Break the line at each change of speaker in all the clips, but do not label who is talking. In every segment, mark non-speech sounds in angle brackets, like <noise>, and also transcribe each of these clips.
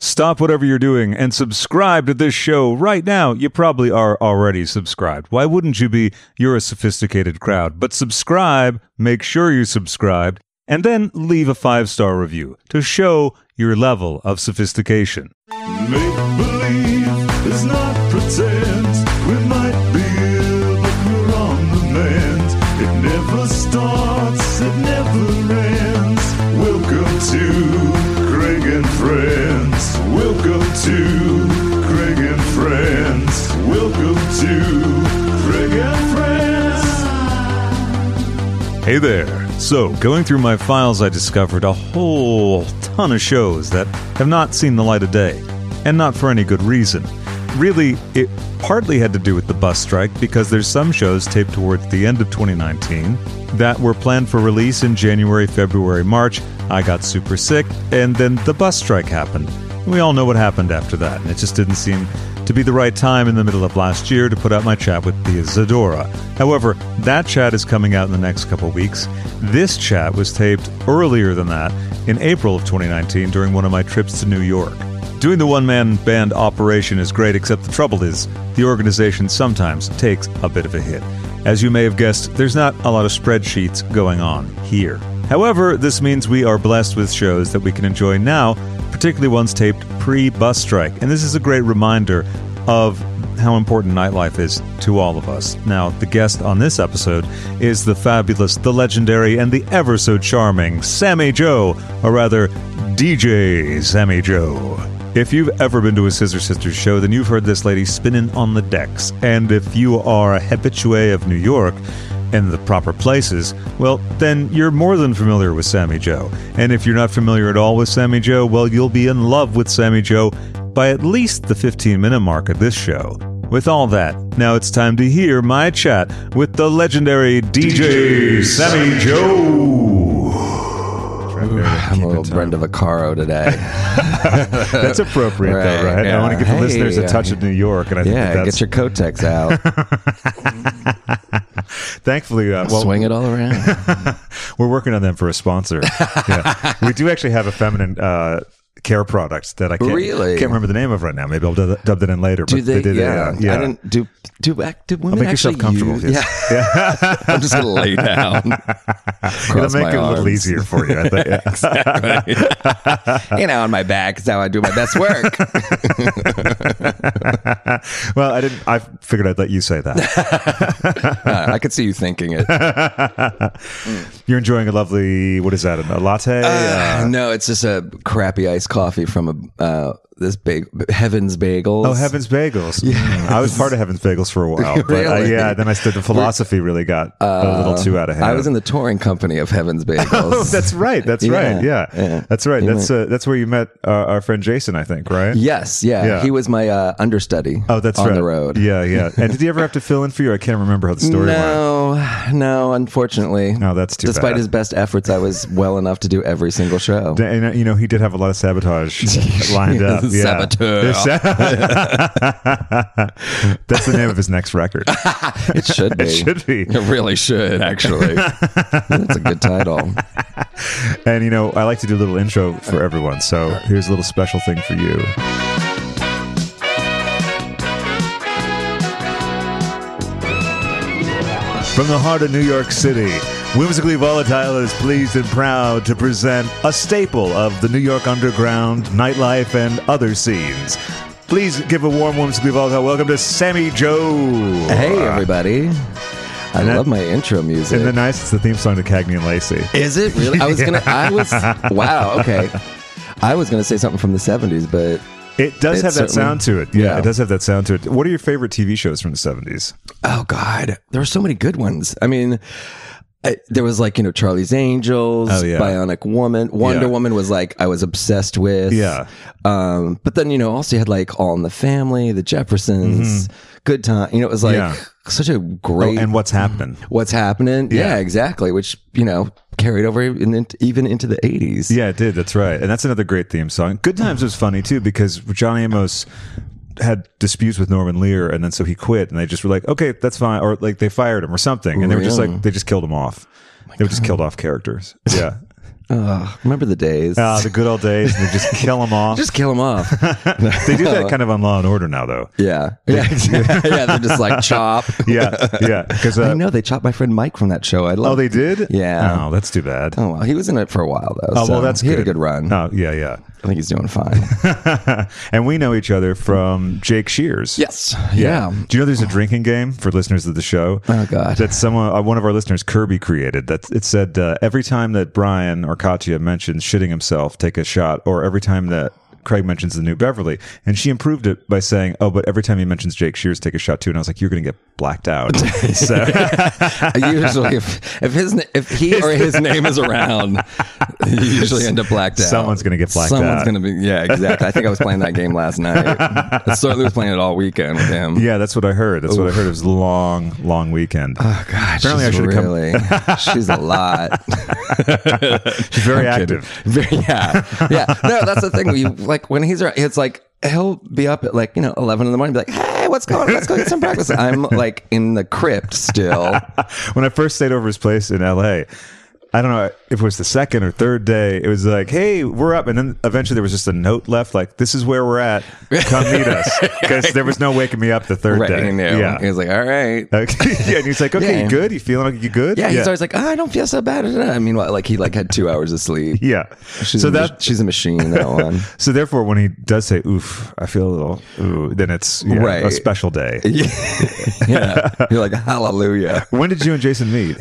Stop whatever you're doing and subscribe to this show right now. You probably are already subscribed. Why wouldn't you be? You're a sophisticated crowd. But subscribe, make sure you subscribe, and then leave a five star review to show your level of sophistication.
Make believe is not pretend. We might be ill, but we're on the mend. It never starts, it never ends. Welcome to Craig and Friends. Welcome to Craig and Friends. Welcome to Craig and Friends.
Hey there. So, going through my files, I discovered a whole ton of shows that have not seen the light of day, and not for any good reason. Really, it partly had to do with the bus strike because there's some shows taped towards the end of 2019 that were planned for release in January, February, March. I got super sick, and then the bus strike happened. We all know what happened after that, and it just didn't seem to be the right time in the middle of last year to put out my chat with Thea Zadora. However, that chat is coming out in the next couple weeks. This chat was taped earlier than that in April of 2019 during one of my trips to New York. Doing the one man band operation is great, except the trouble is, the organization sometimes takes a bit of a hit. As you may have guessed, there's not a lot of spreadsheets going on here. However, this means we are blessed with shows that we can enjoy now, particularly ones taped pre bus strike. And this is a great reminder of how important nightlife is to all of us. Now, the guest on this episode is the fabulous, the legendary, and the ever so charming Sammy Joe, or rather, DJ Sammy Joe. If you've ever been to a Scissor Sisters show, then you've heard this lady spinning on the decks. And if you are a habitue of New York and the proper places, well, then you're more than familiar with Sammy Joe. And if you're not familiar at all with Sammy Joe, well, you'll be in love with Sammy Joe by at least the 15 minute mark of this show. With all that, now it's time to hear my chat with the legendary DJ, Sammy Joe.
I'm a little Brenda Vaccaro today.
<laughs> That's appropriate, though,
Right,
right? I
yeah.
want to give the
Hey,
listeners a
uh,
touch of New York, and I think that
yeah,
that's
get your Kotex out, <laughs>
Thankfully, uh, well,
swing it all around.
we're working on them for a
<laughs>
sponsor. yeah. We do actually have a feminine uh, care product that I can't,
Really?
can't remember the name of right now. Maybe I'll dub, dub it in later.
<laughs> Do
but
they?
did
yeah,
a, uh, yeah.
I didn't do. Do act? Do women
make yourself
actually
comfortable,
Use,
yes.
Yeah,
<laughs>
<laughs> I'm just gonna lay down.
It'll
Cross
make
my
it a little
arms.
easier for
<laughs>
you. I think. <laughs> Yeah.
you know, on my back is how I do my
<laughs>
best work. Uh,
well, I didn't. I figured I'd let you say
<laughs>
that.
Uh, I could see you
<laughs>
thinking it.
You're enjoying a lovely. What is that? A latte?
Uh, no, it's just a crappy iced coffee from a uh, this big Heaven's Bagels.
Oh, Heaven's Bagels.
<laughs>
Mm, I was part of Heaven's Bagels for a while. But uh,
Really? Uh,
yeah, then I stood the philosophy really got a little too out of hand.
I was in the touring company of Heaven's Bagels.
<laughs> Oh, that's right. That's
Yeah,
right. Yeah.
yeah.
That's right. That's uh, that's where you met uh, our friend Jason, I think, right?
Yes, yeah.
Yeah.
He was my uh, understudy.
Oh, that's
on
right.
the road.
Yeah, yeah. And did he ever have to fill in for you? I can't remember how the story went.
No, no. Unfortunately,
No, that's too
Despite
bad.
his best efforts, I was well enough to do every
<laughs>
single show.
D- And, uh, you know, he did have a lot of
<laughs>
sabotage lined up. Yeah.
Saboteur.
<laughs> that's the name of his next
<laughs>
record.
It should be.
It should be.
<laughs> It really should. Actually, that's a
<laughs>
good title.
And you know, I like to do a little intro for everyone. So here's a little special thing for you. From the heart of New York City, Whimsically Volatile is pleased and proud to present a staple of the New York underground, nightlife, and other scenes. Please give a warm Whimsically Volatile welcome to Sammy Joe.
Hey, everybody! I
And that-
love my intro music.
Isn't it nice? It's the theme song to Cagney and Lacey.
Is it really? I was gonna.
<laughs>
I was. Wow. Okay. I was gonna say something from the '70s, but
It does
It
have that
certainly-
sound to it. Yeah,
yeah.
it does have that sound to it. What are your favorite TV shows from the 70s?
Oh God, there were so many good ones. I mean, I, there was like you know Charlie's Angels,
Oh, yeah.
Bionic Woman, Wonder
Yeah.
Woman was like I was obsessed with.
Yeah.
Um, but then you know also you had like All in the Family, The Jeffersons, Good Time. You know it was like
Mm-hmm. Yeah.
such a
Oh,
great
and What's Happening?
what's happening.
Yeah.
Yeah. exactly. Which you know carried over in, even into the eighties.
Yeah, it did. That's right. And that's another great theme song. Good Times was funny too because John Amos had disputes with Norman Lear and then so he quit and they just were like, okay, that's fine. Or like they fired him or something. And they were just
Really? <laughs>
like, they just killed him off. they were just killed off characters. Yeah.
Ugh, remember the days.
Ah, the good old days, and they just kill them off.
just kill
<laughs>
them off.
they do that kind of on Law and Order now,
<laughs>
though.
yeah. Yeah. yeah. They're
<laughs>
just like chop.
Yeah, yeah. Because
I
uh,
know they chopped my friend Mike from that show. I love
oh, they did.
Yeah.
Oh, that's too bad.
Oh well, he was in it for a while though.
Oh
so
well, that's
he
good.
had a good run.
Oh yeah, yeah.
I think he's doing
<laughs>
fine.
and we know each other from Jake Shears.
yes. Yeah.
Do you know there's a drinking game for listeners of the show?
Oh, God.
That someone, uh, one of our listeners, Kirby, created. That it said uh, every time that Brian or Katya mentions shitting himself, take a shot, or every time that. Craig mentions the new Beverly, and she improved it by saying, "Oh, but every time he mentions Jake Shears, take a shot too." And I was like, "You're going to get blacked
<laughs>
out." so
usually, if if his na- if he or his name
<laughs>
is around, you usually end up blacked out.
Someone's gonna get blacked
Someone's
out.
gonna be yeah, exactly. I think I was playing that game last night. I certainly was playing it all weekend with him.
yeah, that's what I heard. That's what I heard. It was a long, long weekend.
Oh God,
Apparently I
she's
should've come-
really, she's a lot.
<laughs> She's very
I'm kidding.
active.
<laughs> Very, yeah, yeah. No, that's the thing. You like when he's around, it's like he'll be up at like you know eleven in the morning, be like, "Hey, what's going? on? Let's go get some breakfast." I'm like in the
<laughs>
crypt still.
when I first stayed over his place in LA, I don't know if it was the second or third day. It was like, "Hey, we're up," and then eventually there was just a note left, like, "This is where we're at. Come meet
<laughs>
us," because there was no waking me up the third
Right,
day.
he knew.
Yeah. Uh,
He was like, "All right."
Okay. <laughs> yeah, and he's like, "Okay,
Yeah.
you good? You feeling like you good?"
Yeah, he's always like, oh, "I don't feel so bad." I mean, like he like had two hours of sleep.
yeah.
She's
so
a,
that
that she's a machine.
<laughs>
That one.
so therefore, when he does say, "Oof," I feel a little, ooh, then it's yeah, a
Right.
special day.
Yeah. yeah. <laughs> You're like, hallelujah.
When did you and Jason meet?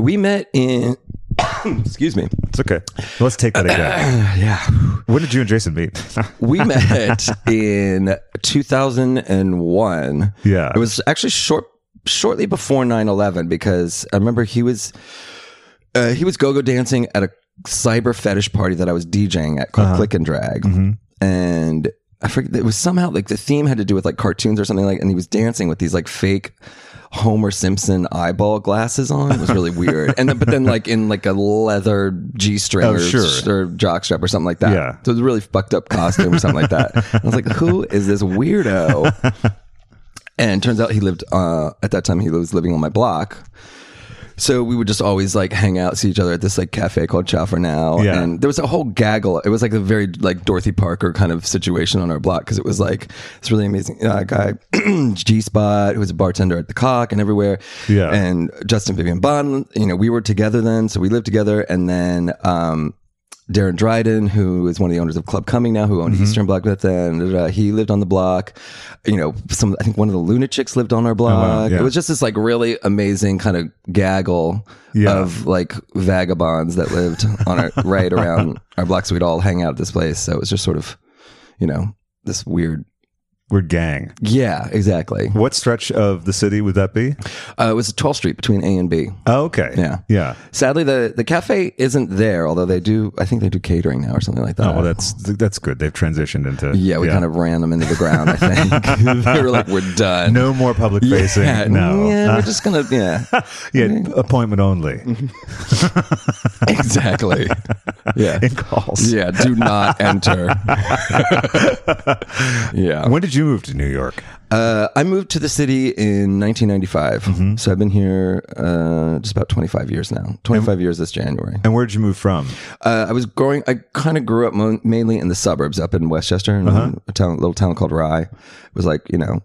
We met in, <coughs> excuse me.
It's okay. Let's take that again.
<coughs> Yeah.
when did you and Jason meet?
We
<laughs>
met in 2001.
Yeah.
It was actually short, shortly before 9 11 because I remember he was, uh, he was go go dancing at a cyber fetish party that I was DJing at
Uh-huh.
called Click and Drag.
Mm-hmm.
And I forget, it was somehow like the theme had to do with like cartoons or something like, and he was dancing with these like fake Homer Simpson eyeball glasses on. It was really weird. And then, but then like in like a leather G string
Oh,
or,
sure.
or jockstrap or something like that.
Yeah.
So it was a really fucked up costume or something
<laughs>
like that. I was like, who is this weirdo? And turns out he lived, uh, at that time, he was living on my block. So we would just always like hang out, see each other at this like cafe called Chow for Now.
Yeah.
And there was a whole gaggle. It was like a very like Dorothy Parker kind of situation on our block because it was like this really amazing uh, guy, <clears throat> G Spot, who was a bartender at the Cock and everywhere.
Yeah.
And Justin Vivian Bond, you know, we were together then. So we lived together. And then, um, Darren Dryden, who is one of the owners of Club Coming now, who
Mm-hmm.
owned Eastern Block back then, da, da, da, he lived on the block. You know, some I think one of the lunatics lived on our block.
Oh, yeah.
It was just this like really amazing kind of gaggle
Yeah.
of like vagabonds that lived
<laughs>
on our right around our block. So we'd all hang out at this place. So it was just sort of, you know, this weird.
We're gang.
Yeah, exactly.
What stretch of the city would that be?
Uh, it was 12th Street between A and B.
Oh, okay.
Yeah.
Yeah.
Sadly, the the cafe isn't there, although they do. I think they do catering now or something like that.
Oh, well, that's that's good. They've transitioned into
Uh, Yeah, we kind of ran them into the ground. I think <laughs> they were like, "We're done."
no more public facing.
yeah,
no,
yeah,
Uh, <laughs>
we're just gonna, yeah, Mm-hmm.
yeah, appointment only
exactly, yeah,
in calls.
yeah. Do not enter.
<laughs>
yeah,
When did you move to New York?
uh, I moved to the city in 1995,
Mm-hmm.
so I've been here uh, just about 25 years now. 25 years this January.
And where did you move from?
Uh, I was growing. I kind of grew up mo- mainly in the suburbs, up in Westchester, in
Uh-huh.
a town, little town called Rye. It was like you know,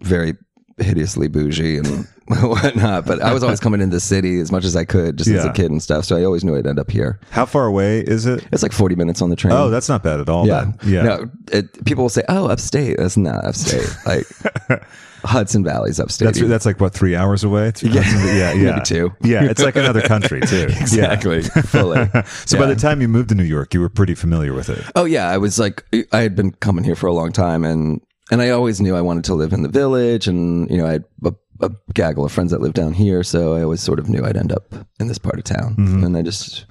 very hideously bougie and <laughs> whatnot. But I was always coming into the city as much as I could, just as
Yeah.
a kid and stuff. So I always knew I'd end up here.
How far away is it?
It's like forty minutes on the train.
Oh, that's not bad at all.
yeah,
then. Yeah.
No, it, people will say, "Oh, upstate." That's not upstate.
<laughs>
Like Hudson Valley's upstate.
That's, that's like what three hours away. Three
Yeah.
hours
<laughs>
away? yeah,
Maybe
yeah,
two.
Yeah, it's like another country
<laughs>
too. Yeah.
exactly fully.
<laughs> So by the time you moved to New York, you were pretty familiar with it.
Oh yeah, I was like I had been coming here for a long time and and I always knew I wanted to live in the village and you know I had a, a gaggle of friends that lived down here so I always sort of knew I'd end up in this part of town
Mm-hmm.
and I just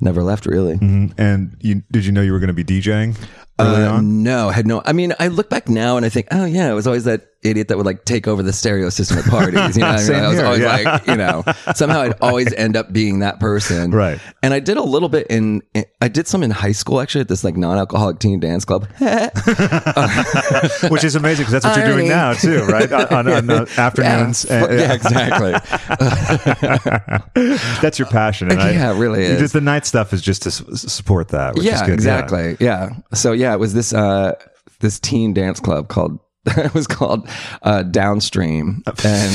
never left really.
And you, did you know you were going to be DJing Mm-hmm. early
Uh,
on?
no, I had no. I mean, I look back now and I think, oh yeah, it was always that idiot that would like take over the stereo system at parties. You know, what I, mean?
<laughs> Same
I was
here,
always
yeah.
like, you know, somehow I'd always end up being that person,
Right.
And I did a little bit in. I did some in high school actually at this like non-alcoholic teen dance club.
Which is amazing because that's what you're doing
Irony.
now too, right? On, on, on uh, afternoons,
<laughs> Yeah,
Uh, <laughs>
fu- yeah, exactly.
that's your passion. And I,
Yeah, it really
you
is.
Just, the night stuff is just to s- support that. Which is
yeah,
good.
exactly. Yeah. So yeah, it was this uh this teen dance club called <laughs> it was called uh,
<laughs>
Downstream, and God,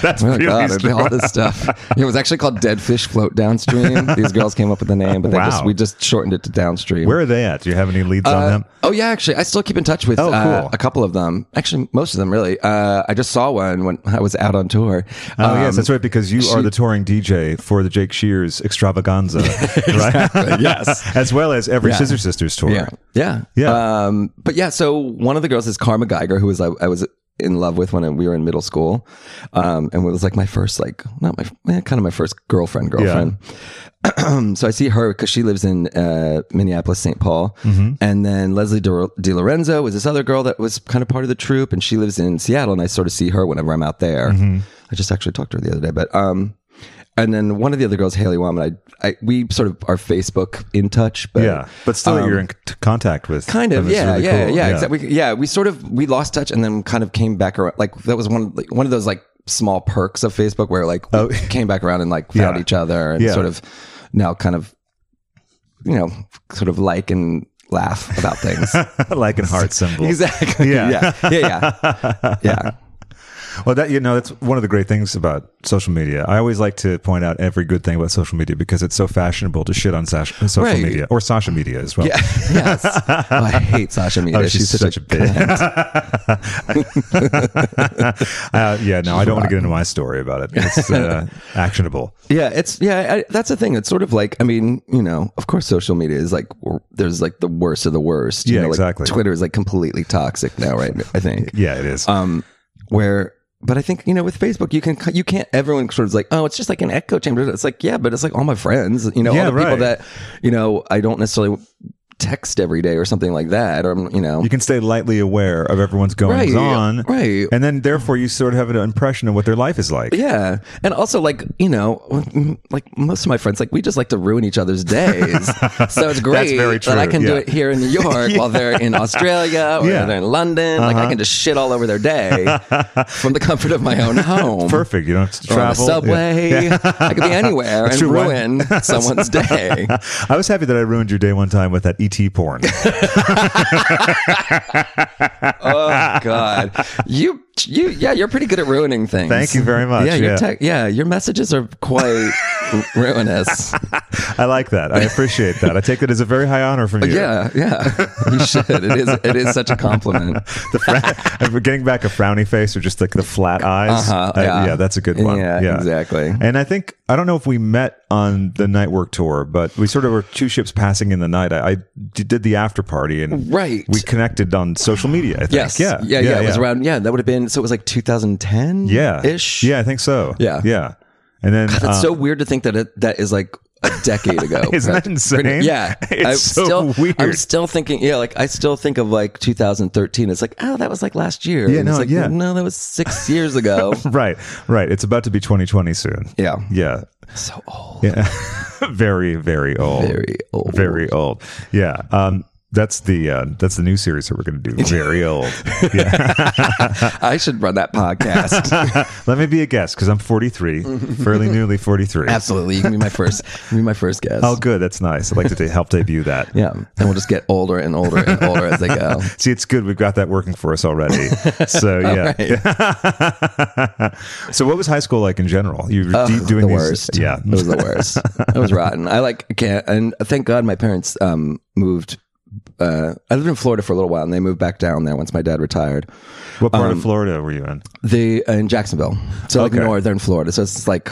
that's oh,
really
God,
strong.
all this stuff. It was actually called Dead Fish Float
<laughs>
Downstream. These girls came up with the name, but they
Wow.
just we just shortened it to Downstream.
Where are they at? Do you have any leads on them?
Oh yeah, actually, I still keep in touch with
Oh,
uh,
cool.
a couple of them. Actually, most of them really. Uh, I just saw one when I was out on tour.
Oh
Um,
yes, that's right. Because you are the touring DJ for the Jake Shears
<laughs>
Extravaganza, <laughs> right?
yes.
as well as every
Yeah.
Scissor Sisters tour.
Yeah. Yeah.
Yeah.
Um, but yeah, so one of the girls is Karma Geiger, who was I, I was in love with when we were in middle school. Um, and it was like my first, like, not my, eh, kind of my first girlfriend, girlfriend. <clears throat> so I see her because she lives in uh, Minneapolis, St. Paul.
Mm-hmm.
And then Leslie De, De Lorenzo was this other girl that was kind of part of the troupe, and she lives in Seattle. And I sort of see her whenever I'm out there.
Mm-hmm.
I just actually talked to her the other day, but um, and then one of the other girls, Haley Waman, I, I we sort of are Facebook in touch, but
Yeah, but still,
um,
you're in c- contact with
kind of
them. It's
yeah,
really
yeah,
cool.
yeah, exactly. We, yeah, we sort of we lost touch and then kind of came back around. Like that was one like, one of those like small perks of Facebook where like we
Oh. <laughs>
came back around and like found
Yeah.
each other and
Yeah.
sort of now kind of you know sort of like and laugh about
<laughs>
things. <laughs>
like in heart symbol.
exactly.
Yeah.
Yeah. Yeah.
<laughs>
Yeah. yeah. <laughs>
Well, that you know, that's one of the great things about social media. I always like to point out every good thing about social media because it's so fashionable to shit on Sash- uh, social
Right.
media or Sasha media as well.
Yeah. yes. Oh, I hate Sasha Mita.
Oh, she's, such a bitch. <laughs> uh, yeah, no, I don't want to get into my story about it.
<laughs>
It's uh, actionable.
Yeah, it's yeah. I, that's the thing. It's sort of like I mean, you know, of course, social media is like w- there's like the worst of the worst. you
Yeah,
know, like,
exactly.
Twitter is like completely toxic now,
<laughs>
right? I think.
Yeah, it is.
Um, where, but I think you know, with Facebook, you can you can't. Everyone sort of is like, oh, it's just like an echo chamber. It's like yeah, but it's like all my friends. You know,
Yeah,
all the
right.
people that you know I don't necessarily text every day or something like that. Or you know,
you can stay lightly aware of everyone's
right,
goings on.
right.
And then, therefore, you sort of have an impression of what their life is like.
Yeah. And also like, you know, <laughs> like most of my friends, like we just like to ruin each other's
<laughs>
days. so it's great
very
that I
true,
can do
yeah. Uh-huh.
it here
<laughs>
in New York while they're in Australia or
Yeah.
they're in London. Like I can just shit all over
<laughs>
their day from the comfort of my own home.
Perfect. You don't have to
Or on the
travel. <laughs> Yeah.
subway. I could be anywhere and
true, right?
ruin
<laughs>
someone's day.
I was happy that I ruined your day one time with that ET
<laughs>
porn.
Oh God, you you yeah, you're pretty good at ruining things.
Thank you very much,
Yeah, your
yeah.
tech- yeah, your messages are
<laughs>
quite ruinous.
I like that. I appreciate that. I take that as a very high honor from you.
Yeah, yeah. <laughs> You should. It is it is such a compliment.
<laughs> The
<laughs>
fra- we're getting back a frowny face or just like the flat eyes. Uh,
Uh-huh, yeah.
yeah, that's a good one.
Yeah, exactly.
And I think I don't know if we met on the night work tour, but we sort of were two ships passing in the night. I, I d- did the after party and
Right.
we connected on social media. I think.
Yes.
Yeah.
Yeah, yeah. It was around yeah, that would have been so it was like 2010
Yeah.
ish.
Yeah, I think so.
Yeah.
Yeah. And then
It's
uh,
so weird to think that it, that is like a decade ago.
<laughs> Isn't that
Pretty-
insane?
Yeah.
<laughs> It's so
still, I'm
weird.
still thinking, yeah, like I still think of like 2013. It's like, oh, that was like last year.
Yeah,
And it's
no,
like,
yeah.
no, that was six years
<laughs>
ago.
right, right. It's about to be 2020 soon.
yeah.
Yeah.
So old.
Yeah. <laughs> very, very old.
Very old.
Very old. Yeah. Um, that's the uh, that's the new series that we're
<laughs>
going to do. Very old. <laughs> Yeah.
I should run
<laughs>
that podcast.
Let me be a guest because I'm
<laughs>
43, fairly newly 43.
Absolutely. You can be my first you can be my first guest.
Oh, good. That's nice. I'd like to de- help debut that.
<laughs> Yeah, and we'll just get older and older and older as they go.
See, it's good. We've got that working for us
<laughs>
already. So yeah. <laughs> so what was high school like in general? You were de- doing these,
Uh, the worst.
Yeah.
it was the worst. It was rotten. I like can't, and thank God my parents um moved. Uh, I lived in Florida for a little while, and they moved back down there once my dad retired.
What part
um,
of Florida were you in?
They uh, in Jacksonville, so like
Okay.
northern Florida. So it's like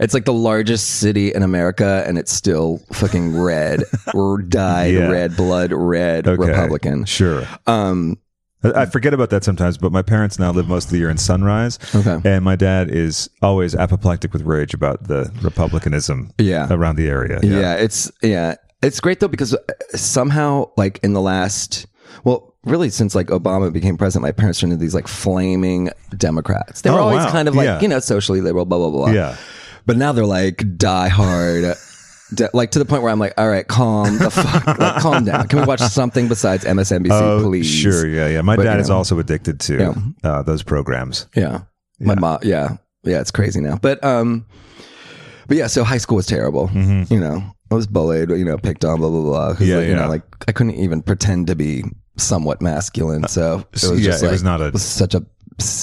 it's like the largest city in America, and it's still fucking red,
<laughs>
r- dyed
Yeah.
red, blood red
Okay.
Republican.
Sure.
Um,
I I forget about that sometimes, but my parents now live most of the year in Sunrise,
Okay.
and my dad is always apoplectic with rage about the republicanism
Yeah.
around the area.
Yeah. it's yeah, it's great though because uh, somehow, like in the last, well, really since like Obama became president, my parents turned into these like flaming Democrats. They were
Oh,
always
wow.
kind of like
Yeah.
you know socially liberal, blah blah blah.
Yeah.
but now they're like die
<laughs>
hard. de- like to the point where I'm like, all right, calm the fuck, like, calm down. Can we watch something besides MSNBC,
Oh,
please?
sure. Yeah, yeah. My
But,
dad
you
is
know.
also addicted to uh, those programs.
Yeah. My mom. Yeah. Yeah. It's crazy now. But, um, But yeah, so high school was terrible. You know, I was bullied, you know, picked on, blah, blah, blah.
Mm-hmm.
'Cause,
Yeah,
like, You
yeah.
know, like I couldn't even pretend to be somewhat masculine. So it was
Uh, yeah,
just
it
like,
was not a- Mm-hmm.
such a,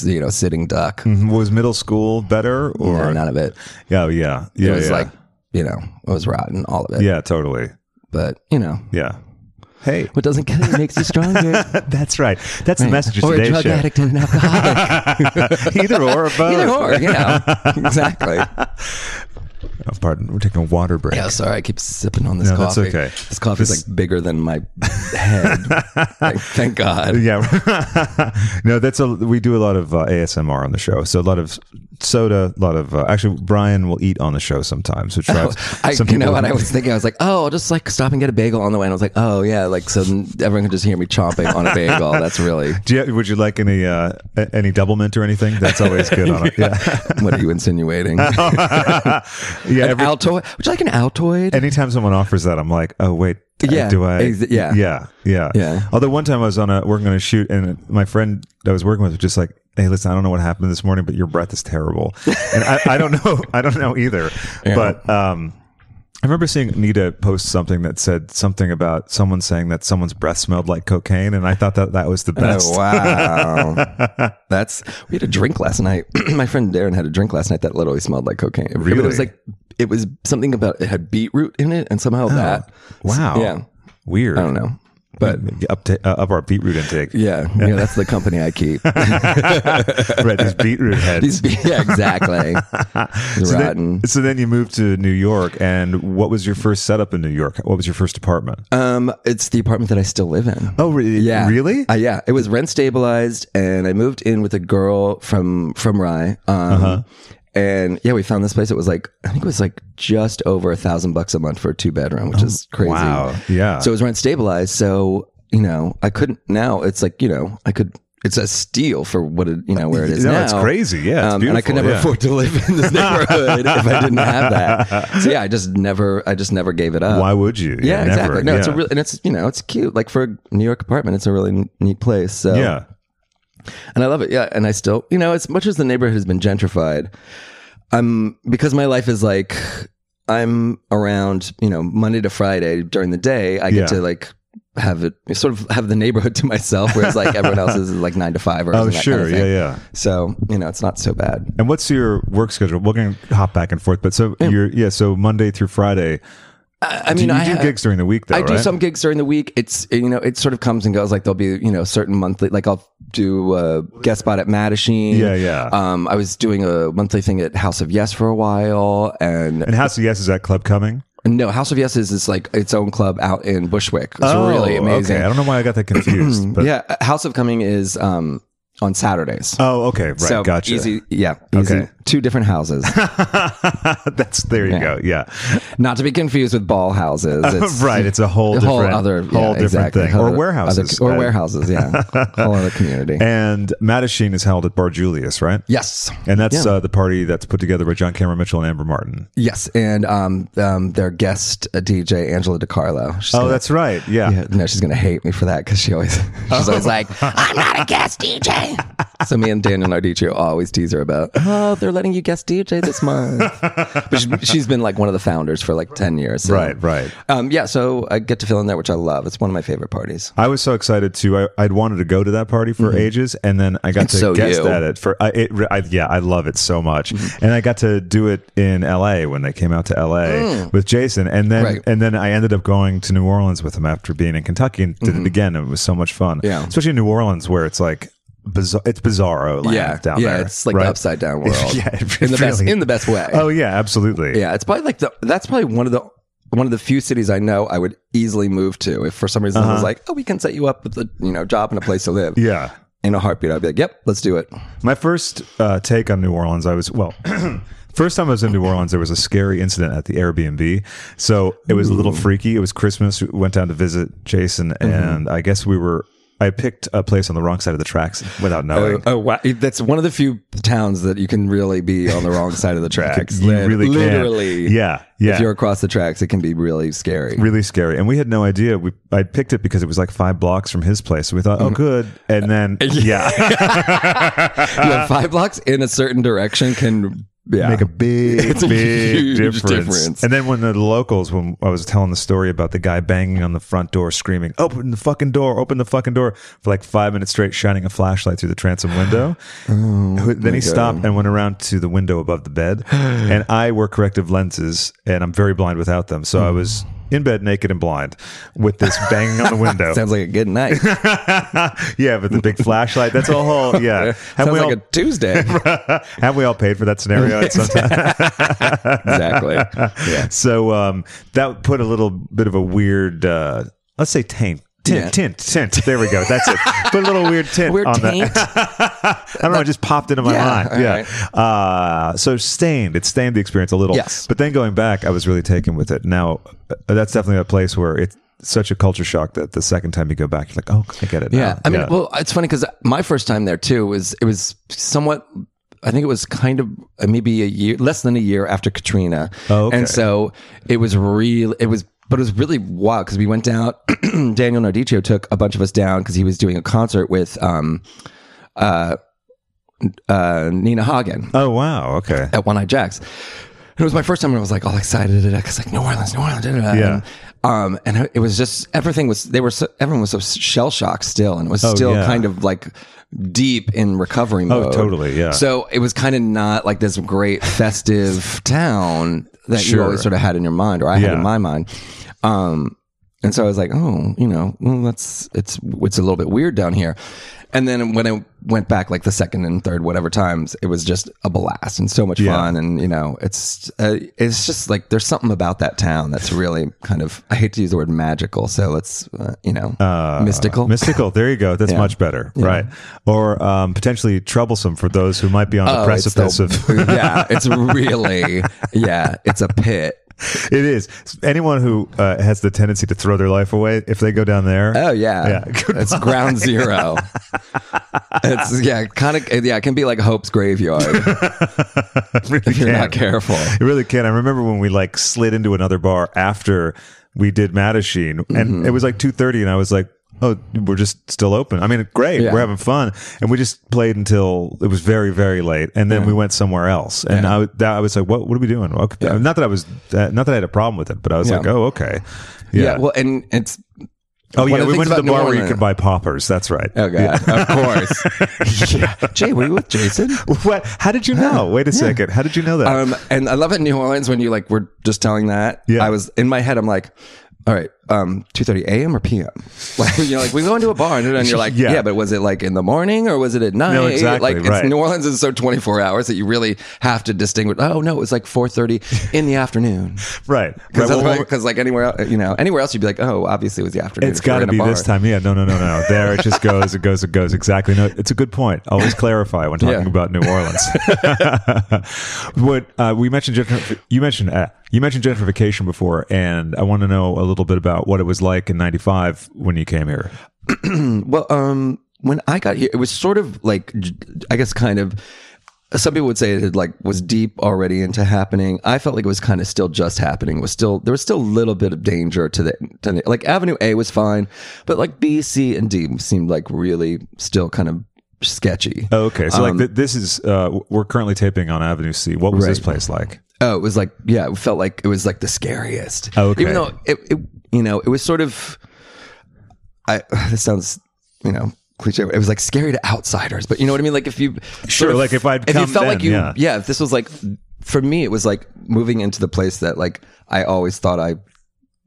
you know, sitting duck.
Was middle school better or
No, none of it.
Yeah, yeah, yeah.
it was
yeah.
like, you know, it was rotten, all of it.
yeah, totally.
But, you know,
Yeah. Hey,
what doesn't kill you makes you stronger.
that's right. That's the <laughs> message of
or a
today's
drug
show.
addict and an alcoholic.
<laughs> Either or, or both.
<laughs> Either or, you know. exactly.
Oh, pardon, we're taking a water break.
Yeah, sorry, I keep sipping on this
No, that's
coffee.
okay.
This coffee's
This-
like bigger than my
<laughs>
head. Like, thank God.
Yeah. <laughs> no, that's a we do a lot of uh, ASMR on the show. So a lot of soda, a lot of uh, actually Brian will eat on the show sometimes,
<laughs>
which drives
Oh, I,
some
you know
people- <laughs>
what I was thinking? I was like, oh, I'll just like stop and get a bagel on the way. And I was like, oh yeah, like so then everyone can just hear me chomping on a bagel. That's really
Do you, would you like any uh, a- any double mint or anything? That's always good on
<laughs>
it. Yeah. <laughs>
what are you insinuating?
yeah every-
Altoid? Would you like an Altoid?
anytime someone offers that, I'm like, oh wait, uh,
Yeah,
do I?
ex- yeah.
yeah, yeah,
Yeah.
Although one time I was on a working on a shoot, and my friend I was working with was just like, hey, listen, I don't know what happened this morning, but your breath is
<laughs>
terrible, and I, I don't know, I don't know either. But um, I remember seeing Nita post something that said something about someone saying that someone's breath smelled like cocaine, and I thought that that was the best.
Oh, wow.
<laughs>
That's we had a drink last night. <clears throat> My friend Darren had a drink last night that literally smelled like cocaine. It- It
Really?
was like it was something about it had beetroot in it and somehow that
Oh. Wow.
Yeah.
Weird.
I don't know. But
Up to, uh, up our beetroot intake.
yeah, <laughs> yeah, that's the company I <laughs> keep.
right. These
<laughs>
beetroot heads.
These, yeah, <laughs> exactly.
So
Rotten.
then, so then you moved to New York, and what was your first setup in New York? What was your first apartment?
Um, it's the apartment that I still live in.
oh, re-
yeah,
really?
Uh, yeah, it was rent stabilized, and I moved in with a girl from from Rye. Um, And yeah, we found this place. It was like I think it was like just over a thousand bucks a month for a two bedroom, which is crazy.
wow. Yeah.
So it was rent stabilized. So you know, I couldn't now. It's like you know, I could. It's a steal for what it you know where <laughs> it is
No,
now.
it's crazy. Yeah, it's
um, and I
beautiful,
could never
yeah.
afford to live
<laughs>
in this neighborhood if I didn't have that. So yeah, I just never, I just never gave it up.
Why would you?
Yeah,
never.
exactly. No, it's a
Yeah.
real, and it's you know, it's cute. Like for a New York apartment, it's a really n- neat place. So
Yeah.
and I love it. Yeah, and I still, you know, as much as the neighborhood has been gentrified, I'm because my life is like I'm around, you know, Monday to Friday during the day. I get
Yeah.
to like have it sort of have the neighborhood <laughs> to myself, whereas like everyone else is like nine to five or
Oh,
that
sure.
Kind of thing.
yeah, yeah.
So you know, it's not so bad.
And what's your work schedule? We're going to hop back and forth, but so you're yeah. So Monday through Friday,
I, I
do
mean,
you
I
do
have-
gigs during the week, though,
I
right?
do some gigs during the week. It's you know it sort of comes and goes. Like there'll be you know certain monthly. Like I'll do a guest spot at Mattachine.
Yeah, yeah.
Um, I was doing a monthly thing at House of Yes for a while, and
and House of Yes is that club coming?
no, House of Yes is it's like its own club out in Bushwick. It's
Oh,
really amazing.
Okay. I don't know why I got
<clears throat>
that confused. But,
Yeah, House of Coming is um on Saturdays.
Oh, okay. Right.
so
gotcha.
easy, yeah, easy.
Okay.
Two different houses,
<laughs> That's there you
Yeah.
go. Yeah.
not to be confused with ball
<laughs>
houses. It's,
right. It's a whole,
A whole
different,
other, yeah,
whole different
exactly.
thing, or
Other-
warehouses,
other-
Uh,
or warehouses.
<laughs>
Yeah, whole other community.
And Mattachine is held at Bar Julius, right?
Yes.
And that's
Yeah.
uh, the party that's put together by John Cameron Mitchell and Amber Martin.
Yes, and um, um, their guest uh, DJ Angela DiCarlo. She's
Oh,
gonna-
that's Oh. right. Yeah.
<laughs> yeah, no, she's gonna hate me for that because she always <laughs> she's always like, I'm not a
<laughs>
guest DJ. so me and Daniel, our DJ, always tease her about, oh, they're letting you guest DJ this
<laughs>
month. but she, she's been like one of the founders for like ten years. so-
Right, right.
Um, yeah, so I get to fill in there, which I love. It's one of my favorite parties.
I was so excited too. I, I'd wanted to go to that party for ages, and then I got
It's
to
Mm-hmm. so
guest
you. Mm-hmm.
at it for. I, it, re- I, yeah, I love it so much, and I got to do it in L.A. when they came out to L.A. with Jason, and then
Mm. Right.
and then I ended up going to New Orleans with him after being in Kentucky and did it again. and It was so much fun,
Mm-hmm. Yeah.
Especially in New Orleans where it's like bizarre. It's bizarro land
yeah,
down
yeah,
there.
it's like
right?
the upside down
<laughs>
world.
yeah, it
in the best
really-
in the best way.
<laughs> Oh yeah, absolutely.
Yeah, it's probably like the that's probably one of the one of the few cities I know I would easily move to if for some reason I was like, oh, we can set you up with a you know job and a place to live
Uh-huh. <laughs> yeah.
in a heartbeat. I'd be like, yep, let's do it.
My first uh, take on New Orleans, I was well. <clears throat> First time I was in New Orleans, there was a scary incident at the Airbnb. So it was a little freaky. It was Christmas. We went down to visit Jason,
Mm-hmm.
and I guess we were. I picked a place on the wrong side of the tracks without knowing.
Oh wow, that's one of the few towns that you can really be on the wrong side of the tracks.
<laughs> you
Lit-
really can.
literally,
Yeah, yeah.
If you're across the tracks, it can be really scary. <laughs>
really scary. And we had no idea. We I picked it because it was like five blocks from his place. So we thought, oh,
Mm-hmm.
good.
<laughs>
And then yeah,
You have five blocks in a certain direction can Yeah.
Ah. make a big,
<laughs> It's a
big
huge
difference.
difference.
And then when the locals, when I was telling the story about the guy banging on the front door, screaming, "Open the fucking door! Open the fucking door!" for like five minutes straight, shining a flashlight through the transom
<gasps>
window.
Oh
Who- then he stopped and went around to the window above the
<gasps>
bed. and I wear corrective lenses, and I'm very blind without them, so I
<sighs>
was. In bed, naked and blind, with this banging on the
<laughs>
window.
Sounds like a good night. <laughs> Sounds
<laughs> yeah, but the big flashlight. That's a whole.
<laughs>
Yeah, have
like
we all
a Tuesday.
<laughs> have we all paid for that scenario at
<laughs>
some time? <laughs>
exactly. Yeah.
So um, that put a little bit of a weird, uh, let's say taint. Tint,
Yeah.
tint, tint. There we go. That's
<laughs>
it. Put a little weird tint
Weird
on
taint.
that. I don't know. It just popped into my
Yeah, all
mind. Yeah. Uh, so stained. It stained the experience a little.
Yes.
But then going back, I was really taken with it. Now, uh, that's definitely a place where it's such a culture shock that the second time you go back, you're like, oh, I get it.
Yeah.
now.
I mean, well, it's funny because my first time there too was it was somewhat. I think it was kind of uh, maybe a year, less than a year after Katrina.
Oh, okay.
And so it was real. It was, but it was really wild because we went down. <clears throat> Daniel Nardicio took a bunch of us down because he was doing a concert with um, uh, uh, Nina Hagen
oh, wow. Okay.
<laughs> at One Eye Jacks. And it was my first time, and I was like all excited. I was like, New Orleans, New Orleans. Da, da, da.
Yeah.
And, um, and it was just everything was they were so, everyone was so shell shocked still, and it was still
Oh, yeah. Oh,
kind of like deep in recovery mode.
totally, yeah.
So it was kind of not like this great festive town that
Sure.
you always sort of had in your mind, or I had
Yeah.
in my mind. Um, and so I was like, oh, you know, well, that's it's it's a little bit weird down here. And then when I went back, like the second and third, whatever times, it was just a blast and so much
Yeah.
fun. And you know, it's uh, it's just like there's something about that town that's really kind of I hate to use the word magical, so let's uh, you know mystical.
Mystical. There you go. That's much better. Right. Or um, potentially troublesome for those who might be on the
Oh, it's
precipice
the-
of.
<laughs> yeah, it's really yeah, it's a pit.
It is. Anyone who uh, has the tendency to throw their life away, if they go down there,
Oh yeah,
Yeah, goodbye.
it's ground zero. it's yeah, kind of yeah, it can be like Hope's graveyard.
it really
if you're
can.
not careful.
It really can. I remember when we like slid into another bar after we did Mattachine, and
Mm-hmm.
it was like two thirty, and I was like. Oh, we're just still open. I mean, great.
Yeah.
We're having fun, and we just played until it was very, very late, and then we went somewhere else. And I, w- that, I was like, "What? What are we doing?" Okay. Not that I was, uh, not that I had a problem with it, but I was
Yeah.
like, "Oh, okay."
Yeah.
Yeah.
well, and it's
oh,
one
yeah.
of the
We went
things
to the
about New
bar where you
Orleans-
could buy poppers. That's right.
oh god, of course. yeah. Jay, were you with Jason?
What? How did you
<laughs>
know? Wait a second. How did you know that?
Um, and I love it in New Orleans when you like we're just telling that.
Yeah.
I was in my head. I'm like, all right, um, two thirty a.m. or p.m. <laughs> Like you know, like we go into a bar and then you're like,
Yeah.
yeah. but was it like in the morning or was it at night?
exactly,
Like it's,
right.
New Orleans is so twenty four hours that you really have to distinguish. Oh no, it was like four thirty in the afternoon.
<laughs> right. Right,
Because
well, well,
like anywhere else, you know, anywhere else you'd be like, oh, obviously it was the afternoon.
it's
if you're
got to
in a
be
bar.
this time. Yeah. No, no, no, no. There it just goes. It goes. It goes. Exactly. No, it's a good point. Always clarify when talking
Yeah.
about New Orleans. <laughs> what uh, we mentioned, gentrif- you mentioned, uh, you mentioned gentrification before, and I want to know a little bit about what it was like in '95 when you came here.
Well, um, when I got here, it was sort of like, j- I guess, kind of. Some people would say it had, like was deep already into happening. I felt like it was kind of still just happening. Was still there was still a little bit of danger to the, to the like Avenue A was fine, but like B, C, and D seemed like really still kind of sketchy.
Oh, okay. So, like, th- this is uh, w- we're currently taping on Avenue C. What was this
Right.
place like?
Oh, it was like yeah, it felt like it was like the scariest.
Oh, okay.
Even though it, it you know, it was sort of I <sighs> this sounds, you know, cliche. It was like scary to outsiders, but you know what I mean? Like if you
Sure,
of-
like if I'd
if
come
you felt like
then,
you
yeah.
yeah, if this was like for me it was like moving into the place that like I always thought I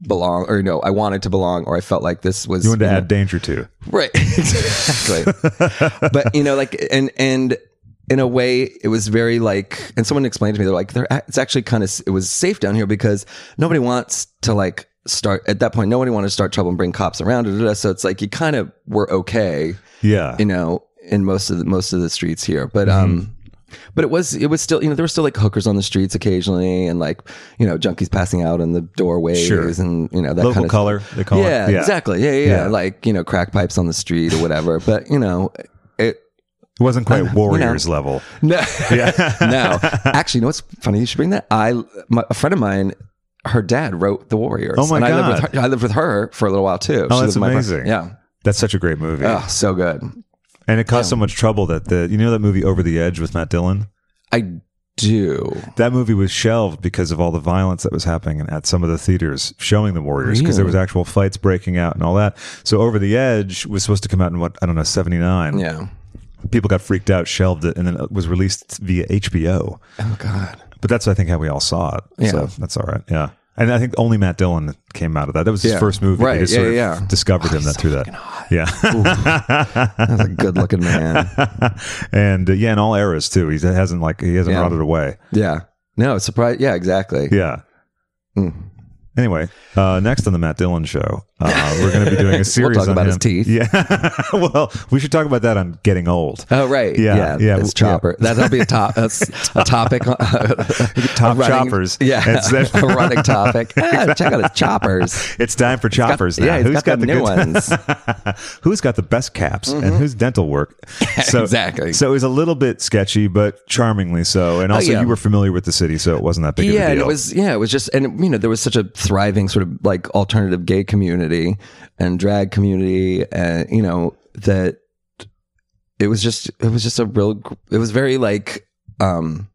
belong or no, I wanted to belong or I felt like this was
You wanted to add danger to?
Right. <laughs> exactly. but you know, like, and and in a way, it was very like, and someone explained to me, they're like, they're, it's actually kind of, it was safe down here because nobody wants to like start at that point. Nobody wanted to start trouble and bring cops around. da, da, da. So it's like you kind of were okay,
Yeah.
you know, in most of the most of the streets here. But
Mm-hmm.
um, but it was it was still you know there were still like hookers on the streets occasionally and like you know junkies passing out in the doorways
Sure.
and you know that
Local
kind of
color. They call
yeah,
it.
exactly. Yeah, yeah, yeah,
Yeah.
Like you know, crack pipes on the street or whatever. But you know, it
It wasn't quite Warriors <laughs> level.
no, <laughs>
<laughs>
no. Actually, you know what's funny? You should bring that. I my, a friend of mine, her dad wrote The Warriors.
Oh, my
and I lived
God.
with her, I lived with her for a little while too.
Oh,
She
that's
lived with my friend.
amazing.
Yeah.
That's such a great movie.
Oh, so good.
And it caused so much trouble that the you know that movie Over the Edge with Matt Dillon.
I do.
That movie was shelved because of all the violence that was happening at some of the theaters showing the Warriors because there was actual fights breaking out and all that. So Over the Edge was supposed to come out in what I don't know 79.
Yeah.
People got freaked out, shelved it and then it was released via HBO.
Oh God.
But that's I think how we all saw it. So
Yeah.
that's all right. Yeah. And I think only Matt Dillon came out of that. That was his
Yeah.
first movie.
Right.
They just
Yeah,
sort of
yeah, Oh, yeah.
discovered him that through that. Yeah. <laughs>
That's a good looking man.
and uh, yeah, in all eras too. He hasn't like he hasn't
Yeah.
rotted away.
Yeah. No, surprise. Yeah, exactly.
Yeah.
Hmm.
Anyway, uh, next on the Matt Dillon show, uh, we're going to be
<laughs>
doing a series
talk
on
about his
him.
teeth.
Yeah. <laughs> well, we should talk about that on getting old.
Oh right,
Yeah,
yeah,
yeah,
It's
yeah.
chopper. That, that'll be a
<laughs>
top. That's a topic. on-
Top
a running-
choppers.
Yeah,
<laughs> It's-
a running topic.
<laughs>
Ah, check out his choppers.
It's time for choppers now.
yeah, he's
Who's
got, the new
<laughs>
ones. Mm-hmm.
who's got the best caps and who's dental work? So,
<laughs> Exactly.
So it was a little bit sketchy, but charmingly so. And also,
Oh, yeah.
you were familiar with the city, so it wasn't that big of a
yeah,
deal.
and it was yeah, it was just and you know there was such a thriving sort of like alternative gay community and drag community, and you know that it was just it was just a real it was very like um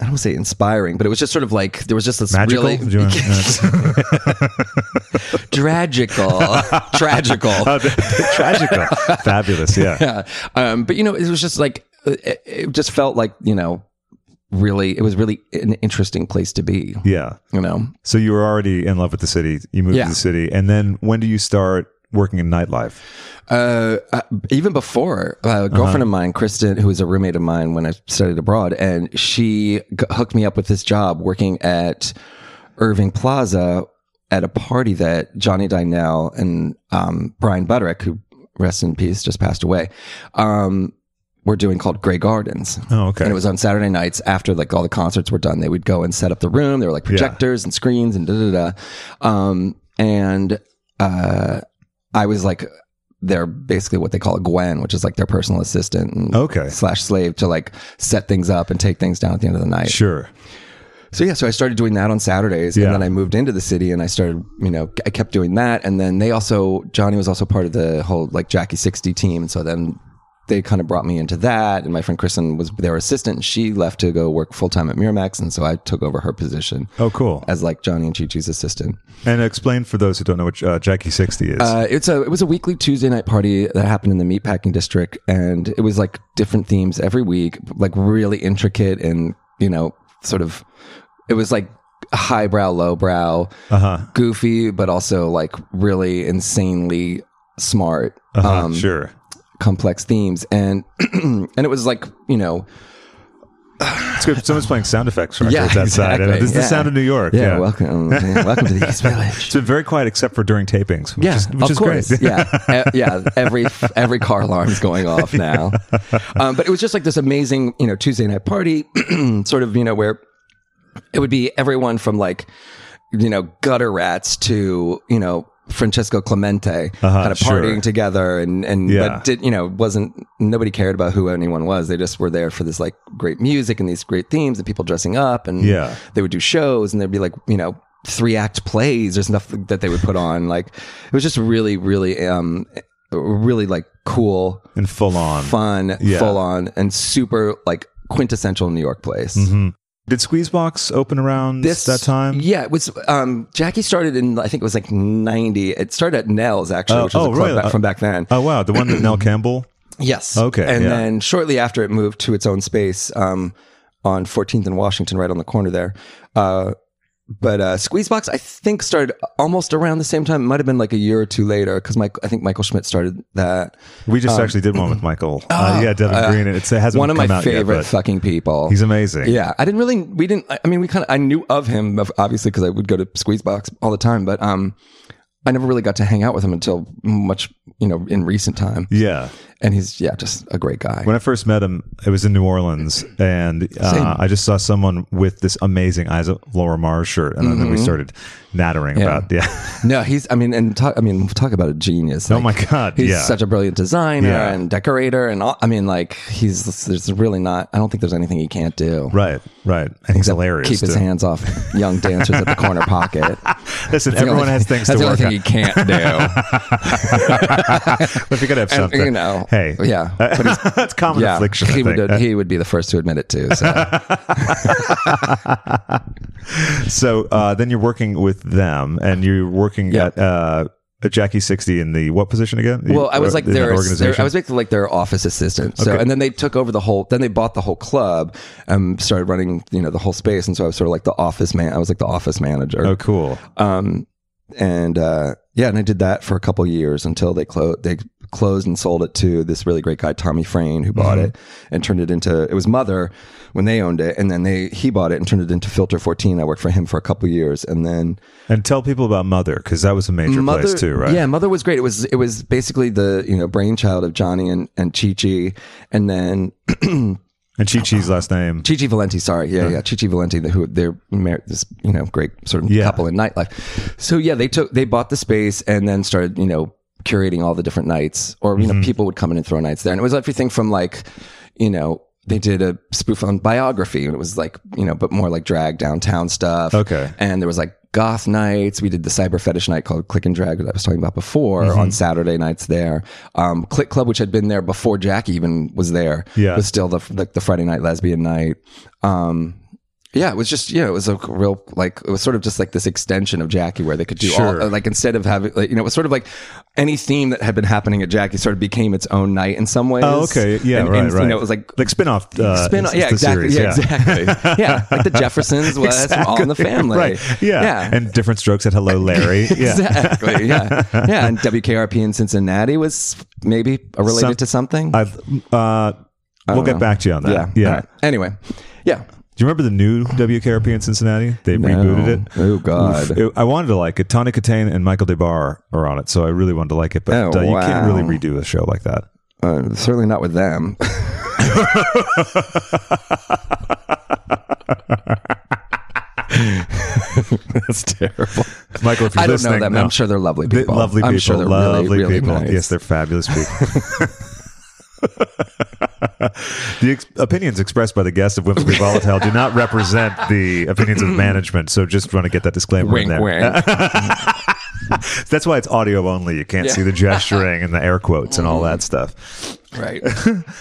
I don't want to say inspiring, but it was just sort of like there was just this
magical.
really
Do you
<laughs>
uh, want- <laughs>
tragical, tragical. <laughs>
Oh, Tragical. Fabulous. Yeah.
yeah. Um, but you know, it was just like it, it just felt like you know, really, it was really an interesting place to be.
Yeah.
You know,
So you were already in love with the city. You moved
Yeah.
to the city, and then when do you start working in nightlife?
uh, uh, even before uh, a girlfriend of mine, Kristen, who was a roommate of mine when I studied abroad, and she g- hooked me up with this job working at Irving Plaza at a party that Johnny Dynell and um, Brian Butterick, who rests in peace, just passed away, um, were doing called Grey Gardens.
Oh, okay.
And it was on Saturday nights after like all the concerts were done. They would go and set up the room. There were like projectors and screens and da da da. Um, and uh, I was like, they're basically what they call a Gwen, which is like their personal assistant and
Okay.
slash slave to like set things up and take things down at the end of the night.
Sure.
So yeah, so I started doing that on Saturdays,
Yeah.
and then I moved into the city, and I started, you know, I kept doing that, and then they also Johnny was also part of the whole like Jackie sixty team, and so then they kind of brought me into that, and my friend Kristen was their assistant, and she left to go work full time at Miramax, and so I took over her position
Oh, cool.
as like Johnny and Chi Chi's assistant.
And explain for those who don't know what uh, Jackie 60 is.
Uh, it's a it was a weekly Tuesday night party that happened in the meatpacking district, and it was like different themes every week, like really intricate and you know sort of it was like highbrow, lowbrow,
uh-huh.
goofy, but also like really insanely smart, um,
Uh-huh. sure.
complex themes, and <clears throat> and it was like you know
It's good. Someone's playing sound effects right
Yeah,
at that side.
exactly.
This is the
Yeah.
sound of New York.
yeah, welcome <laughs> yeah, welcome to the East Village.
It's been very quiet except for during tapings, which
Yeah,
is, which
of
is
course.
great.
yeah, E- yeah. Every every car alarm's going off now, um, but it was just like this amazing, you know, Tuesday night party, <clears throat> sort of, you know, where it would be everyone from like, you know, gutter rats to you know Francesco Clemente
Uh-huh,
kind of
sure.
partying together, and and
Yeah.
but did you know wasn't nobody cared about who anyone was. They just were there for this like great music and these great themes and people dressing up,
<laughs>
and
Yeah.
they would do shows and there'd be like you know three act plays or stuff that they would put on like it was just really really um really like cool
And full on.
fun
Yeah.
full on and super like quintessential new york place
Mhm. Did Squeezebox open around that time?
yeah it was um jackie started in i think it was like 90 it started at nell's actually
Oh,
which was
oh,
a club
really?
back, from back then
Oh, wow. The one that Nell Campbell?
yes
Okay,
and
yeah.
then shortly after it moved to its own space um on 14th and washington right on the corner there uh but uh, Squeezebox, I think, started almost around the same time. It might have been like a year or two later because Mike, I think Michael Schmidt started that.
We just actually did one with
<clears throat>
Michael. uh, yeah, Devin Green. and It's, it hasn't
Um, One of my
come out yet,
favorite
but
fucking people.
He's amazing.
yeah, I didn't really, we didn't. I I mean, we kind of, I knew of him of- obviously because I would go to Squeezebox all the time, but um, I never really got to hang out with him until much, you know, in recent time.
Yeah.
And he's yeah, just a great guy.
When I first met him, it was in New Orleans, and uh, I just saw someone with this amazing Eyes of Laura Mars shirt, and then we
Mm-hmm.
started nattering about yeah. <laughs>
No, he's. I mean, and talk, I mean, talk about a genius.
oh my god,
He's
yeah,
such a brilliant designer
Yeah.
and decorator, and all, I mean, like he's. There's really not. I don't think there's anything he can't do.
right, right, and he's hilarious.
Keep his
too.
hands off young dancers at the corner pocket.
<laughs> Listen,
the
everyone
only-
has things to
that's the only
work
thing
on.
you can't do.
<laughs> if you could have
and,
<laughs> something,
<laughs> you know.
Hey, <laughs>
Yeah. But it's,
that's common
yeah.
affliction. I
He
think.
would, he would be the first to admit it too.
<laughs>
So.
So uh, then you're working with them, and you're working
Yeah.
at uh, Jackie sixty in the what position again?
Well, I was like
In that
their,
organization.
their I was basically like their office assistant. So
Okay.
and then they took over the whole then they bought the whole club and started running, you know, the whole space and so I was sort of like the office man I was like the office manager.
oh, cool.
Um and uh yeah, and I did that for a couple years until they closed they closed and sold it to this really great guy Tommy Frayne who
Mm-hmm.
bought it and turned it into it was Mother when they owned it and then they he bought it and turned it into Filter 14. I worked for him for a couple years and then
And tell people about Mother because that was a major place too, right?
Yeah, Mother was great. It was it was basically the you know brainchild of Johnny and and Chichi, and then
And Chi Chi's last name.
Chichi Um, Valenti. Sorry, yeah, yeah, Chichi Valenti, the- who they're mar- this you know great sort of
Yeah.
couple in nightlife. So yeah, they took they bought the space and then started you know curating all the different nights, or you
Mm-hmm.
know people would come in and throw nights there, and it was everything from like you know. They did a spoof on biography, and it was like you know, but more like drag downtown stuff
Okay.
and there was like goth nights we did the cyber fetish night called click and drag that i was talking about before
Mm-hmm.
on saturday nights there um, click club which had been there before jackie even was there
Yeah.
was still the like the friday night lesbian night um, yeah it was just yeah it was a real like it was sort of just like this extension of jackie where they could do
Sure.
all like instead of having like you know it was sort of like any theme that had been happening at jackie sort of became its own night in some ways
Oh, okay. Yeah,
And-
right,
and,
right.
you know it was like
like spin-off. Uh,
spin
it's-
yeah,
it's the
exactly,
series,
yeah,
<laughs>
exactly. Yeah, like the Jeffersons was from All in the Family.
right? Yeah.
Yeah.
and different strokes at Hello
<laughs>
Larry. Yeah, <laughs>
Exactly. Yeah. Yeah. And WKRP in Cincinnati was maybe related
Some-
to something.
I've, uh, we'll get back to you on that.
yeah. All right. Anyway. Yeah.
Do you remember the new WKRP in Cincinnati? They rebooted it.
Oh, God.
Oof. It- I wanted to like it. Tony Katane and Michael DeBar are on it, so I really wanted to like it. But
Oh,
uh, you can't really
wow.
redo a show like that.
Uh, certainly not
<laughs>
with them. <laughs> That's terrible.
Michael, if you're
I don't know
listening,
them.
no.
I'm sure they're lovely
They-
people.
lovely people.
I'm sure they're
lovely
really, really
people.
nice.
Yes, they're
<laughs>
fabulous people. <laughs> the ex- opinions expressed by the guests of Whimsically Volatile do not represent the opinions of management. So just want to get that disclaimer in
Wink,
there.
wink.
<laughs> That's why it's audio only. You can't see the gesturing and the air quotes and all that stuff.
right.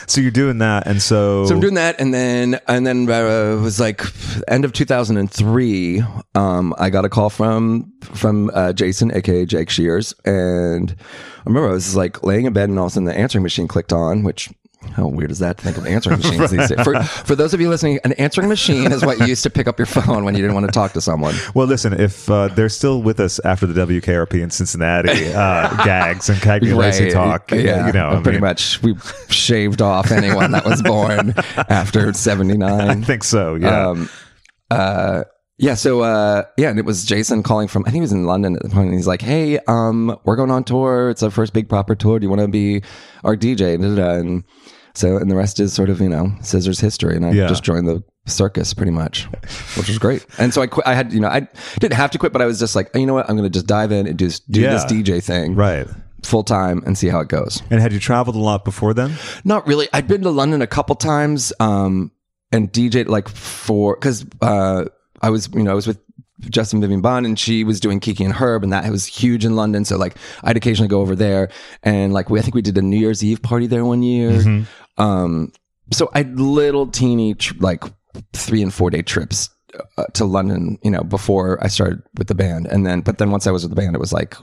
So you're doing that, and so,
So I'm doing that, and then and then uh, it was like end of 2003. Um, I got a call from from uh, Jason, aka Jake Shears, and I remember I was like laying in bed, and all of a sudden the answering machine clicked on, which. How weird is that to think of
<laughs>
answering machines these days? For, for those of you listening, an answering machine is what you used to pick up your phone when you didn't want to talk to someone.
Well, listen, if uh, they're still with us after the WKRP in
<laughs>
Cincinnati uh, gags and Cagney Lacey talk, uh,
Yeah.
you know, I
pretty
mean,
much we shaved off anyone that
<laughs>
was born after 79.
I think so. Yeah.
Um, uh, yeah. So, uh, yeah, and it was Jason calling from. I think he was in London at the point, and he's like, "Hey, um, we're going on tour. It's our first big proper tour. Do you want to be our DJ?" And, da, da, da. and so, and the rest is sort of you know Scissors history, and I
Yeah.
just joined the circus pretty much, which was great. And so I quit. I had you know I didn't have to quit, but I was just like, you know what, I'm going to just dive in and do do
Yeah.
this DJ thing
right.
full time and see how it goes.
And had you traveled a lot before then?
Not really. I'd been to London a couple times um, and DJed like for because uh, I was you know I was with Justin Vivian Bond and she was doing Kiki and Herb and that was huge in London. So like I'd occasionally go over there and like we, I think we did a New Year's Eve party there one year. Um, so I little teeny tr- like three and four day trips uh, to London, you know, before I started with the band, and then but then once I was with the band, it was like,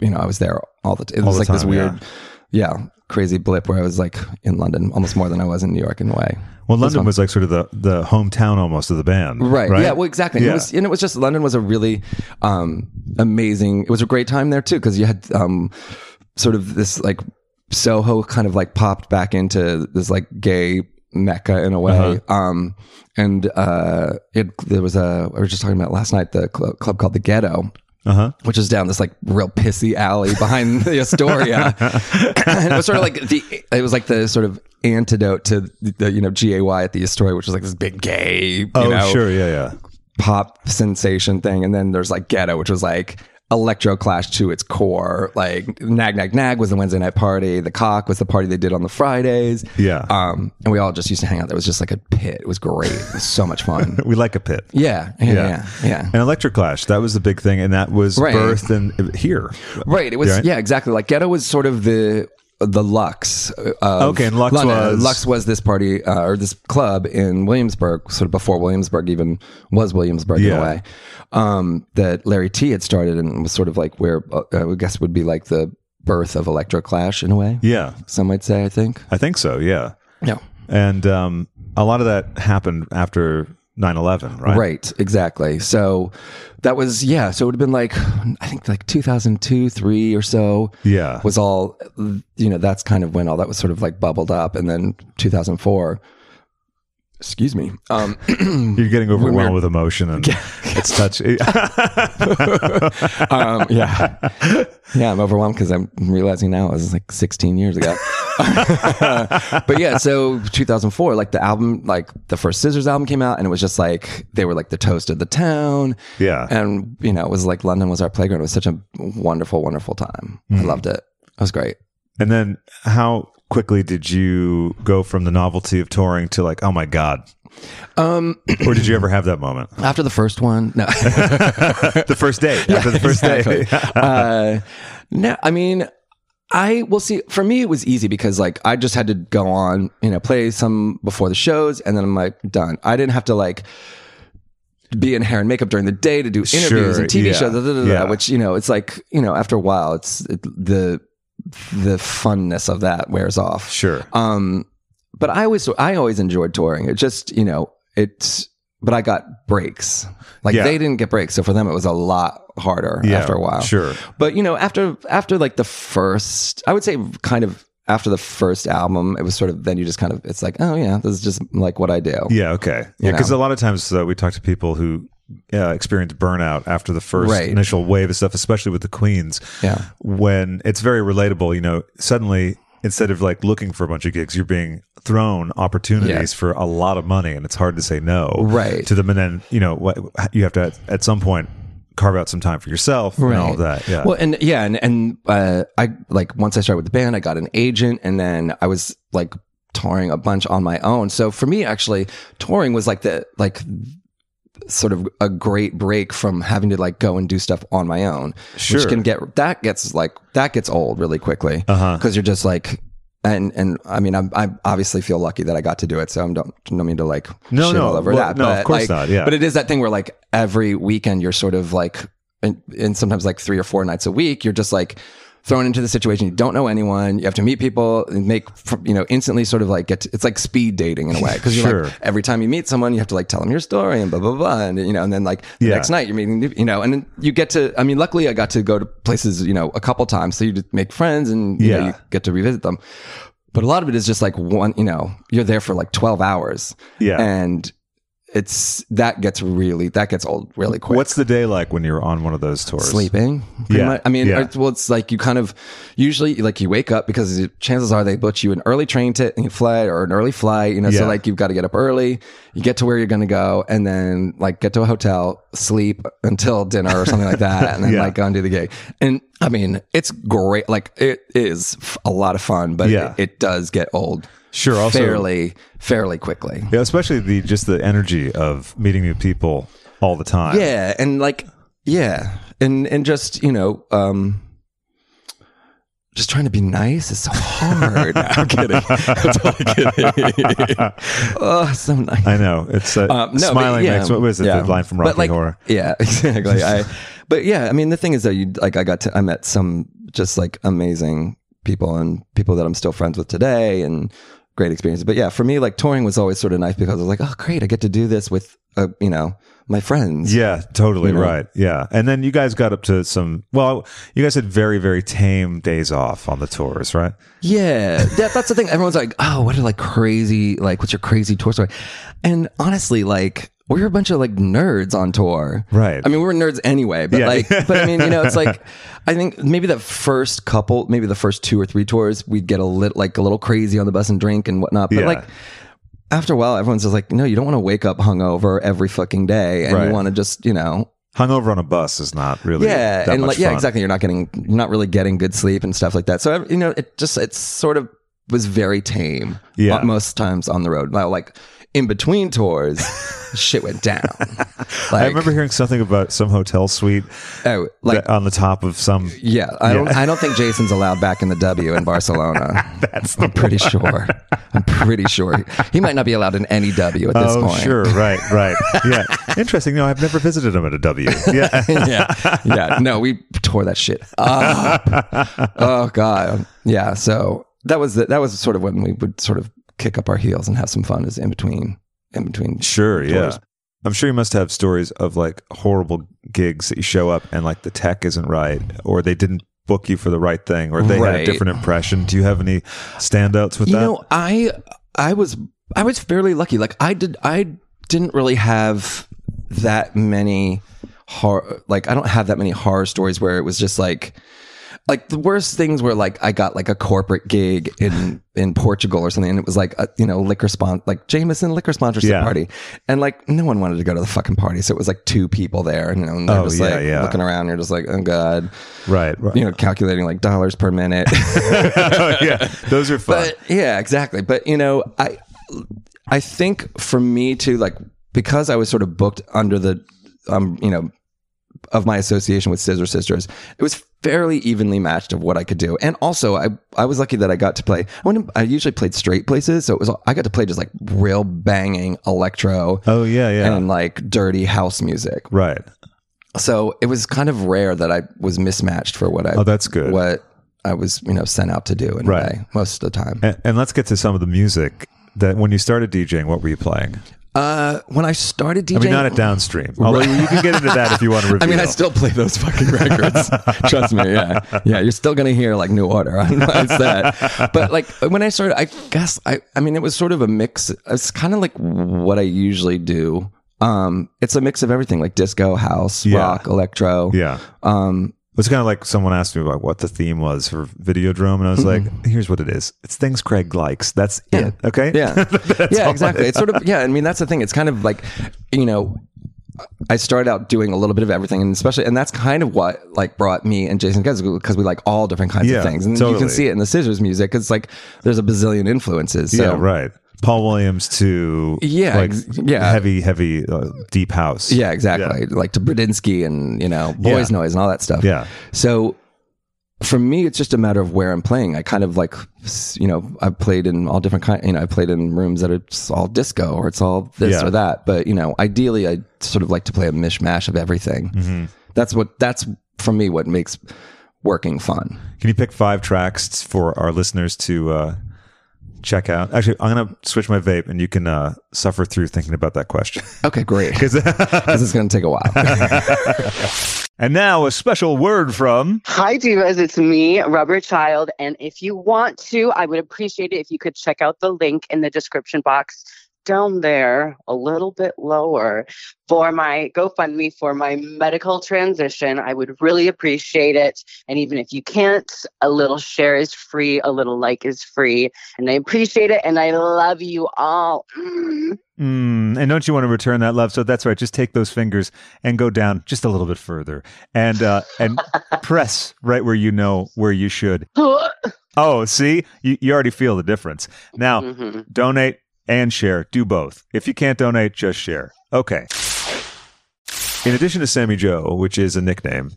you know, I was there all the time. It was
the
like this
time,
weird, yeah. crazy blip where I was like in London almost more than I was in New York in a way.
Well, London was like sort of the, the hometown almost of the band.
Right. Yeah. Well, exactly. And
Yeah.
It was, and it was just London was a really um, amazing. It was a great time there too because you had um, sort of this like Soho kind of like popped back into this like gay mecca in a way.
Uh-huh.
Um, and uh, it, there was a I was just talking about last night the cl- club called the Ghetto.
Uh-huh.
Which is down this like real pissy alley behind
<laughs>
the Astoria. and it was sort of like the it was like the sort of antidote to the you know GAY at the Astoria, which was like this big gay you
oh,
know
sure. Yeah. Yeah.
pop sensation thing, and then there's like ghetto, which was like electro clash to its core. Like Nag Nag Nag was the Wednesday night party. The Cock was the party they did on the Fridays.
Yeah.
Um, and we all just used to hang out. There was just like a pit. It was great. It was so much fun.
We like a pit.
Yeah. Yeah. Yeah. yeah.
And Electroclash, that was the big thing, and that was
Right.
birthed in, here.
Right. It was
Right?
yeah, exactly. Like Ghetto was sort of the the Lux. Of
Okay, and Lux was-
Lux was this party uh, or this club in Williamsburg, sort of before Williamsburg even was Williamsburg in
Yeah.
a way. Um, that Larry T had started and was sort of like where uh, I guess would be like the birth of Electro Clash in a way.
Yeah,
Some might say. I think.
I think so. Yeah,
Yeah.
and um, a lot of that happened after 9-11, right?
Right, exactly. So that was yeah. So it would have been like I think like 2002, three or so.
Yeah.
was all you know. That's kind of when all that was sort of like bubbled up, and then 2004. Excuse me. Um,
You're getting overwhelmed
were-
with emotion,
<laughs>
and it's touch.
um, <laughs> yeah, yeah. I'm overwhelmed because I'm realizing now it was like 16 years ago. <laughs> but yeah, so 2004, like the album, like the first Scissors album came out, and it was just like they were like the toast of the town.
<laughs> Yeah.
and you know it was like London was our playground. It was such a wonderful, wonderful time. I loved it. It was great.
and then how quickly did you go from the novelty of touring to like, oh my god?
Um,
or did you ever have that
<laughs>
moment? <laughs>
after the first one, no. <laughs>
the first day after the first
Exactly.
day.
uh, no, I mean, I will see. For me, it was easy because like I just had to go on, you know, play some before the shows, and then I'm like done. I didn't have to like be in hair and makeup during the day to do interviews
Sure,
and TV
yeah,
shows, da, da, da, da,
yeah.
which you know, it's like you know, after a while, it's it, the the funness of that wears off.
<laughs> sure.
Um, but I always I always enjoyed touring. It just you know it's but I got breaks. Like
Yeah.
they didn't get breaks, so for them it was a lot harder
Yeah,
after a while.
sure.
But you know after after like the first, I would say kind of after the first album, it was sort of then you just kind of it's like oh yeah this is just like what I do.
Yeah, okay. Yeah,
know?
because a lot of times uh, we talk to people who uh, experience burnout after the first
Right.
initial wave of stuff, especially with the Queens.
Yeah.
When it's very relatable, you know, suddenly instead of like looking for a bunch of gigs, you're being thrown opportunities for a lot of money and it's hard to say no
Right.
to them. And then, you know, what, you have to at, at some point carve out some time for yourself and all of that. Yeah.
Well, and yeah, and and uh, I like once I started with the band, I got an agent, and then I was like touring a bunch on my own. So for me, actually, touring was like the like sort of a great break from having to like go and do stuff on my own,
Sure.
which can get that gets like that gets old really quickly
Uh-huh.
because you're just like. And and I mean I'm, I obviously feel lucky that I got to do it so I'm don't don't mean to like
No,
shit
no.
all over
Well,
that
no, of
but,
course
like,
not, yeah.
but it is that thing where like every weekend you're sort of like and, and sometimes like three or four nights a week you're just like thrown into the situation you don't know anyone you have to meet people and make you know instantly sort of like get to, it's like speed dating in a way because you're
Sure.
like every time you meet someone you have to like tell them your story and blah blah blah and you know and then like the
Yeah.
next night you're meeting new- you know and then you get to i mean luckily i got to go to places you know a couple times so you just make friends and you know,
Yeah.
you get to revisit them but a lot of it is just like one you know you're there for like 12 hours
Yeah.
and it's that gets really that gets old really quick
What's the day like when you're on one of those tours?
sleeping pretty
Yeah,
much. i mean
yeah.
it's- well it's like you kind of usually like you wake up because the chances are they booked you an early train to flight or an early flight you know
Yeah.
so like you've got to get up early you get to where you're going to go and then like get to a hotel sleep until dinner or something like that and then
<laughs> Yeah.
like go and do the gig and i mean it's great like it is f- a lot of fun but
Yeah.
it, it does get old
Sure, also-
fairly fairly quickly
Yeah, especially the just the energy of meeting new people all the time.
yeah and like yeah and and just you know um just trying to be nice is so hard No, i'm kidding <laughs> i'm totally kidding <laughs> oh so nice
I know it's uh,
um, no,
smiling
but, yeah,
makes what was it
yeah.
the line from
But,
Rocky
like,
Horror?
Yeah, <laughs> exactly. I, but yeah, I mean, the thing is that you like I got to I met some just like amazing people and people that I'm still friends with today and great experiences. But yeah, for me, like touring was always sort of nice because I was like, oh great, I get to do this with uh, you know my friends.
Yeah, totally
You know?
right. Yeah, and then you guys got up to some. Well, you guys had very very tame days off on the tours, right?
Yeah, that, that's the thing. Everyone's like, "Oh, what a like crazy like what's your crazy tour story?" And honestly, like we were a bunch of like nerds on tour,
Right.
I mean, we were nerds anyway, but
Yeah. <laughs>
like, but I mean, you know, it's like I think maybe the first couple, maybe the first two or three tours, we'd get a little like a little crazy on the bus and drink and whatnot, but
Yeah.
like. After a while, everyone's just like, no, you don't want to wake up hungover every fucking day, and
Right.
you want to just, you know,
Hungover on a bus is not really
yeah,
that
and
much
like, yeah,
fun.
exactly. You're not getting, you're not really getting good sleep and stuff like that. So you know, it just it sort of was very tame.
Yeah.
mo- most times on the road. Now, like in
<laughs>
between tours, shit went down. Like,
I remember hearing something about some hotel suite
oh, like.
that- on the top of
<laughs>
some.
yeah, I don't. I don't think Jason's allowed back in the W
<laughs>
in Barcelona. That's I'm pretty sure. I'm pretty sure he might not be allowed in any W at this
Oh,
point.
sure, right,
<laughs>
right. Yeah, interesting. No, I've never visited him at a W.
<laughs>
<laughs> Yeah,
yeah, yeah. No, we tore that shit up. oh god, yeah. So that was the, that was sort of when we would sort of kick up our heels and have some fun is in between in between.
sure, yeah.
Tours.
I'm sure you must have stories of like horrible gigs that you show up and like the tech isn't right, or they didn't book you for the right thing, or they had a
Right.
different impression. Do you have any standouts with
You
that?
know, I I was I was fairly lucky. Like I did I didn't really have that many horror like I don't have that many horror stories where it was just like like the worst things were like I got like a corporate gig
<laughs>
in in Portugal or something, and it was like a, you know liquor sponsor like Jameson liquor sponsorship
Yeah.
party, and like no one wanted to go to the fucking party, so it was like two people there, and, you know, and they're
Oh,
just
yeah,
like
yeah.
looking around, you're just like oh god,
right, right. <laughs> Oh,
you know calculating like dollars per minute. <laughs>
yeah, those are fun.
but yeah, exactly. But you know, I I think for me too, like because I was sort of booked under the um, you know, of my association with Scissor Sisters, it was fairly evenly matched of what I could do. And also, I I was lucky that I got to play. I went. I usually played straight places, so it was I got to play just like real banging electro.
oh yeah, yeah.
And like dirty house music,
right.
so it was kind of rare that I was mismatched for what I
Oh, that's good.
what I was you know sent out to do in a
Right.
way, most of the time.
And, and let's get to some of the music. That when you started DJing, what were you playing?
Uh, when I started DJing,
I mean, not at downstream. Although you can get into that if you want to
<laughs> I
review.
mean, I still play those fucking records.
<laughs>
Trust me. Yeah, yeah. You're still gonna hear like New Order
<laughs>
on my set. But like when I started, I guess I. I mean, it was sort of a mix. It's kind of like what I usually do. Um, it's a mix of everything, like disco, house,
Yeah.
rock, electro.
yeah.
Um,
It was kind of like someone asked me about what the theme was for Videodrome, and I was like, "Here's what it is. It's things Craig likes. That's it. Okay.
Mm-hmm.
<laughs>
<laughs> Yeah. yeah, exactly. It's sort of yeah, I mean that's the thing. It's kind of like, you know, I started out doing a little bit of everything and especially and that's kind of what like brought me and Jason together because we like all different kinds
Yeah,
of things. And you
totally.
can see it in the scissors music cuz like there's a bazillion influences. So
Yeah. Right. Paul Williams to
Yeah,
like
ex- yeah.
heavy, heavy, uh, deep house.
Yeah, exactly. Like to Bradinsky and, you know, Boys
Yeah.
Noise and all that stuff.
Yeah.
So for me, it's just a matter of where I'm playing. I kind of like, s- you know, I've played in all different kind. You know, I played in rooms that it's all disco or it's all this
Yeah.
or that. But you know, ideally, I sort of like to play a mishmash of everything. That's what that's for me. What makes working fun.
Can you pick five tracks for our listeners to uh, check out? Actually, I'm gonna switch my vape, and you can uh, suffer through thinking about that question. <laughs>
Okay, great. Because it's going to take a while.
and now a special word from
Hi, Divas. It's me, Rubber Child. And if you want to, I would appreciate it if you could check out the link in the description box down there, a little bit lower, for my GoFundMe for my medical transition. I would really appreciate it. And even if you can't, a little share is free, a little like is free. And I appreciate it. And I love you all. <gasps>
Mm, and don't you want to return that love? So that's right. Just take those fingers and go down just a little bit further, and uh, and press right where you know where you should. Oh, see, you, you already feel the difference. Now,
Mhm.
donate and share. Do both. If you can't donate, just share. Okay. In addition to Sammy Joe, which is a nickname,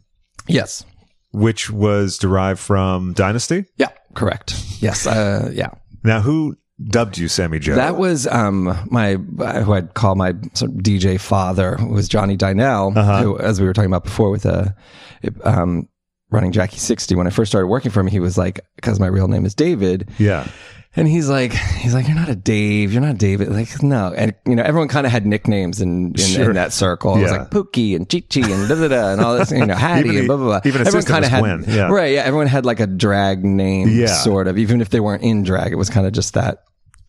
yes.
which was derived from Dynasty.
Yeah. Correct. Yes. Uh, yeah.
Now, who dubbed you Sammy Joe?
That was um my who I'd call my sort of DJ father who was Johnny Dynell,
Uh-huh.
who, as we were talking about before with uh, um running Jackie sixty. When I first started working for him, he was like, because my real name is David,
yeah.
and he's like, he's like, you're not a Dave, you're not David. Like, no, and you know, everyone kind of had nicknames in in,
Sure.
in that circle. It was
Yeah.
like Pookie and Chi Chi and da da da and all this, you know, Hattie
Even
and
the-
blah blah blah.
even his
everyone
sister
kinda
was Gwen, yeah.
right, yeah. Everyone had like a drag name,
Yeah.
sort of, even if they weren't in drag. It was kind of just that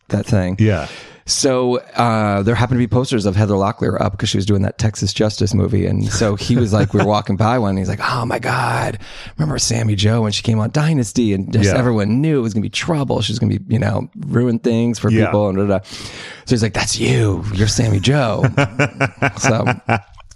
that thing.
Yeah.
So uh, there happened to be posters of Heather Locklear up because she was doing that Texas Justice movie, and so he was like, we were walking by one, and he's like, "Oh my God, remember Sammy Joe when she came on Dynasty, and just
Yeah.
everyone knew it was gonna be trouble. She was gonna be, you know, ruin things for
Yeah. <laughs>
people." And da, da. da." so he's like, "That's you. You're Sammy Joe." so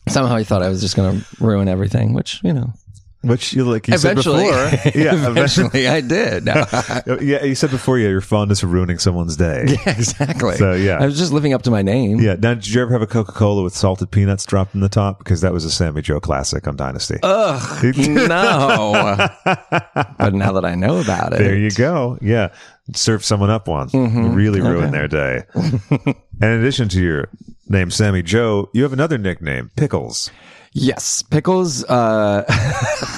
Somehow he thought I was just going to ruin everything, which, you know,
Which you like you
eventually,
said
<laughs>
before. <laughs> Yeah,
eventually I
<laughs>
did. No. <laughs>
eventually. Uh, Yeah, you said before. Yeah, your fondness of ruining someone's day.
yeah, exactly.
So, yeah.
I was just living up to my name.
Yeah. Now, did you ever have a Coca Cola with salted peanuts dropped in the top? Because that was a Sammy Joe classic on Dynasty.
Uh, Ugh, no. but now that I know about it, Mm-hmm.
there you go. Yeah. Serve someone up one. Really ruin their
<laughs>
day. In addition to your name, Sammy Joe, you have another nickname, Pickles.
Yes, pickles. Uh, <laughs>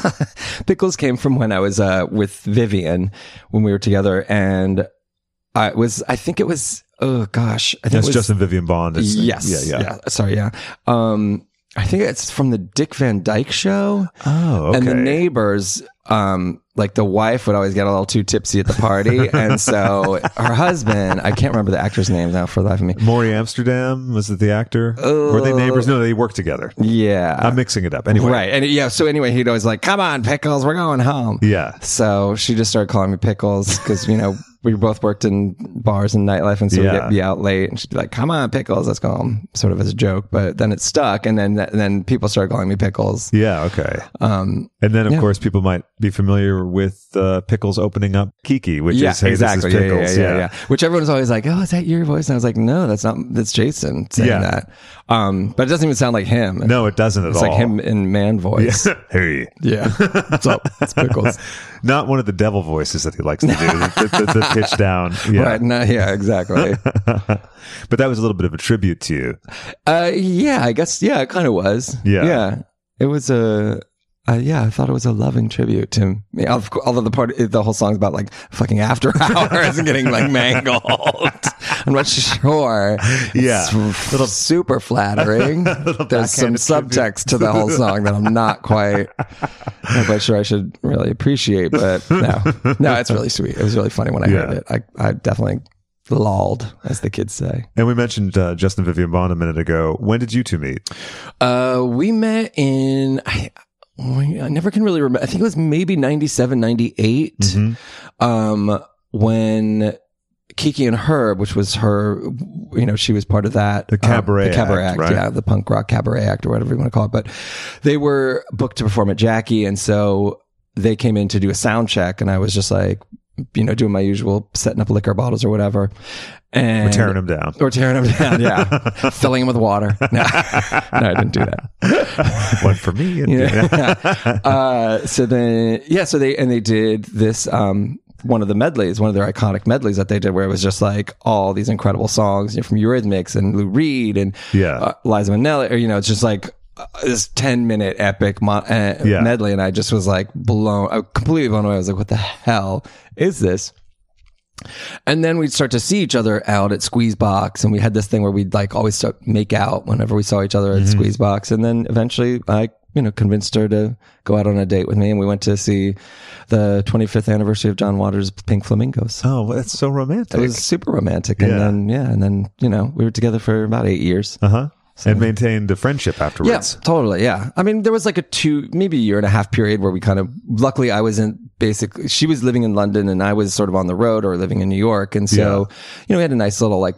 pickles came from when I was uh, with Vivian when we were together, and I was. I think it was. Oh gosh, I think
That's
it was,
Justin Vivian Bond. It's-
Yes.
Yeah. Yeah.
Sorry. Yeah. Um, I think it's from the Dick Van Dyke Show.
Oh, okay.
And the neighbors, um, like the wife would always get a little too tipsy at the party, and
<laughs>
so her husband, I can't remember the actor's name now for the life of me.
Maury Amsterdam was it the actor? Were they neighbors? No, they worked together.
Yeah.
I'm mixing it up. Anyway,
Uh, Right. And yeah, so anyway, he'd always like, come on, Pickles, we're going home.
Yeah.
So she just started calling me Pickles because, you know, we both worked in bars and nightlife. And so
Yeah.
we'd be out late and she'd be like, come on, Pickles, let's go home, sort of as a joke. But then it stuck. And then, and then people started calling me Pickles.
Yeah. Okay.
Um,
And then, of
Yeah.
course, people might be familiar with uh, Pickles opening up Kiki, which
yeah,
is hey, this is
exactly. Yeah, yeah,
Pickles.
yeah, yeah, yeah. Which everyone's always like, oh, is that your voice? And I was like, no, that's not, that's Jason saying
Yeah.
that. Um, but it doesn't even sound like him.
No, it doesn't at
It's
all. <laughs>
like him in man voice.
hey,
Yeah.
<laughs>
What's up? It's Pickles.
not one of the devil voices that he likes to do. the, the- the pitch
<laughs>
down. Yeah.
<laughs> Right. No,
<laughs>
yeah, exactly.
but that was a little bit of a tribute to you.
Uh, yeah, I guess. Yeah, it kind of was.
Yeah.
yeah, it was a. Uh, yeah, I thought it was a loving tribute to me. Of cou- Although the part, the whole song's about like fucking after <laughs> hours and getting like mangled. <laughs> I'm not <laughs> sure.
Yeah.
it's little
<laughs>
super flattering. There's some
backhanded tribute.
subtext to the whole song that I'm not quite, <laughs> not quite sure I should really appreciate. But no, no, it's really sweet. It was really funny when I heard
Yeah.
it. I, I definitely lolled, as the kids say.
And we mentioned uh, Justin Vivian Bond a minute ago. When did you two meet?
Uh, we met in, I, I never can really remember. I think it was maybe 97, 98.
Mm-hmm.
Um, when Kiki and Herb, which was her, you know, she was part of that. uh,
The cabaret
the cabaret
act,
act,
right?
yeah, the punk rock cabaret act or whatever you want to call it. But they were booked to perform at Jackie. And so they came in to do a sound check. And I was just like, you know, doing my usual setting up liquor bottles or whatever. And
We're tearing him down.
or tearing them
<laughs>
down. Yeah, filling them with water. <laughs> No, no, I didn't do that.
One for me. And
Yeah. <laughs> uh, so then, yeah, so they and they did this um, one of the medleys, one of their iconic medleys that they did, where it was just like all these incredible songs you know, from Eurythmics and Lou Reed and
Yeah.
uh, Liza Minnelli, or you know, it's just like. uh, This ten-minute epic mo- uh,
Yeah.
medley, and I just was like blown, I was completely blown away. I was like, "What the hell is this?" And then we'd start to see each other out at Squeeze Box, and we had this thing where we'd like always start make out whenever we saw each other at Squeeze Box. And then eventually, I you know convinced her to go out on a date with me, and we went to see the 25th anniversary of John Waters' Pink Flamingos.
<laughs> Oh, well, that's so romantic.
It was super romantic,
Yeah.
and then yeah, and then you know we were together for about eight years.
uh huh. And maintained a friendship afterwards.
Yeah, totally. Yeah. I mean, there was like a two, maybe a year and a half period where we kind of, luckily, I was in basically, she was living in London and I was sort of on the road or living in New York. And so, you know, we had a nice little like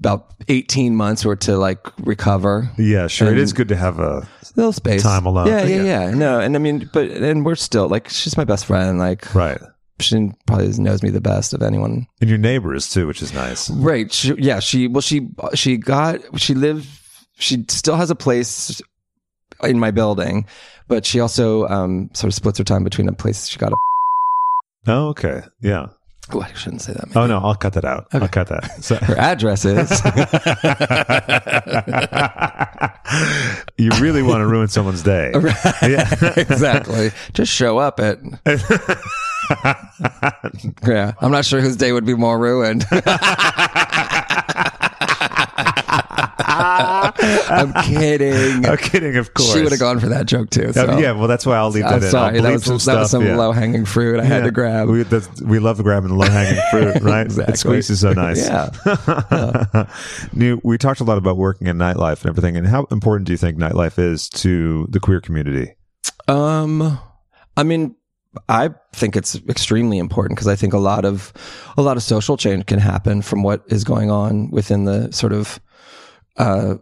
about 18 months or to like recover
Yeah, sure.
And-
it is good to have a.
little space
Time alone.
Yeah, yeah, yeah. No. And I mean, but, and we're still like, she's my best friend. Like,
Right.
she probably knows me the best of anyone
And your neighbors, too, which is nice.
Right. She, yeah. She, well, she, she got, she lived, she still has a place in my building, but she also, um, sort of splits her time between a place she got a,
Oh, okay. Yeah.
oh, I shouldn't say that.
Oh, no, I'll cut that out. I'll cut that. So- <laughs>
Her address is, <laughs>
you really want to ruin someone's
<laughs>
day. Yeah.
exactly. Just show
<laughs>
up at, yeah. I'm not sure whose day would be more ruined. <laughs> I'm kidding.
I'm kidding, of course.
She would have gone for that joke too. So.
Uh, yeah, well, that's why I'll leave that
I'm
in. I'll
sorry. That
bleep
was,
some
just, that was
stuff,
some
yeah.
low hanging fruit I had
Yeah.
to <laughs> grab.
We, that's, we love grabbing the low
<laughs>
hanging fruit, right?
Exactly.
It squeezes so nice. <laughs>
Yeah.
Now, we talked a lot about working in nightlife and everything. And how important do you think nightlife is to the queer community?
Um, I mean, I think it's extremely important because I think a lot of a lot of social change can happen from what is going on within the sort of uh,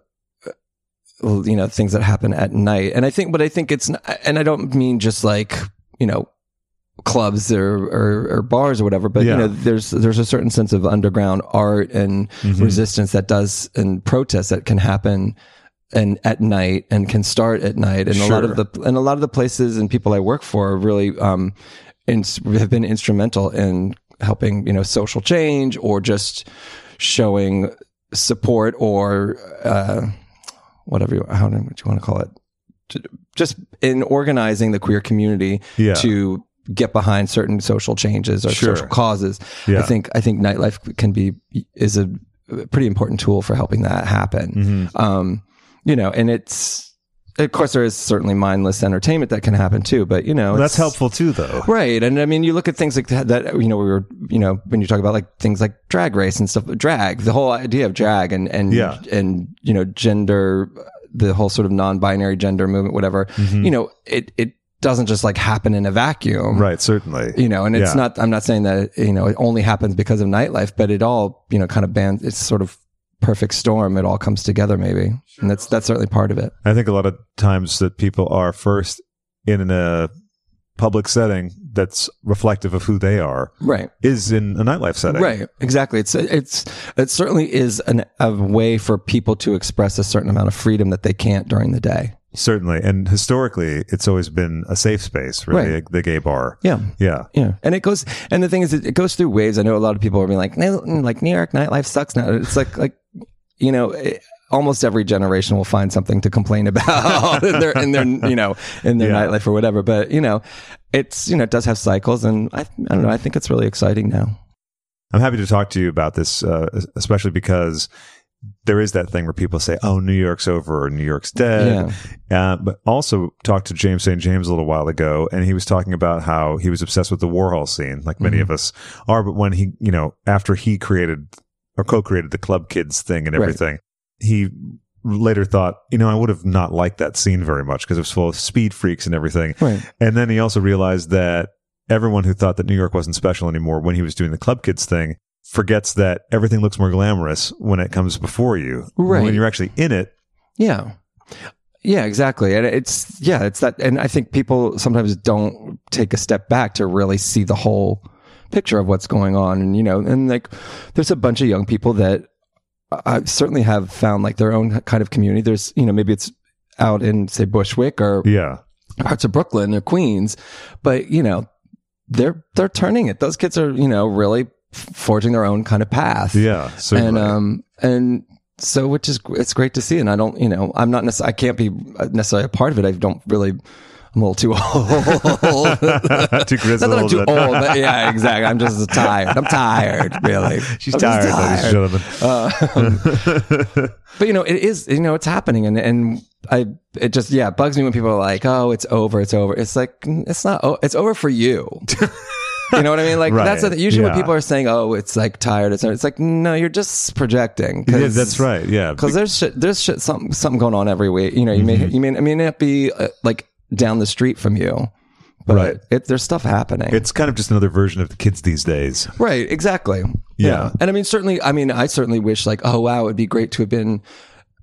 well, you know things that happen at night and i think but i think it's not, and i don't mean just like you know clubs or, or, or bars or whatever but
Yeah.
you know there's there's a certain sense of underground art and resistance that does and protest that can happen and at night and can start at night and a lot of
Sure.
the and a lot of the places and people i work for really um ins- have been instrumental in helping you know social change or just showing support or uh whatever you, how do you want to call it J- just in organizing the queer community
Yeah.
to get behind certain social changes or
Sure.
social causes
Yeah.
i think i think nightlife can be is a pretty important tool for helping that
Mm-hmm.
happen um you know and it's of course there is certainly mindless entertainment that can happen too but you know
That's
it's-
helpful too,
<laughs>
though.
Right. And I mean, you look at things like that, that, you know, we were, you know, when you talk about like things like drag race and stuff, drag, the whole idea of drag and, and,
Yeah.
and, you know, gender, the whole sort of non binary gender movement, whatever,
Mm.
you know, it, it doesn't just like happen in a vacuum.
Right, certainly.
You know, and it's
Yeah.
not, I'm not saying that, you know, it only happens because of nightlife, but it all, you know, kind of bands, it's sort of perfect storm. It all comes together maybe. And that's, that's certainly part of it.
I think a lot of times that people are first in a public setting that's reflective of who they are
Right.
is in a nightlife setting.
Right, exactly. It's it's it certainly is an, a way for people to express a certain amount of freedom that they can't during the day.
Certainly. And historically, it's always been a safe space, really,
Right.
the gay bar.
Yeah.
Yeah.
Yeah, and it goes. And the thing is, it it goes through waves. I know a lot of people are being like, "No, like New York nightlife sucks now." It's like, like you know, it, almost every generation will find something to complain <laughs> about in their, in their, you know, in their
Yeah.
nightlife or whatever. But you know, it's you know, it does have cycles, and I, I don't know. I think it's really exciting now.
I'm happy to talk to you about this, uh, especially because there is that thing where people say, "Oh, New York's over," or "New York's dead." Uh, but also talked to James St. James a little while ago, and he was talking about how he was obsessed with the Warhol scene, like
Mm-hmm.
many of us are. But when he, you know, after he created or co-created the Club Kids thing and
Right.
everything, he later thought, you know, I would have not liked that scene very much because it was full of speed freaks and everything.
Right.
And then he also realized that everyone who thought that New York wasn't special anymore when he was doing the Club Kids thing forgets that everything looks more glamorous when it comes before you.
Right.
When you're actually in it.
Yeah. Yeah, exactly. And it's, yeah, it's that. And I think people sometimes don't take a step back to really see the whole picture of what's going on. And, you know, and like there's a bunch of young people that I- I certainly have found like their own kind of community. There's, you know, maybe it's out in, say, Bushwick or
Yeah.
parts of Brooklyn or Queens, but, you know, they're, they're turning it. Those kids are, you know, really forging their own kind of path
Yeah. uh,
and
Certainly.
um and so which is it's great to see and i don't you know i'm not necessarily i can't be uh, necessarily a part of it i don't really i'm a little
<laughs>
too <laughs> old
Too
Not that I'm
grizzled
too old,
and-
but yeah, exactly. I'm just tired. I'm tired, really.
<laughs> She's
I'm just Um,
tired, ladies and gentlemen.
<laughs> But you know, it is. You know, it's happening, and and I it just yeah it bugs me when people are like, oh, it's over, it's over. It's like mm, it's not. Oh, it's over
<laughs>
for you. you know what I mean? Like
Right.
that's the, usually
Yeah.
when people are saying, oh, it's like tired. It's it's like no, you're just projecting.
<laughs>
'cause-
yeah, that's right. Yeah.
because there's shit, there's shit, something something going on every week. You know, you
Mm-hmm.
may you may it may not be uh, like down the street from you, but
Right.
it, there's stuff happening.
It's kind of just another version of the kids these days.
right, exactly.
Yeah.
and I mean certainly. I mean, I certainly wish like, oh wow, it'd be great to have been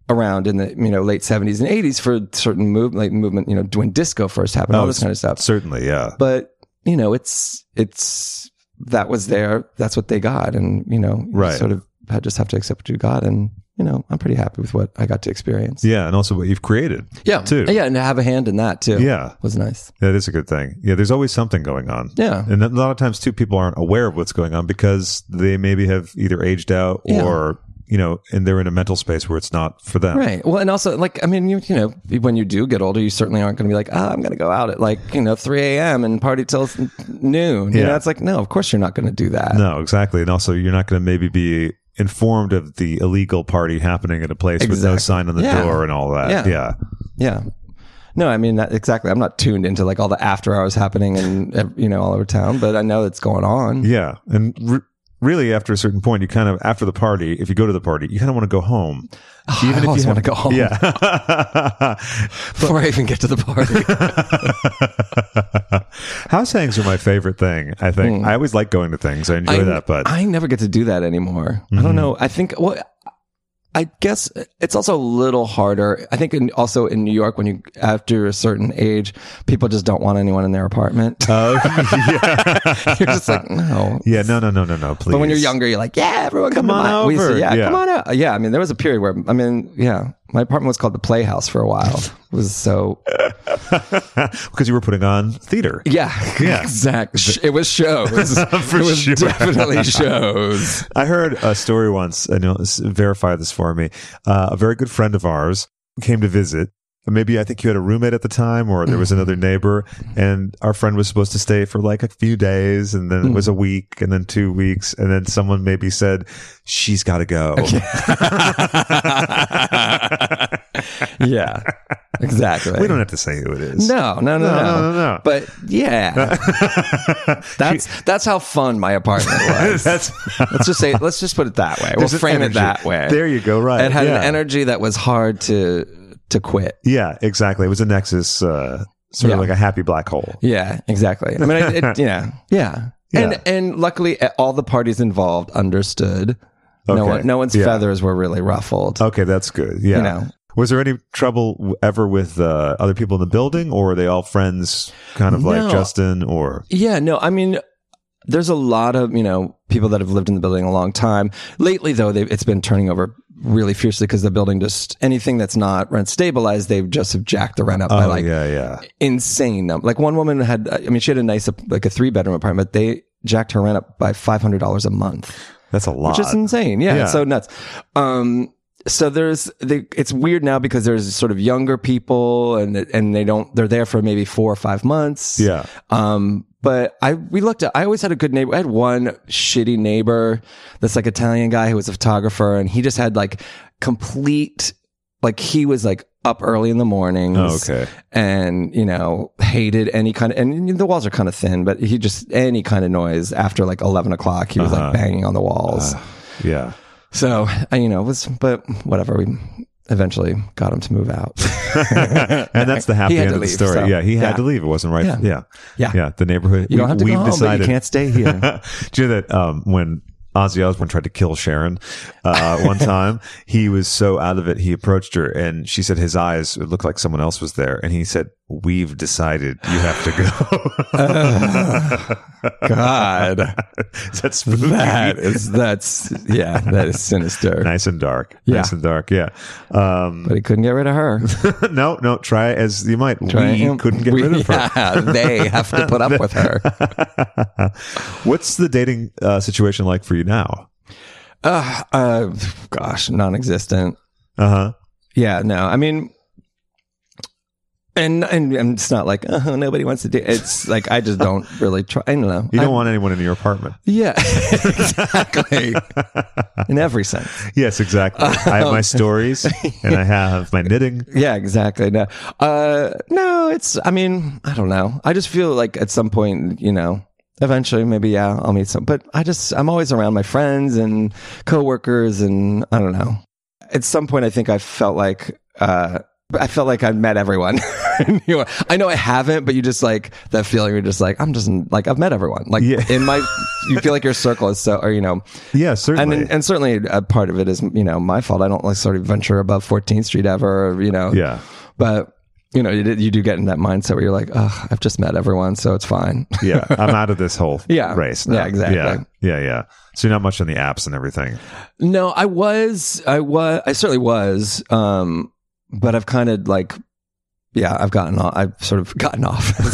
around in the you know late 70s and 80s for certain move like movement. You know, when disco first happened, all this kind of stuff.
Certainly. Yeah.
But you know, it's it's that was there. That's what they got, and you know, you
Right.
sort of I just have to accept what you got and. You know, I'm pretty happy with what I got to experience.
Yeah. And also what you've created.
Yeah.
too.
Yeah, and to have a hand in that too.
Yeah.
Was nice.
That is a good thing. Yeah, there's always something going on.
Yeah.
And a lot of times too people aren't aware of what's going on because they maybe have either aged out
Yeah.
or you know, and they're in a mental space where it's not for them.
Right. Well, and also like I mean, you you know, when you do get older, you certainly aren't going to be like, oh, I'm going to go out at like you know 3 a.m. and party till s- noon. You
Yeah.
know, it's like no, of course you're not going to do that.
No, exactly. And also you're not going to maybe be informed of the illegal party happening at a place with no
Exactly.
sign on the
Yeah.
door and all that.
Yeah.
yeah.
Yeah. No, I mean that, exactly. I'm not tuned into like all the after hours happening and ev- you know all over town, but I know it's going on.
Yeah, and re- really, after a certain point, you kind of after the party, if you go to the party, you kind of want to go home.
<sighs> I always wanna go home.
Yeah.
<laughs> Before I even get to the party.
<laughs> House hangs are my favorite thing. I think
Hmm.
I always like going to things. I enjoy
I-
that, Mm-hmm. but
I never get to do that anymore. I don't know. I think well, I guess it's also a little harder. I think in, also in New York, when you after a certain age, people just don't want anyone in their apartment.
<laughs>
<laughs>
Oh, <laughs> yeah.
you're
<laughs>
just like, no.
yeah, no, no, no, no, no, please.
But when you're
<laughs>
younger, you're like, yeah, everyone come,
Come
to
on
my. we used to-
over.
yeah,
Yeah.
come on out. Yeah, I mean, there was a period where I mean, yeah, my apartment was called the Playhouse for a while. It was so
because you were putting on theater.
yeah, <laughs>
Yeah.
exactly. Sh- It was shows.
<laughs> For
it was
sure.
definitely shows.
<laughs> I heard a story once, and you'll s- verify this for me. Uh, a very good friend of ours came to visit. Maybe I think you had a roommate at the time, or there was
Mm-hmm.
another neighbor, and our friend was supposed to stay for like a few days, and then it was a
Mm.
week, and then two weeks, and then someone maybe said, "She's got to go."
<laughs> Yeah, exactly.
we don't have to say who it is.
No, no, no,
No,
no,
no, no, no.
But
<laughs>
yeah, that's that's how fun
<laughs>
my apartment was.
That's-
let's just say, let's just put it that way.
There's
we'll
an
frame
energy.
it that way.
There you go. Right.
It had
Yeah.
an energy that was hard to to quit.
Yeah, exactly. It was a nexus, uh, sort of
Yeah.
like a happy black hole.
Yeah, exactly. I mean,
<laughs>
it, it, yeah, yeah,
Yeah.
and and luckily uh, all the parties involved understood. No
Okay.
one, no one's
Yeah.
feathers were really ruffled.
Okay, that's good. Yeah.
You know.
Was there any trouble w- ever with uh, other people in the building, or were they all friends, kind of like
No.
Justin? Or
Yeah, no, I mean, there's a lot of you know people that have lived in the building a long time. Lately, though, they've, it's been turning over really fiercely because the building just anything that's not rent stabilized, they've just have jacked the rent up by
oh
like
yeah, yeah,
insane number. Like one woman had, I mean, she had a nice like a three bedroom apartment. They jacked her rent up by five hundred dollars a month
that's a lot.
which is insane. Yeah,
Yeah.
it's so nuts. Um, so there's the, it's weird now because there's sort of younger people and and they don't they're there for maybe four or five months.
Yeah.
Um, but I we looked at I always had a good neighbor. I had one shitty neighbor, this like Italian guy who was a photographer, and he just had like complete like he was like up early in the mornings
Oh, okay.
and you know hated any kind of and the walls are kind of thin but he just any kind of noise after like 11 o'clock he was
Uh-huh. Uh.
like banging on the walls <laughs>
yeah.
so I, you know, it was but whatever. We eventually got him to move out.
and that's the happy
had
end
to
of the
leave,
story.
so-
yeah, he had
yeah.
to leave. It wasn't right. Yeah,
Yeah.
yeah,
Yeah.
The neighborhood.
You don't have to
we,
go home,
we've decided.
but you can't
<laughs>
stay here.
Do you know that um, when Ozzy Osbourne tried to kill Sharon uh,
<laughs>
one time, he was so out of it, he approached her and she said his eyes it looked like someone else was there, and he said, "We've decided you have to go."
<laughs> God,
<laughs> That's spooky.
<laughs>
<laughs>
that is that's yeah, that is sinister.
nice and dark.
Yeah.
Nice and dark. Yeah. Um,
But he couldn't get rid of her.
no, no. Try as you might. <laughs> we
Right?
couldn't get
We-
rid of her.
<laughs> Yeah, they have to put up
<laughs>
with her.
What's the dating uh, situation like for you now?
Uh, uh, gosh, non-existent.
Uh huh.
Yeah, no. I mean, and and, and it's not like oh, nobody wants to do. It's like I just don't really try. I don't know.
You don't
I-
want anyone in your apartment.
<laughs> Yeah, <laughs>
<laughs>
exactly. In every sense.
Yes, exactly. I
Um, <laughs>
have my stories and I have my knitting.
Yeah, exactly. No, uh, no, it's. I mean, I don't know. I just feel like at some point, you know, eventually, maybe yeah, I'll meet some. But I just, I'm always around my friends and coworkers, and I don't know. At some point, I think I felt like. Uh, I felt like I've met everyone. <laughs> in New York. I know I haven't, but you just like that feeling. You're just like I'm just like I've met everyone. Like
Yeah.
in my, you feel like your circle is so, or you know,
Yeah, certainly.
and and certainly a part of it is you know my fault. I don't like sort of venture above 14th Street ever. Or, you know,
yeah.
but you know, you, did- you do get in that mindset where you're like, oh, I've just met everyone, so it's fine. <laughs>
Yeah. I'm out of this whole
Yeah.
race.
Yeah,
now.
exactly.
Yeah. Yeah. Yeah. So you're not much on the apps and
<laughs>
everything.
no, I was, I was, I certainly was, um, but I've kind of like, yeah, I've gotten off. I've sort of <laughs> gotten off.
<laughs>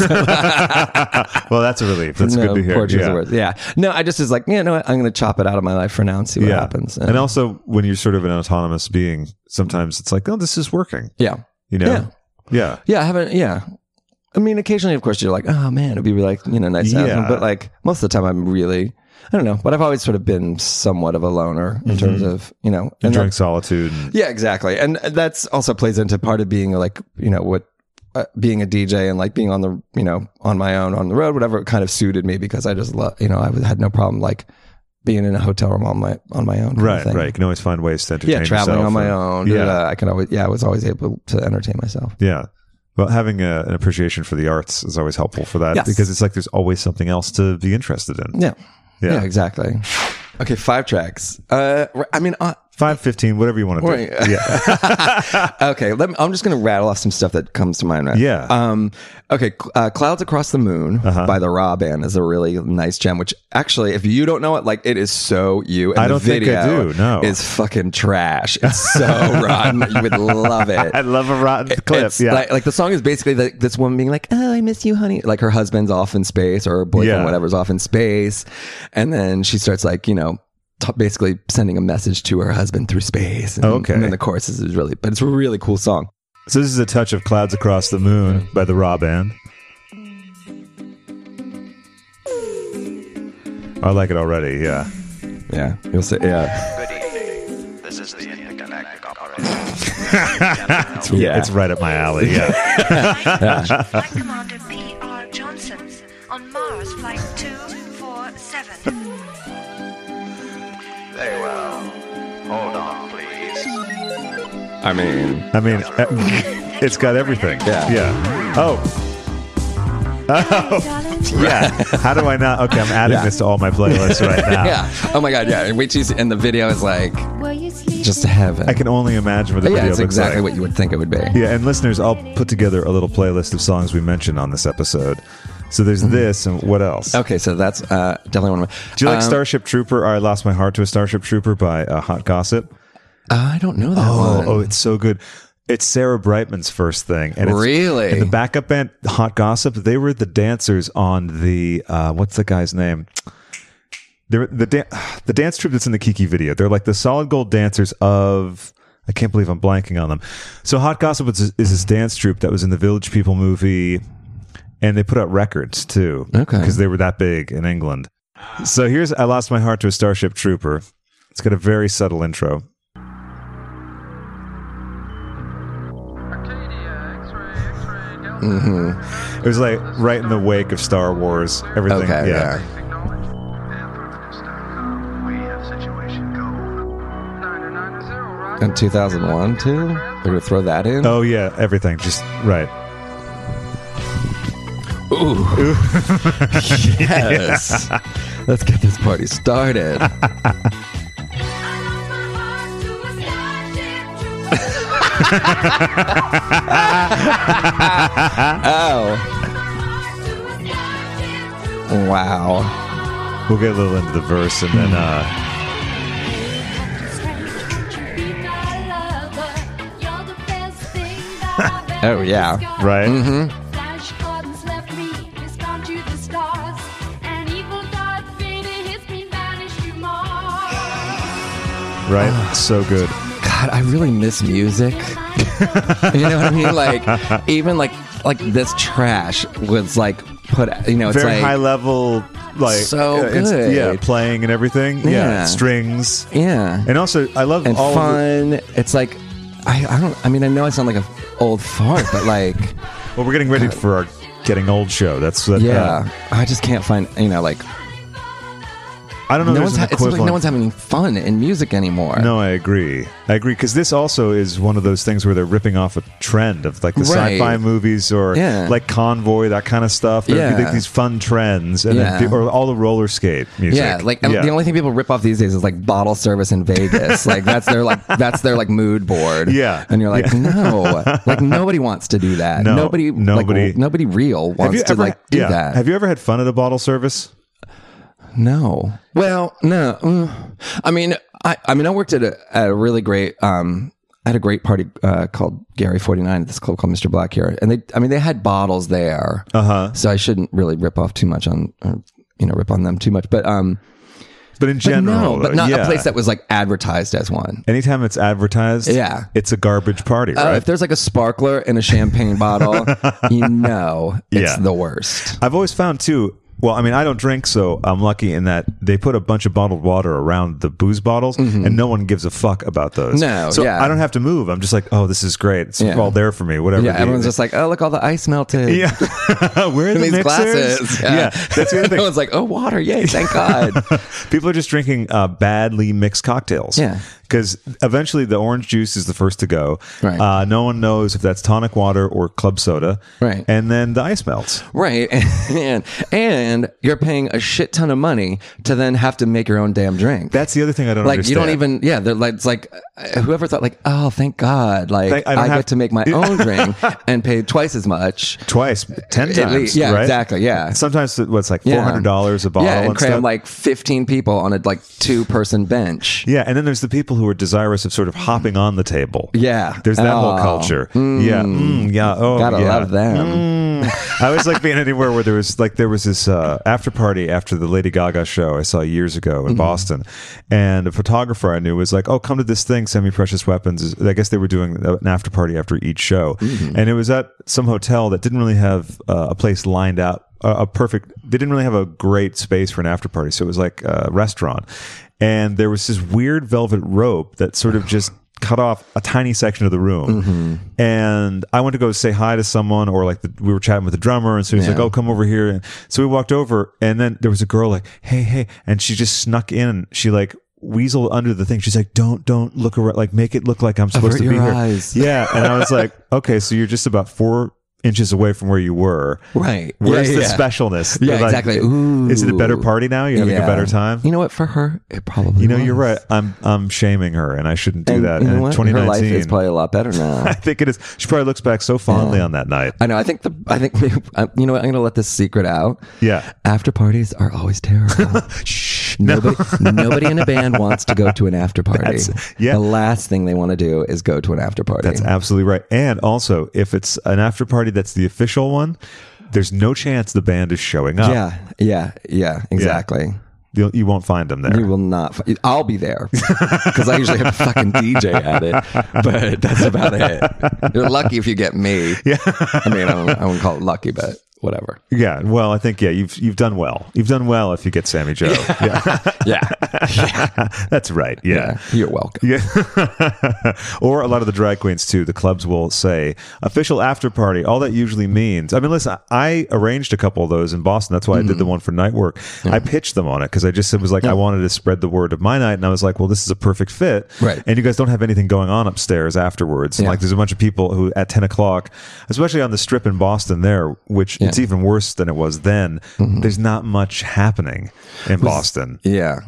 well, that's a relief. That's
no,
good to hear.
poor choice of
Yeah.
words. yeah. No, I just is like, yeah, no, I'm going to chop it out of my life for now and see what
Yeah.
happens.
And also, when you're sort of an autonomous being, sometimes it's like, oh, this is working.
yeah,
You know? Yeah.
yeah, I haven't, yeah. I mean, occasionally, of course, you're like, oh man, it'd be like, you know, nice to have
Yeah.
them. But like most of the time, I'm really, I don't know, but I've always sort of been somewhat of a loner in terms of, you know, and
Mm-hmm. Enjoying
that-
solitude. And,
Yeah, exactly. And that's also plays into part of being like, you know, what uh, being a DJ and like being on the, you know, on my own on the road, whatever it kind of suited me because I just love, you know, I was- had no problem like being in a hotel room on my, on my own. kind of
right.
thing.
Right. You can always find ways to entertain
Yeah. Traveling
yourself
on my
or-
own.
Yeah.
Yeah. I could always, yeah, I was always able to entertain myself.
Yeah. Well, having a, an appreciation for the arts is always helpful for that
Yes.
because it's like there's always something else to be interested in.
Yeah.
Yeah.
Yeah, exactly. Okay. Five tracks. Uh, I mean, uh,
Five fifteen, whatever you want to do.
Right.
<laughs> Yeah.
<laughs> Okay, let me, I'm just going to rattle off some stuff that comes to mind. Right?
Yeah.
Um. Okay. cl- Uh, Clouds Across the Moon
Uh-huh.
by the Raw Band is a really nice gem. Which actually, if you don't know it, like it is so you. And
I
the
don't think I
video
do, no.
is fucking trash.
<laughs>
It's so rotten. You would love it.
I love a rotten clip.
It's
Yeah.
like, like the song is basically like this woman being like, "Oh, I miss you, honey." Like her husband's off in space, or her boyfriend,
Yeah.
whatever's off in space, and then she starts like, you know, t- basically sending a message to her husband through space. And,
Okay.
and then the chorus is is really, but it's a really cool song.
so this is a touch of Clouds Across the Moon by the Raw Band. I like it already. Yeah.
Yeah, you'll say, yeah,
Good evening. This is the Intergalactic Operator.
yeah.
It's right up my alley. Yeah.
Flight Commander P.R. Johnson on Mars Flight 247.
Very well. Hold on, please.
I mean,
I mean, uh, <laughs> it's got everything.
Yeah.
Yeah. Oh. <laughs> Oh. Yeah. How do I not? Okay, I'm adding
Yeah.
this to all my playlists right now.
<laughs> yeah. Oh my god, yeah. And wait, till you see- and the video is like just heaven.
I can only imagine what the
yeah,
video
it's
looks
exactly
like.
what you would think it would be.
Yeah, and listeners, I'll put together a little playlist of songs we mentioned on this episode. So there's this, and what else?
Mm-hmm. Okay, so that's uh, definitely one of my.
Do you like
Um,
Starship Trooper? I lost my heart to a Starship Trooper by uh, Hot Gossip.
um, I don't know that
Oh,
one.
oh, it's so good. It's Sarah Brightman's first thing, and it's,
Really?
and the backup band Hot Gossip. They were the dancers on the uh, what's the guy's name? They're the dan <sighs> the dance troupe that's in the Kiki video. They're like the solid gold dancers of. I can't believe I'm blanking on them. So Hot Gossip is, is this dance troupe that was in the Village People movie, and they put out records too.
Okay.
because they were that big in England. So here's I lost my heart to a Starship Trooper. It's got a very subtle intro. It was like right in the wake of Star Wars. Everything.
Okay,
yeah.
yeah. In 2001, too? They're going to throw that in?
Oh yeah, everything. Just right. <laughs>
yes. Let's get this party started. oh. Wow.
We'll get a little into the verse and
Hmm.
then uh
<laughs> Oh, yeah.
right.
Mm-hmm.
Flash Gordon's left me, he's gone to the stars. And evil Darth Vader has been banished to Mars.
Right? so good.
God, I really miss music. You know what I mean?
<laughs>
Like, even like like this trash was like put, you know, it's
Very
like.
high level like
So
uh, it's-
good.
yeah, playing and everything. Yeah.
Yeah.
Strings.
yeah.
And also I love
and
all of the-
fun. It's like I, I don't. I mean, I know I sound like an old fart, but
<laughs>
like,
Well, we're getting ready for our getting old show. That's uh, that,
yeah, I just can't find. You know, like
I don't know.
no
there's
one's.
an
Ha- it's like
equivalent.
no one's having fun in music anymore.
No, I agree. I agree because this also is one of those things where they're ripping off a trend of like the
Right.
sci-fi movies or
Yeah.
like Convoy, that kind of stuff. They're-
Yeah.
like, these fun trends, and then
Yeah.
pe- or all the roller skate music.
Yeah, like and
Yeah.
the only thing people rip off these days is like bottle service in
<laughs>
Vegas. like that's their like that's their like mood board.
Yeah.
and you're
<laughs>
like, no, like nobody wants to do that.
No,
nobody, like,
nobody-
w- nobody real
Have
wants
you
to
ever,
like do
yeah.
that.
Have you ever had fun at a bottle service?
No. Well, no. Mm. I mean, I, I mean, I worked at a, at a really great, um, at a great party uh, called Gary Forty Nine at this club called Mister Black here, and they, I mean, they had bottles there,
Uh huh.
so I shouldn't really rip off too much on, or, you know, rip on them too much, but um,
But in
but
general,
no, but not
yeah.
a place that was like advertised as one.
Anytime it's advertised,
Yeah.
it's a garbage party,
Oh,
right?
if there's like a sparkler in a champagne
<laughs>
bottle, you know
Yeah.
it's the worst.
I've always found too. Well, I mean, I don't drink, so I'm lucky in that they put a bunch of bottled water around the booze bottles, and no one gives a fuck about those.
Mm-hmm. No,
so
yeah.
I don't have to move. I'm just like, oh, this is great. It's
Yeah.
all there for me. Whatever.
Yeah,
the-
everyone's just like, oh, look, all the ice melted.
yeah. <laughs> Where are the
in these
mixers?
glasses.
Yeah. <laughs> that's
<laughs>
the other thing.
Everyone's like, oh, water, yay,
<laughs>
thank God.
People are just drinking uh, badly mixed cocktails.
Yeah.
Because eventually the orange juice is the first to go.
Right.
Uh, no one knows if that's tonic water or club soda.
Right.
And then the ice melts.
right. And, and brand, you're paying a shit ton of money to then have to make your own damn drink.
That's the other thing I don't
like you
understand.
don't even yeah. They're like it's like uh, whoever thought like oh thank God like
Thank- I
I,
don't have
get to make my
<laughs>
own drink and pay twice as much.
twice, ten
At
times.
least- yeah,
right?
exactly, yeah.
Sometimes it- what's like
Yeah.
four hundred dollars a bottle
yeah, and, cram
stuff.
like fifteen people on a like two person bench.
yeah, and then there's the people who are desirous of sort of hopping on the table.
Yeah.
there's that whole
Oh. Hmm.
culture. Yeah, mm, yeah. Oh,
Gotta
yeah. Mm.
love them.
I was like being anywhere where there was like there was this uh, after party after the Lady Gaga show I saw years ago
Mm-hmm.
in Boston, and a photographer I knew was like, "Oh, come to this thing, Semi Precious Weapons." is- I guess they were doing an after party after each show,
Mm-hmm.
and it was at some hotel that didn't really have uh, a place lined out a, a perfect. They didn't really have a great space for an after party, so it was like a restaurant, and there was this weird velvet rope that sort
<sighs>
of just cut off a tiny section of the room.
Mm-hmm.
And I went to go say hi to someone, or like the, we were chatting with the drummer, and so he's like, "Oh, come over here." And so we walked over, and then there was a girl like, "Hey, hey," and she just snuck in. She like weasel under the thing. She's like, "Don't, don't look around. Like, make it look like I'm supposed to
your
be here."
eyes.
Yeah, and I was like, <laughs> "Okay, so you're just about four inches away from where you were."
Right.
Where's
Yeah,
the
yeah.
specialness?
Yeah,
Like,
exactly.
Is it a better
Ooh.
party now? You're having a
Yeah.
better time.
You know what? For her, it probably.
You know, you're right.
was.
I'm I'm shaming her, and I shouldn't do
And
that.
you know
And
what? Her
2019,
life is probably a lot better
<laughs>
now.
I think it is. She probably looks back so fondly on that night.
I know. I think the. I think <laughs> I- you know what. I'm gonna let this secret out.
Yeah.
After parties are always terrible.
<laughs>
Shh. Nobody, nobody in a band wants to go to an after party.
That's- yeah.
The last thing they want to do is go to an after party.
That's absolutely right. And also, if it's an after party that's the official one, there's no chance the band is showing up.
yeah. Yeah. Yeah. Exactly.
You'll, you won't find them
You
there.
will not. fi- I'll
<laughs>
be there because I usually have a fucking DJ at it, but that's about it. You're lucky if you get me. Yeah. I mean, I, don't, I wouldn't call it lucky, but whatever.
Yeah. Well, I think yeah, you've you've done well. You've done well if you get Sammy Joe. <laughs> Yeah.
Yeah.
<laughs> that's right. yeah.
You're welcome.
Yeah. <laughs> or a lot of the drag queens too. The clubs will say official after party. All that usually means. I mean, listen, I arranged a couple of those in Boston. That's why I did
Mm-hmm.
the one for night work. I pitched them on it because I just it was like I wanted to spread the word of my night, and I was like, well, this is a perfect fit.
Right.
And you guys don't have anything going on upstairs afterwards. And
Yeah.
like, there's a bunch of people who at ten o'clock, especially on the strip in Boston, there, which it's even worse than it was then.
Mm-hmm.
There's not much happening in Boston.
Yeah.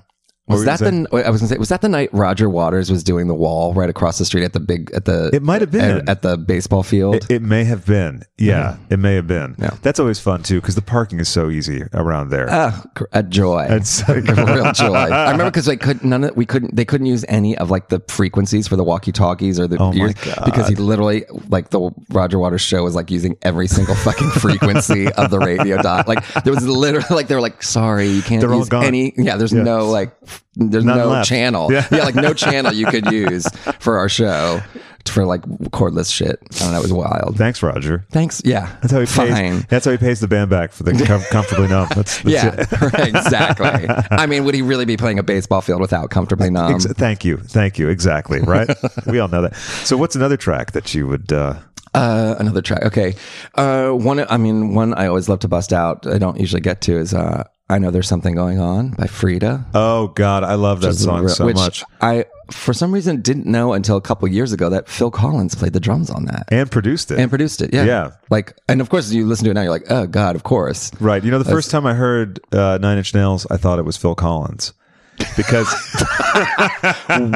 were
Was
you
that
saying?
the? I was gonna say, was that the night Roger Waters was doing the wall right across the street at the big at the?
It might have been.
e- at, at the baseball field.
It, it may have been. Yeah, it may have been.
Mm-hmm. Yeah.
That's always fun too because the parking is so easy around there.
Ah, gr- a joy.
It's-
<laughs> a real joy. I remember because they could none of we couldn't they couldn't use any of like the frequencies for the walkie talkies or the
Oh my
ears
God.
because he literally like the Roger Waters show was like using every single fucking frequency of the radio dot. Like there was literally like they were like sorry you can't
They're all
use
gone.
any. Yeah, there's
Yeah.
no like f- there's
None
no
left.
channel.
Yeah.
Yeah.
<laughs>
like no channel you could use for our show for like cordless shit. I don't know. It was
<laughs>
wild.
Thanks, Roger.
Thanks. Yeah.
That's how he pays.
Fine.
That's how he pays the band back for
<laughs>
the com- comfortably numb. That's, that's
Yeah,
it.
<laughs> exactly. I mean, would he really be playing a baseball field without comfortably numb?
Ex- thank you, thank you. Exactly
<laughs>
right. we all know that. So, what's another track that you would? Uh,
Uh, another track. Okay. Uh, one. I mean, one I always love to bust out. I don't usually get to is uh, "I Know There's Something Going On" by Frida.
oh God, I love that
Which is
song
real-
so
which
much.
I, for some reason, didn't know until a couple years ago that Phil Collins played the drums on that
And produced it.
and produced it. Yeah.
Yeah.
Like, and of course, you listen to it now, you're like, oh god,
<laughs>
of course.
right. You know, the first time I heard uh, Nine Inch Nails, I thought it was Phil Collins
<laughs>
because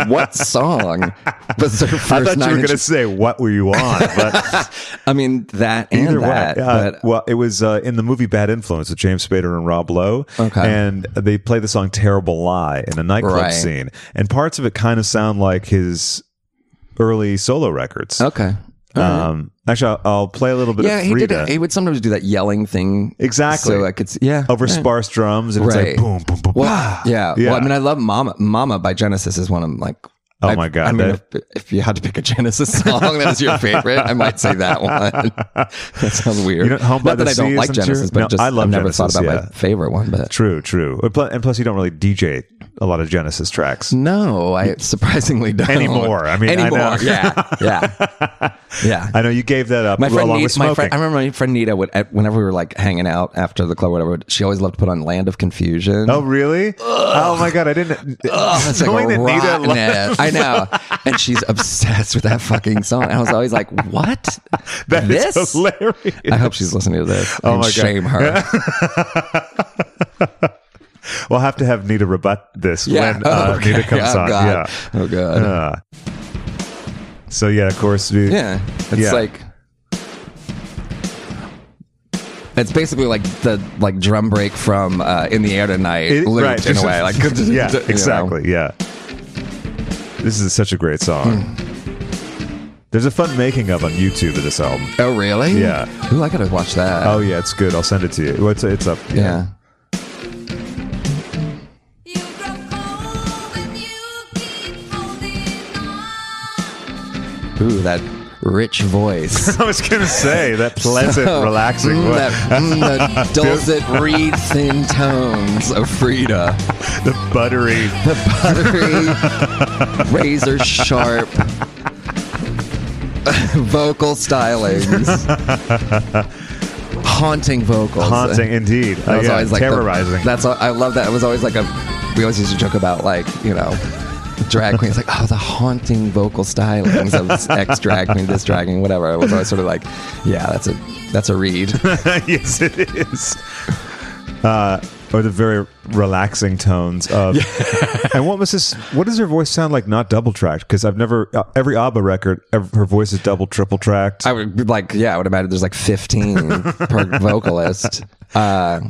what song was their first
I thought you
Nine
were going
Inch-
to say, "What were you on?" But
I mean, that
Either
and that.
way, uh,
but
well, it was uh, in the movie Bad Influence with James Spader and Rob Lowe,
Okay.
and they play the song "Terrible Lie" in a nightclub
Right.
scene, and parts of it kind of sound like his early solo records.
okay. All right.
Um, actually, I'll, I'll play a little bit
yeah,
of
he
Frida.
did. it. He would sometimes do that yelling thing.
Exactly.
So I could, s- yeah,
over
yeah.
sparse drums, and
Right.
it's like boom, boom, boom.
Well,
bah.
yeah. Well, I mean, I love Mama. Mama by Genesis is one of like.
Oh
I-
my God,
I mean,
that-
if, if you had to pick a Genesis
<laughs>
song that is your favorite, I might say that one. that sounds weird.
You know, Home by
Not that
the
I don't
Sea
like
isn't your-
Genesis, but
No,
just
I love
have never
Genesis,
thought about
yeah.
my favorite one. But
true, true. And pl- and plus, you don't really DJ a lot of Genesis tracks. <laughs>
no, I surprisingly don't
Anymore. I mean, I
anymore.
know. <laughs>
yeah, yeah. Yeah.
I know you gave that up
My friend,
along
Nita,
with
my
smoking.
friend, I remember my friend Nita would, at- whenever we were like hanging out after the club, or whatever. She always loved to put on "Land of Confusion."
Oh really? Oh my god! I didn't.
Oh, that's
<laughs>
like
Knowing
a
that Nita
rotten
lo-
ass. I know, and she's obsessed with that fucking song. I was always like, "What?
That is
this?
hilarious.
I hope she's listening to this.
Oh
Oh and
my God. uh,
shame
<laughs>
her.
We'll have to have Nita rebut this
Yeah.
when uh,
Okay.
Nita comes
oh,
on.
God.
Yeah.
Oh god.
Uh, so yeah, of course. We,
yeah. It's
Yeah.
like it's basically like the like drum break from uh, "In the Air Tonight,"
It-
looped
right.
in a way.
<laughs>
Like, <laughs>
yeah,
you know.
exactly. Yeah. This is such a great song.
Hmm.
There's a fun making of on YouTube of this album.
Oh, really?
Yeah.
Ooh, I gotta watch that.
Oh yeah, it's good. I'll send it to you. Well, It's it's up.
yeah.
You grow cold and you keep holding on.
Ooh, that rich
<laughs>
voice.
<laughs> I was gonna say that
<laughs>
pleasant, relaxing.
Mm,
voice.
that, mm,
<laughs>
the dulcet, reed thin tones of Frida.
the buttery.
The
<laughs>
buttery, razor sharp <laughs> vocal stylings. Haunting vocals.
Haunting, indeed.
That was
Yeah,
always like the-
terrorizing.
<laughs> that's all, I love that. It was always like a. We always used to joke about like you know, drag queens like oh the haunting vocal stylings of this ex drag queen, this drag queen, whatever. It was always sort of like, yeah, that's a that's a read.
yes, it is. <laughs> Uh, or the very relaxing tones of. <laughs> and what was this? What does her voice sound like? Not double tracked because I've never uh, every ABBA record. ev her voice is double, triple tracked.
I would be like, yeah, I would imagine there's like <laughs> 15 per vocalist. Uh,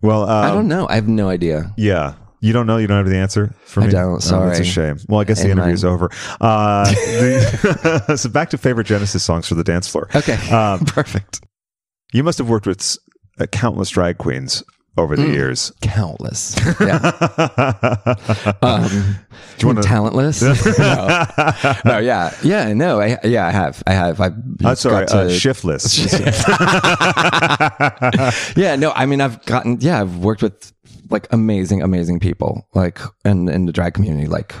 well, um,
I don't know. I have no idea.
Yeah. You don't know. You don't have the answer for
I
me.
don't,
Oh, that's a
sorry.
shame. Well, I guess the
Ain't
interview's over. Uh, the- <laughs> so back to favorite Genesis songs for the dance floor.
Okay.
Um,
<laughs> Perfect.
you must have worked with s- uh, countless drag queens over
Mm.
the years.
Countless. <laughs> Yeah.
Do
Um,
you want to?
talentless? <laughs> no. no, yeah. <laughs> Yeah, no. I, yeah, I have. I have. I've
I'm sorry.
got
Uh,
to- <laughs>
shiftless.
Yeah, no. I mean, I've gotten, yeah, I've worked with like amazing, amazing people, like, and in the drag community, like,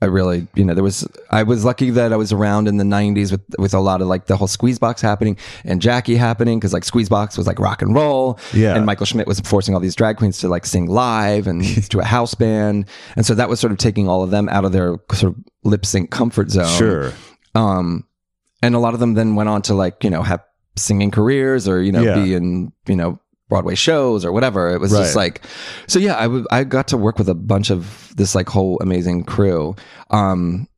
I really, you know, there was, I was lucky that I was around in the 90s with, with a lot of like the whole Squeezebox happening and Jackie happening because like Squeezebox was like rock and roll.
Yeah.
And Michael Schmidt was forcing all these drag queens to like sing live and <laughs> to a house band. And so that was sort of taking all of them out of their sort of lip sync comfort zone
Sure.
um and a lot of them then went on to like you know have singing careers or you know
Yeah.
be in you know broadway shows or whatever it was just
Right.
like so yeah I w- I got to work with a bunch of this like whole amazing crew um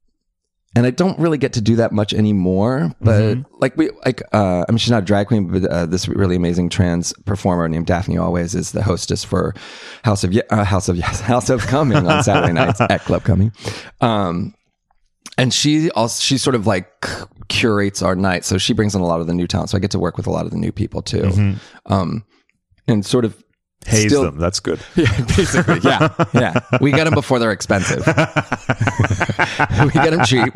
and I don't really get to do that much anymore, but
Mm-hmm.
like we, like uh, I mean, she's not a drag queen, but uh, this really amazing trans performer named Daphne Always is the hostess for House of Ye- uh, House of Yes <laughs> House of Coming on Saturday nights at Club Coming, um, and she also she sort of like c- curates our night so she brings in a lot of the new talent so i get to work with a lot of the new people too um and sort of <laughs>
Haze
still-
them. That's good.
yeah basically yeah yeah we get them before they're expensive <laughs> we get them cheap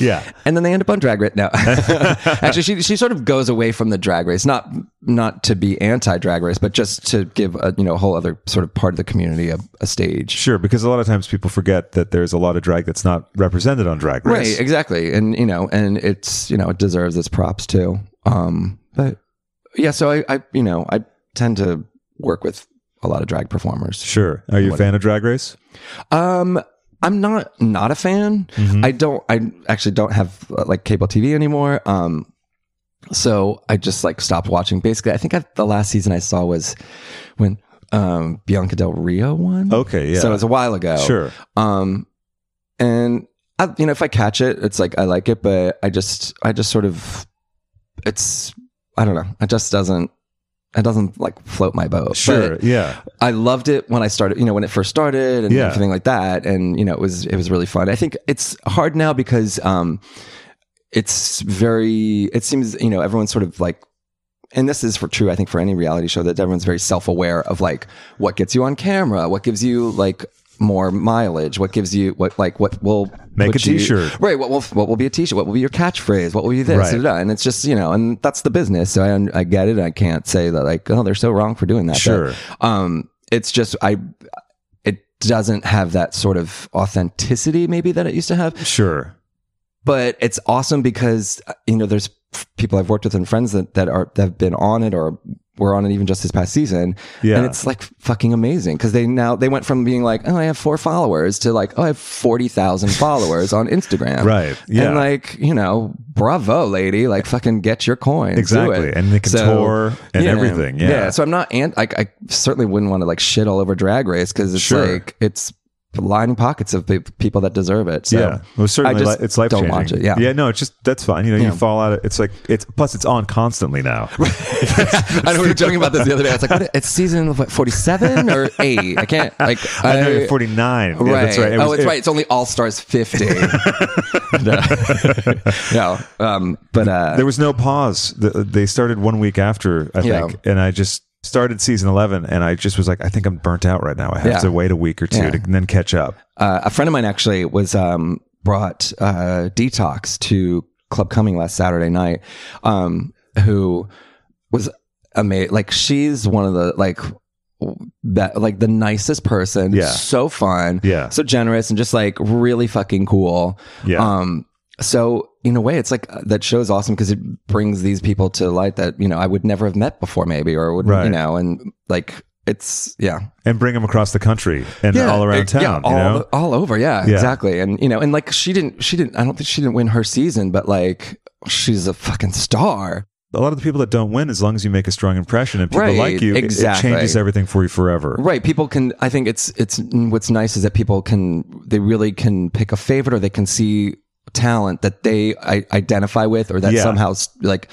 Yeah.
and then they end up on drag race. No, <laughs> actually, she she sort of goes away from the drag race, not not to be anti drag race, but just to give a you know a whole other sort of part of the community a, a stage.
Sure. Because a lot of times people forget that there's a lot of drag that's not represented on Drag Race.
Right, exactly. And you know, and it's you know, it deserves its props too. Um but yeah, so I, I you know, I tend to work with a lot of drag performers.
Sure. Are you a fan of Drag Race?
Um I'm not not a fan.
Mm-hmm.
I don't I actually don't have uh, like cable TV anymore. Um so I just like stopped watching. Basically, I think I, the last season I saw was when um Bianca Del Rio won.
Okay. Yeah.
So it was a while ago.
sure.
um and I, you know if i catch it it's like i like it but i just i just sort of it's i don't know it just doesn't it doesn't like float my boat
Sure.
But
yeah.
i loved it when i started you know when it first started and
Yeah.
everything like that and you know it was it was really fun i think it's hard now because um it's very it seems you know everyone's sort of like and this is for true i think for any reality show that everyone's very self-aware of like what gets you on camera what gives you like more mileage what gives you what like what will
Make
put
a
you-
t-shirt.
right what will what will be a t-shirt what will be your catchphrase what will be this
Right.
da, da, da. and it's just you know and that's the business so i i get it i can't say that like oh they're so wrong for doing that but,
Sure.
um it's just i it doesn't have that sort of authenticity maybe that it used to have
Sure.
but it's awesome because uh, you know there's f- people I've worked with and friends that that are that have been on it or were on it even just this past season.
Yeah.
and it's like fucking amazing because they now they went from being like oh I have four followers to like oh I have forty thousand followers on Instagram.
Right. Yeah.
and like you know bravo lady like fucking get your coin Do
Exactly.
it.
And they can
So,
tour and
yeah.
everything. Yeah.
So I'm not, and like, I certainly wouldn't want to like shit all over Drag Race because it's
Sure.
like, it's lining pockets of pe- people that deserve it. So
yeah, well, certainly,
I just
li- it's life
don't
changing.
watch it. Yeah.
yeah, no, it's just that's fine. You know,
Yeah.
you fall out. Of, it's like it's plus it's on constantly
<laughs>
now.
<laughs> I know we were joking about this the other day. I was like, what, it's season what,
<laughs>
47 or 8. I can't, like,
I know you're 49.
Right.
Yeah, that's right. It
oh,
was-
it's
it-
right. It's only All
<laughs>
Stars 50. <laughs> no. no. Um, but, uh,
There was no pause. The, they started one week after, I
Yeah.
think, and I just started season 11, and I just was like, I think I'm burnt out right now. I have
Yeah.
to wait a week or two
Yeah.
to and then catch up.
uh, a friend of mine actually was um, brought uh, detox to club coming last saturday night um, who was amazing like she's one of the like that like the nicest person
Yeah.
so fun
Yeah.
so generous and just like really fucking cool
Yeah.
um so in a way it's like uh, that show's awesome because it brings these people to light that you know i would never have met before maybe or would
Right.
you know and like it's yeah
and bring them across the country and all around
uh,
town.
Yeah, all,
you know?
all over. Yeah,
Yeah.
exactly. And you know, and like she didn't, she didn't. I don't think she didn't win her season, but like she's a fucking star.
a lot of the people that don't win, as long as you make a strong impression and people
Right,
like you, it-
exactly.
it changes everything for you forever.
Right. People can. I think it's it's what's nice is that people can they really can pick a favorite or they can see talent that they I, identify with or that
Yeah.
somehow s- like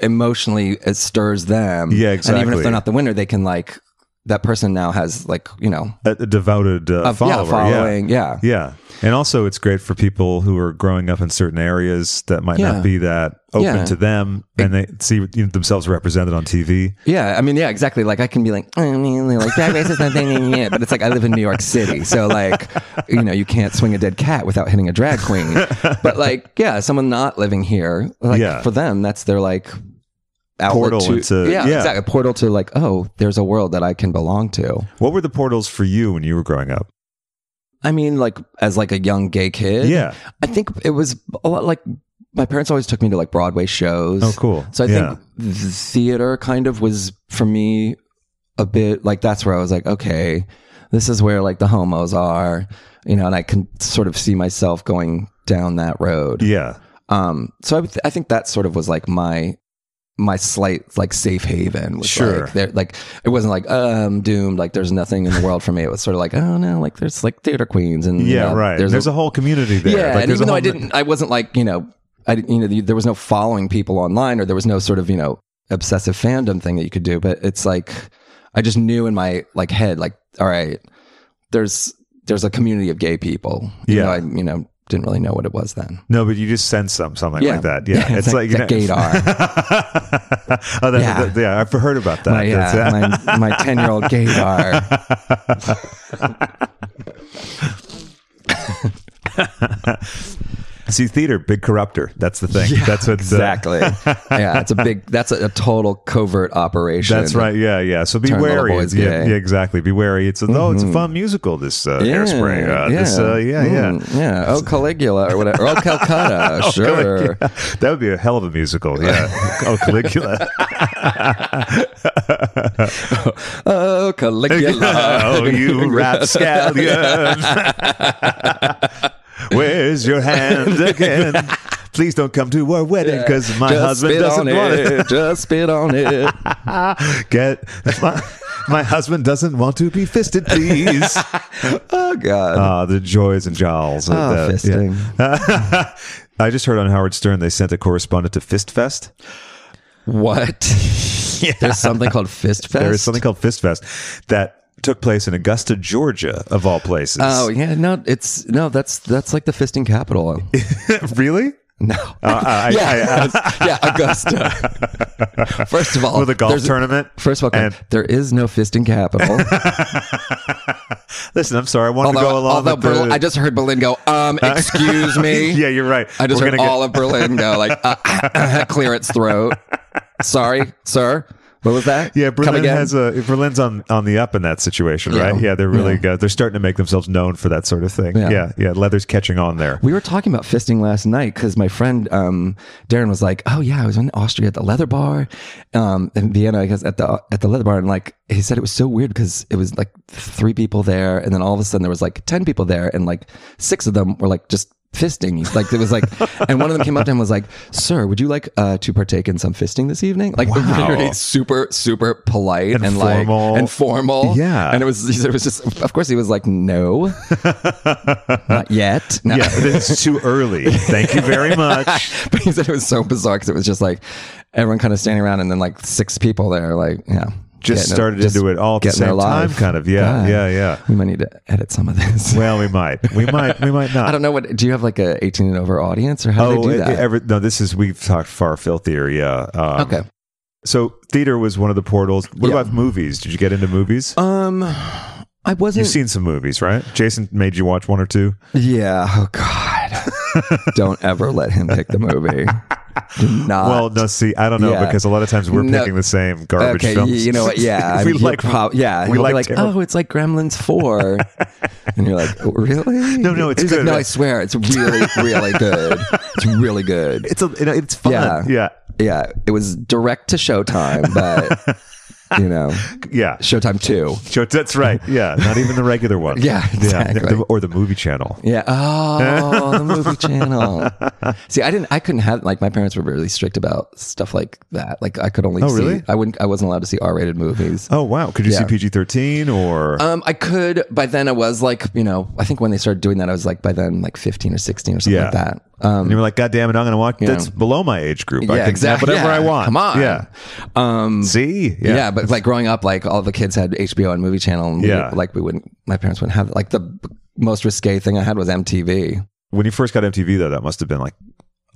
emotionally it stirs them.
Yeah,
And even if
exactly.
they're not the winner, they can like that person now has like you know
A, a devoted uh,
a
follower.
yeah, following. Yeah.
Yeah. And also, it's great for people who are growing up in certain areas that might
Yeah.
not be that open
Yeah.
to them and they see you know, themselves represented on TV.
Yeah, I mean, yeah, exactly. Like I can be like, I mean, like that racist thing, yeah, but it's like I live in New York City, so like, you know, you can't swing a dead cat without hitting a drag queen. But like, yeah, someone not living here, like
Yeah.
for them, that's their like outlet
Portal
to,
into-
yeah,
yeah.
exactly, a portal to like, oh, there's a world that I can belong to.
What were the portals for you when you were growing up?
I mean, like as like a young gay kid,
Yeah.
I think it was a lot like my parents always took me to like Broadway shows.
Oh, cool.
So I
yeah.
think th- theater kind of was for me a bit like that's where I was like, okay, this is where like the homos are, you know, and I can sort of see myself going down that road.
Yeah.
Um, so I, would th- I think that sort of was like my my slight like safe haven. Was
Sure.
Like, there, like it wasn't like oh, I'm doomed. Like there's nothing in the world for me. It was sort of like oh no, like there's like theater queens and you
Yeah,
know,
right. There's, a, whole community there.
Mm, yeah,
Like,
and
there's a
even though
whole
I didn't, I wasn't like you know, I didn't- you know, there was no following people online, or there was no sort of you know obsessive fandom thing that you could do. But it's like I just knew in my like head, like all right, there's there's a community of gay people. You
Yeah.
know, I you know didn't really know what it was then.
No, but you just sense some something
Yeah.
like that. Yeah,
<laughs> It's like
you
that
<laughs> oh, that,
Yeah.
yeah. yeah, I've heard about that.
My
That's-
uh, my my ten year old gaydar.
<laughs> See, theater, big corruptor. That's the thing. that's what uh,
Exactly. yeah, it's a big. That's a, a total covert operation.
That's right. Yeah, yeah. So be
Turn little
wary.
boys Mm-hmm.
Yeah,
gay.
yeah, exactly. Be wary. It's a, no, it's a fun musical. This uh, hairspray. Uh, This, uh, yeah, yeah. <laughs>
Mm, yeah. Oh, Caligula or whatever. Oh, Calcutta. sure.
Caligula. <laughs> That would be a hell of a musical.
<laughs>
Yeah. oh, Caligula.
Oh, Caligula.
<laughs> oh,
<laughs>
you rapscallion. Where's your hand again? Please don't come to our wedding because my
Just
husband
spit
doesn't
on
want
it. Just spit
<laughs>
on it.
to get. My, my husband doesn't want to be fisted, please.
Oh, God.
Ah, the joys and jowls. of
Oh,
that, yeah.
fisting.
<laughs> I just heard on Howard Stern they sent a correspondent to Fist Fest.
What?
<laughs>
There's something called Fist Fest.
There is something called Fist Fest that took place in Augusta, Georgia, of all places. <laughs>
Oh yeah, no, it's no. That's that's like the fisting capital.
really?
No,
Uh, I-
<laughs> yeah,
I-
yeah, Augusta.
<laughs>
First of all,
with a golf
there's-
tournament.
First of all,
And-
there is no fisting
<laughs>
capital.
Listen, I'm sorry. I wanted to go
although,
along.
although
with the-
Berl- I just heard Berlin go. Um, excuse me.
<laughs> yeah, you're right.
I just
We're
heard
gonna get-
<laughs> all of Berlin go like uh, clear its throat. Sorry, sir. What was that?
Yeah,
Come
Berlin
again?
has a Berlin's on on the up in that situation,
Yeah.
right? Yeah, they're really
Yeah.
good. They're starting to make themselves known for that sort of thing. Yeah,
Yeah.
yeah, leather's catching on there.
We were talking about fisting last night because my friend um, Darren was like, "Oh yeah, I was in Austria at the leather bar um, in Vienna, I guess at the at the leather bar." And like he said, it was so weird because it was like three people there, and then all of a sudden there was like ten people there, and like six of them were like just fisting. Like it was
<laughs>
like, and one of them came up to him and was like, "Sir, would you like uh, to partake in some fisting this evening?" Like very super super polite
And
and,
formal.
like and formal.
Yeah.
and it was it was just of course he was
<laughs>
like, "No, not yet." No.
yeah, it's too early. Thank you
<laughs>
very much.
but he said it was so bizarre because it was just like everyone kind of standing around and then like six people there, like yeah,
Just
getting
started
just
into it all at the
getting there
same
live.
time, kind of. Yeah,
God.
yeah, yeah.
We might need to edit some of this.
Well, we might, we might, we might not.
<laughs>
Oh,
I don't know what. Do you have like a eighteen and over audience, or how do they do
it-
that?
it- every- no, this is we've talked far field theater. Yeah. Um,
okay.
So theater was one of the portals. What
Yeah.
about movies? Did you get into movies?
Um, I wasn't.
You've seen some movies, right? Jason made you watch one or two.
yeah. Oh
<laughs>
God. don't ever let him pick the movie. Do not.
Well, no, see, I don't know
Uh, yeah.
because a lot of times we're
No.
picking the same garbage
okay,
films.
you know what?
<laughs> If
Yeah, I
we
mean, he'll
like-
prob- yeah,
we
he'll be
like terrible-
oh, it's like Gremlins
<laughs>
four, and you're like, oh, really?
No, no, it's
He's
good.
Like, no, I swear, it's really, really good. It's really good.
it's a, you know, it's fun. Yeah.
Yeah.
yeah,
Yeah, it was direct to Showtime, but you know, Showtime two.
Sure, that's right. Yeah, not even the regular one.
<laughs> Yeah, exactly.
or the movie channel.
Yeah. Oh, the
<laughs>
movie channel. See, I didn't. I couldn't have like my parents were really strict about stuff like that. Like I could only.
Oh,
see,
really?
I wouldn't. I wasn't allowed to see R rated movies.
Oh wow, could you see
Yeah.
PG thirteen or?
Um, I could. By then, I was like, you know, I think when they started doing that, I was like, by then, like fifteen or sixteen or something
Yeah.
like that. Um,
and you were like, God damn it, I'm going to watch.
Yeah.
That's below my age group. I
yeah,
can
exactly.
have whatever
yeah.
I want.
Come on.
Yeah.
Um,
See.
yeah. but like growing up, like all the kids had HBO and Movie Channel, and we-
Yeah.
like we wouldn't. My parents wouldn't have. Like the b- most risque thing I had was MTV.
When you first got MTV, though, that must have been like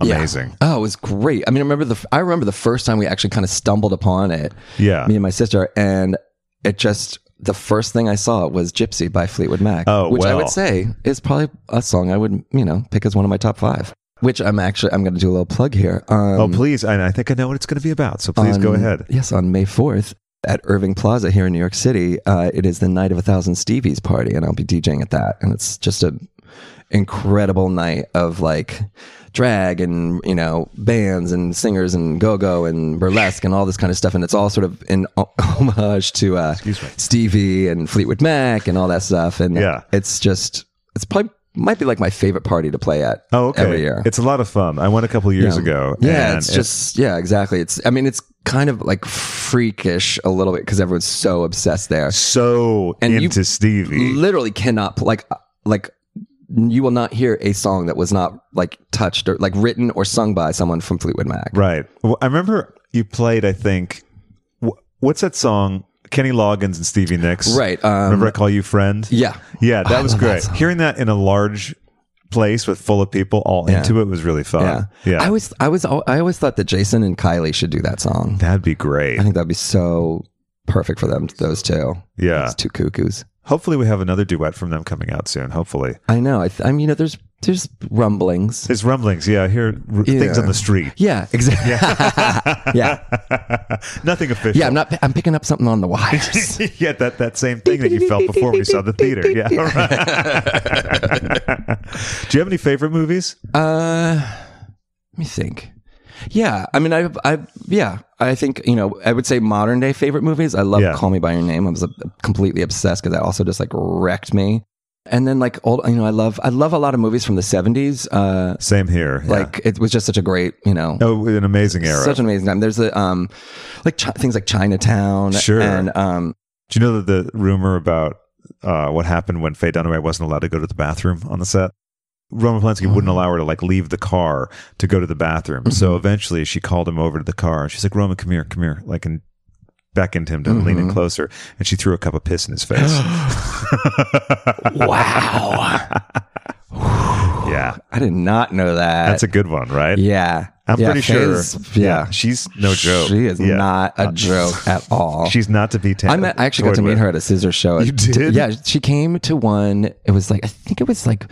Yeah.
amazing.
Oh, it was great. I mean, I remember the. f- I remember the first time we actually kind of stumbled upon it.
Yeah.
me and my sister, and it just the first thing I saw was Gypsy by Fleetwood Mac,
Oh,
which I
well.
would say is probably a song I would you know pick as one of my top five. Which I'm actually I'm going to do a little plug here. Um,
oh, please. And I think I know what it's going to be about. So please
on-
go ahead.
Yes, on May 4th at Irving Plaza here in New York City, uh, it is the Night of a Thousand Stevies party, and I'll be DJing at that. And it's just a incredible night of like drag and you know bands and singers and go-go and burlesque and all this kind of stuff and it's all sort of in <laughs> o- homage to uh stevie and fleetwood mac and all that stuff and
Yeah.
it's just it's probably might be like my favorite party to play at
Oh, okay.
every year
It's a lot of fun. I went a couple years
yeah.
ago.
Yeah,
and
it's just yeah, exactly. It's I mean, it's kind of like freakish a little bit because everyone's so obsessed there.
so
And you-
into Stevie.
Literally cannot like uh, like you will not hear a song that was not like touched or like written or sung by someone from Fleetwood Mac.
Right. Well, I remember you played, I think, wh- what's that song? Kenny Loggins and Stevie Nicks.
Right, um,
remember I Call You Friend?
Yeah.
Yeah, that
Oh, I
was
love that
great.
song.
Hearing that in a large place with full of people all
Yeah.
into it was really fun.
Yeah. I was I was al- I always thought that Jason and Kylie should do that song.
That'd be great.
I think that'd be so perfect for them those two.
Yeah.
Those two cuckoos.
Hopefully, we have another duet from them coming out soon. Hopefully.
I know. I, th- I mean, you know, there's there's rumblings.
There's rumblings. Yeah, I hear r- things
Yeah.
on the street.
Yeah, exactly. <laughs> yeah.
<laughs> Nothing official.
Yeah, I'm not. I'm picking up something on the wires.
<laughs> yeah, that, that same thing that you felt before we saw the
<laughs>
theater. Yeah. all right. <laughs> Do you have any favorite movies?
uh, let me think. Yeah, I mean, I, I, yeah, I think you know, I would say modern day favorite movies. I love
Yeah.
Call Me by Your Name. I was uh, completely obsessed because that also just like wrecked me. And then like old, you know, I love, I love a lot of movies from the '70s. Uh,
Same here. yeah.
like it was just such a great, you know,
oh, an amazing era.
such an amazing time. There's a um, like chi- things like Chinatown,
Sure.
and
<laughs>
um,
Do you know that the rumor about uh, what happened when Faye Dunaway wasn't allowed to go to the bathroom on the set? Roman Polanski
Mm-hmm.
wouldn't allow her to like leave the car to go to the bathroom. So eventually she called him over to the car and she's like, Roman, come here, come here. Like, and beckoned him to lean
Mm-hmm.
in closer. And she threw a cup of piss in his face.
<gasps>
<laughs>
wow,
yeah.
I did not know that.
That's a good one, right?
Yeah.
I'm
Yeah,
pretty
Faye's-
sure.
Yeah.
She's no joke.
She is
Yeah. Uh,
not a
<laughs>
joke at all.
She's not to be taken.
I met, I actually got to meet her at a scissor show.
You did?
Yeah. She came to one. It was like, I think it was like,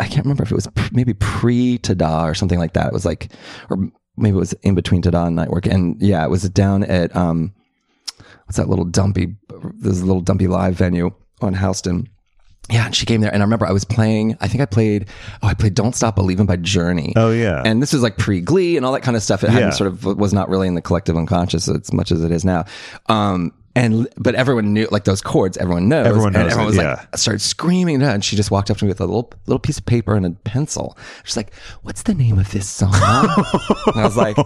I can't remember if it was pr- maybe pre Tada or something like that. It was like, or maybe it was in between Tada and Nightwork, and yeah, it was down at um, what's that little dumpy? There's a little dumpy live venue on Houston. Yeah, and she came there, and I remember I was playing. I think I played. Oh, I played "Don't Stop Believing" by Journey.
Oh, yeah.
and this was like pre Glee and all that kind of stuff. It
Yeah.
hadn't sort of was not really in the collective unconscious as much as it is now. Um, and but everyone knew like those chords. Everyone knows.
Everyone knows
And everyone
it,
was
yeah.
like started screaming, and she just walked up to me with a little little piece of paper and a pencil. She's like, "What's the name of this song?" and I
<laughs>
was like,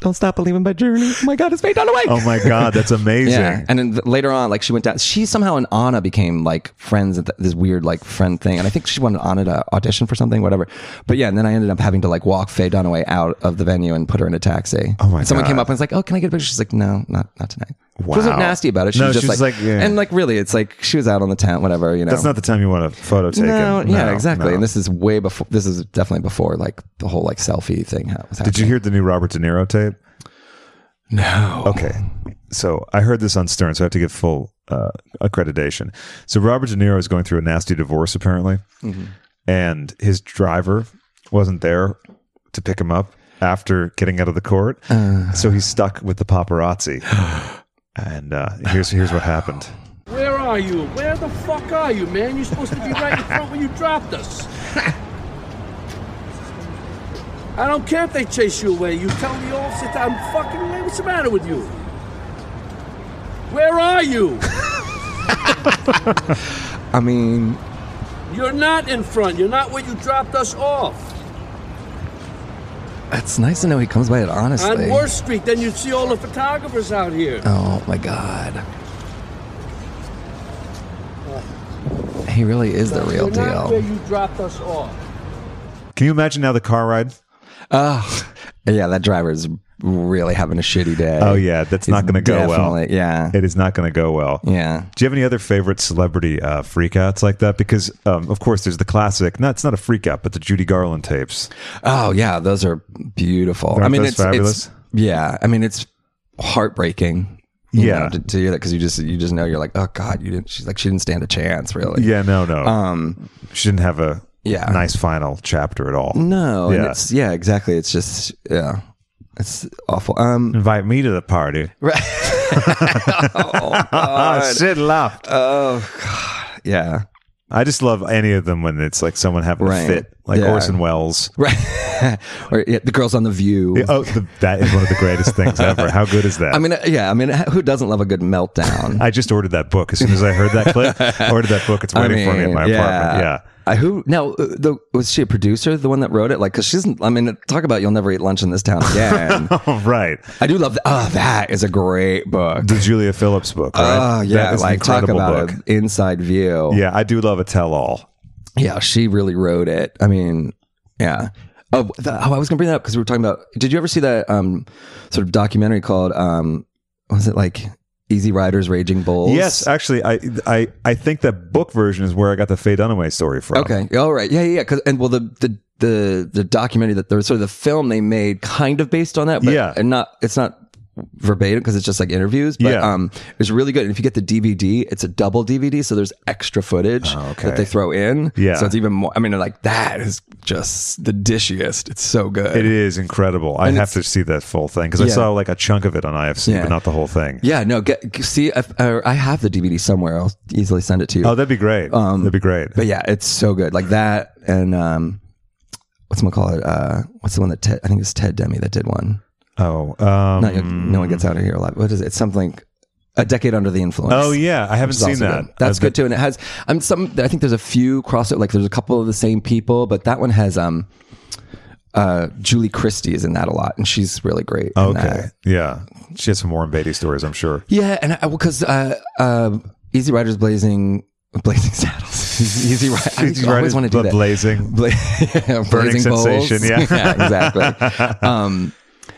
"Don't Stop Believing" by Journey. Oh my God, it's Faye Dunaway.
Oh my God, that's amazing.
<laughs> Yeah, and then th- later on, like she went down. She somehow and Anna became like friends at th- this weird like friend thing, and I think she wanted Anna to audition for something, whatever. But yeah, and then I ended up having to like walk Faye Dunaway out of the venue and put her in a taxi.
Oh, my
Someone came
God.
up and was like, "Oh, can I get a picture?" She's like, "No, not not tonight." She
Wow.
wasn't nasty about it. She
No,
was just
she was
like,
like, yeah.
and like really, it's like she was out on the town, whatever. You know,
That's not the time you want a photo taken.
no, yeah, exactly.
no.
And this is way before. This is definitely before like the whole like selfie thing. ha- Was
Did you hear the new Robert De Niro tape?
No.
Okay. So I heard this on Stern, so I have to give full uh, accreditation. So Robert De Niro is going through a nasty divorce, apparently,
Mm-hmm.
and his driver wasn't there to pick him up after getting out of the court.
Uh.
so he's stuck with the
<gasps>
paparazzi. And uh, here's here's what happened.
Where are you? Where the fuck are you, man? You're supposed to be right in front when you dropped us. I don't care if they chase you away. You tell me all sit down fucking away. What's the matter with you? Where are you?
I mean,
You're not in front. You're not where you dropped us off.
it's nice to know he comes by it honestly.
On Worth Street, then you'd see all the photographers out here.
Oh my god. He really is the real
You're not where
deal.
you dropped us off.
Can you imagine now the car ride?
Oh, yeah, that driver's really having a shitty day.
Oh yeah, that's
He's
not going to go well.
definitely- Yeah.
It is not going to go well.
yeah.
Do you have any other favorite celebrity uh, freakouts like that? Because um, of course, there's the classic. No, it's not a freakout, but the Judy Garland tapes.
Oh yeah, those are beautiful. I
Aren't
mean,
those
it's,
fabulous?
it's yeah. I mean, it's heartbreaking. you
Yeah.
know, to, to hear that because you just you just know you're like, oh god, you didn't. She's like, she didn't stand a chance, really.
Yeah, no, no.
Um.
she didn't have a
Yeah.
nice final chapter at all.
No. Yeah.
Yeah.
And it's, yeah. Exactly. It's just yeah. It's awful. Um. <laughs>
Invite me to the party.
Right. oh,
<laughs> Ah,
God.
shit, laugh.
Oh God! Yeah,
I just love any of them when it's like someone having
Right.
a fit, like
Yeah.
Orson Welles.
right. <laughs> or yeah, the girls on the View.
Oh, the, that is one of the greatest things ever. How good is that?
<laughs> I mean, uh, yeah. I mean, who doesn't love a
<laughs>
good meltdown?
I just ordered that book as soon as I heard that
<laughs>
clip. I ordered that book. It's
I
waiting for me in
mean,
my apartment. Yeah.
I, who now? uh, The, was she a producer? The one that wrote it? Like, cause she's. I mean, talk about you'll never eat lunch in this town
<laughs>
again.
Oh, right.
I do love. That. Oh, that is a great book.
The Julia Phillips book, right?
Oh yeah,
That is an
like talk
incredible
about an inside view.
Yeah, I do love a tell all.
Yeah, she really wrote it. I mean, yeah. Oh, the, oh I was gonna bring that up because we were talking about. Did you ever see that um, sort of documentary called um, what was it like Easy Riders, Raging Bulls?
Yes, actually, I, I I think that book version is where I got the Faye Dunaway story from.
Okay. All right. Yeah. Yeah. yeah. 'Cause- and well, the the the the documentary that there was sort of the film they made kind of based on that, but
Yeah.
and not it's not verbatim because it's just like interviews but
Yeah.
um it's really good and if you get the dvd it's a double dvd so there's extra footage
Oh, okay.
that they throw in
Yeah.
so it's even more i mean like that is just the dishiest it's so good
It is incredible. I
And
have
it's-
to see that full thing because I
Yeah.
saw like a chunk of it on IFC,
Yeah.
but not the whole thing.
yeah no get see if, uh, i have the dvd somewhere i'll easily send it to you
Oh, that'd be great. that'd be great.
Um, But yeah, it's so good. Like that and um what's gonna call it? Uh what's the one that Ted I think it's Ted Demi that did one.
Oh, um,
Not no one gets out of here alive. What is it? It's something like a decade under the influence.
oh yeah, I haven't
It's also
seen that.
good. That's
Uh,
good too. And it has I'm some I think there's a few crossover like there's a couple of the same people, but that one has um uh Julie Christie is in that a lot and she's really great. in
Oh, Okay,
that.
yeah, she has some Warren Beatty stories, I'm sure.
Yeah, and I because uh, uh, Easy Riders blazing blazing <laughs> saddles. Easy Riders. I
<laughs> Easy Riders,
always want to do
but
that.
blazing.
Bla- <laughs> yeah, blazing bowls.
sensation, yeah. <laughs>
<laughs> exactly. Um,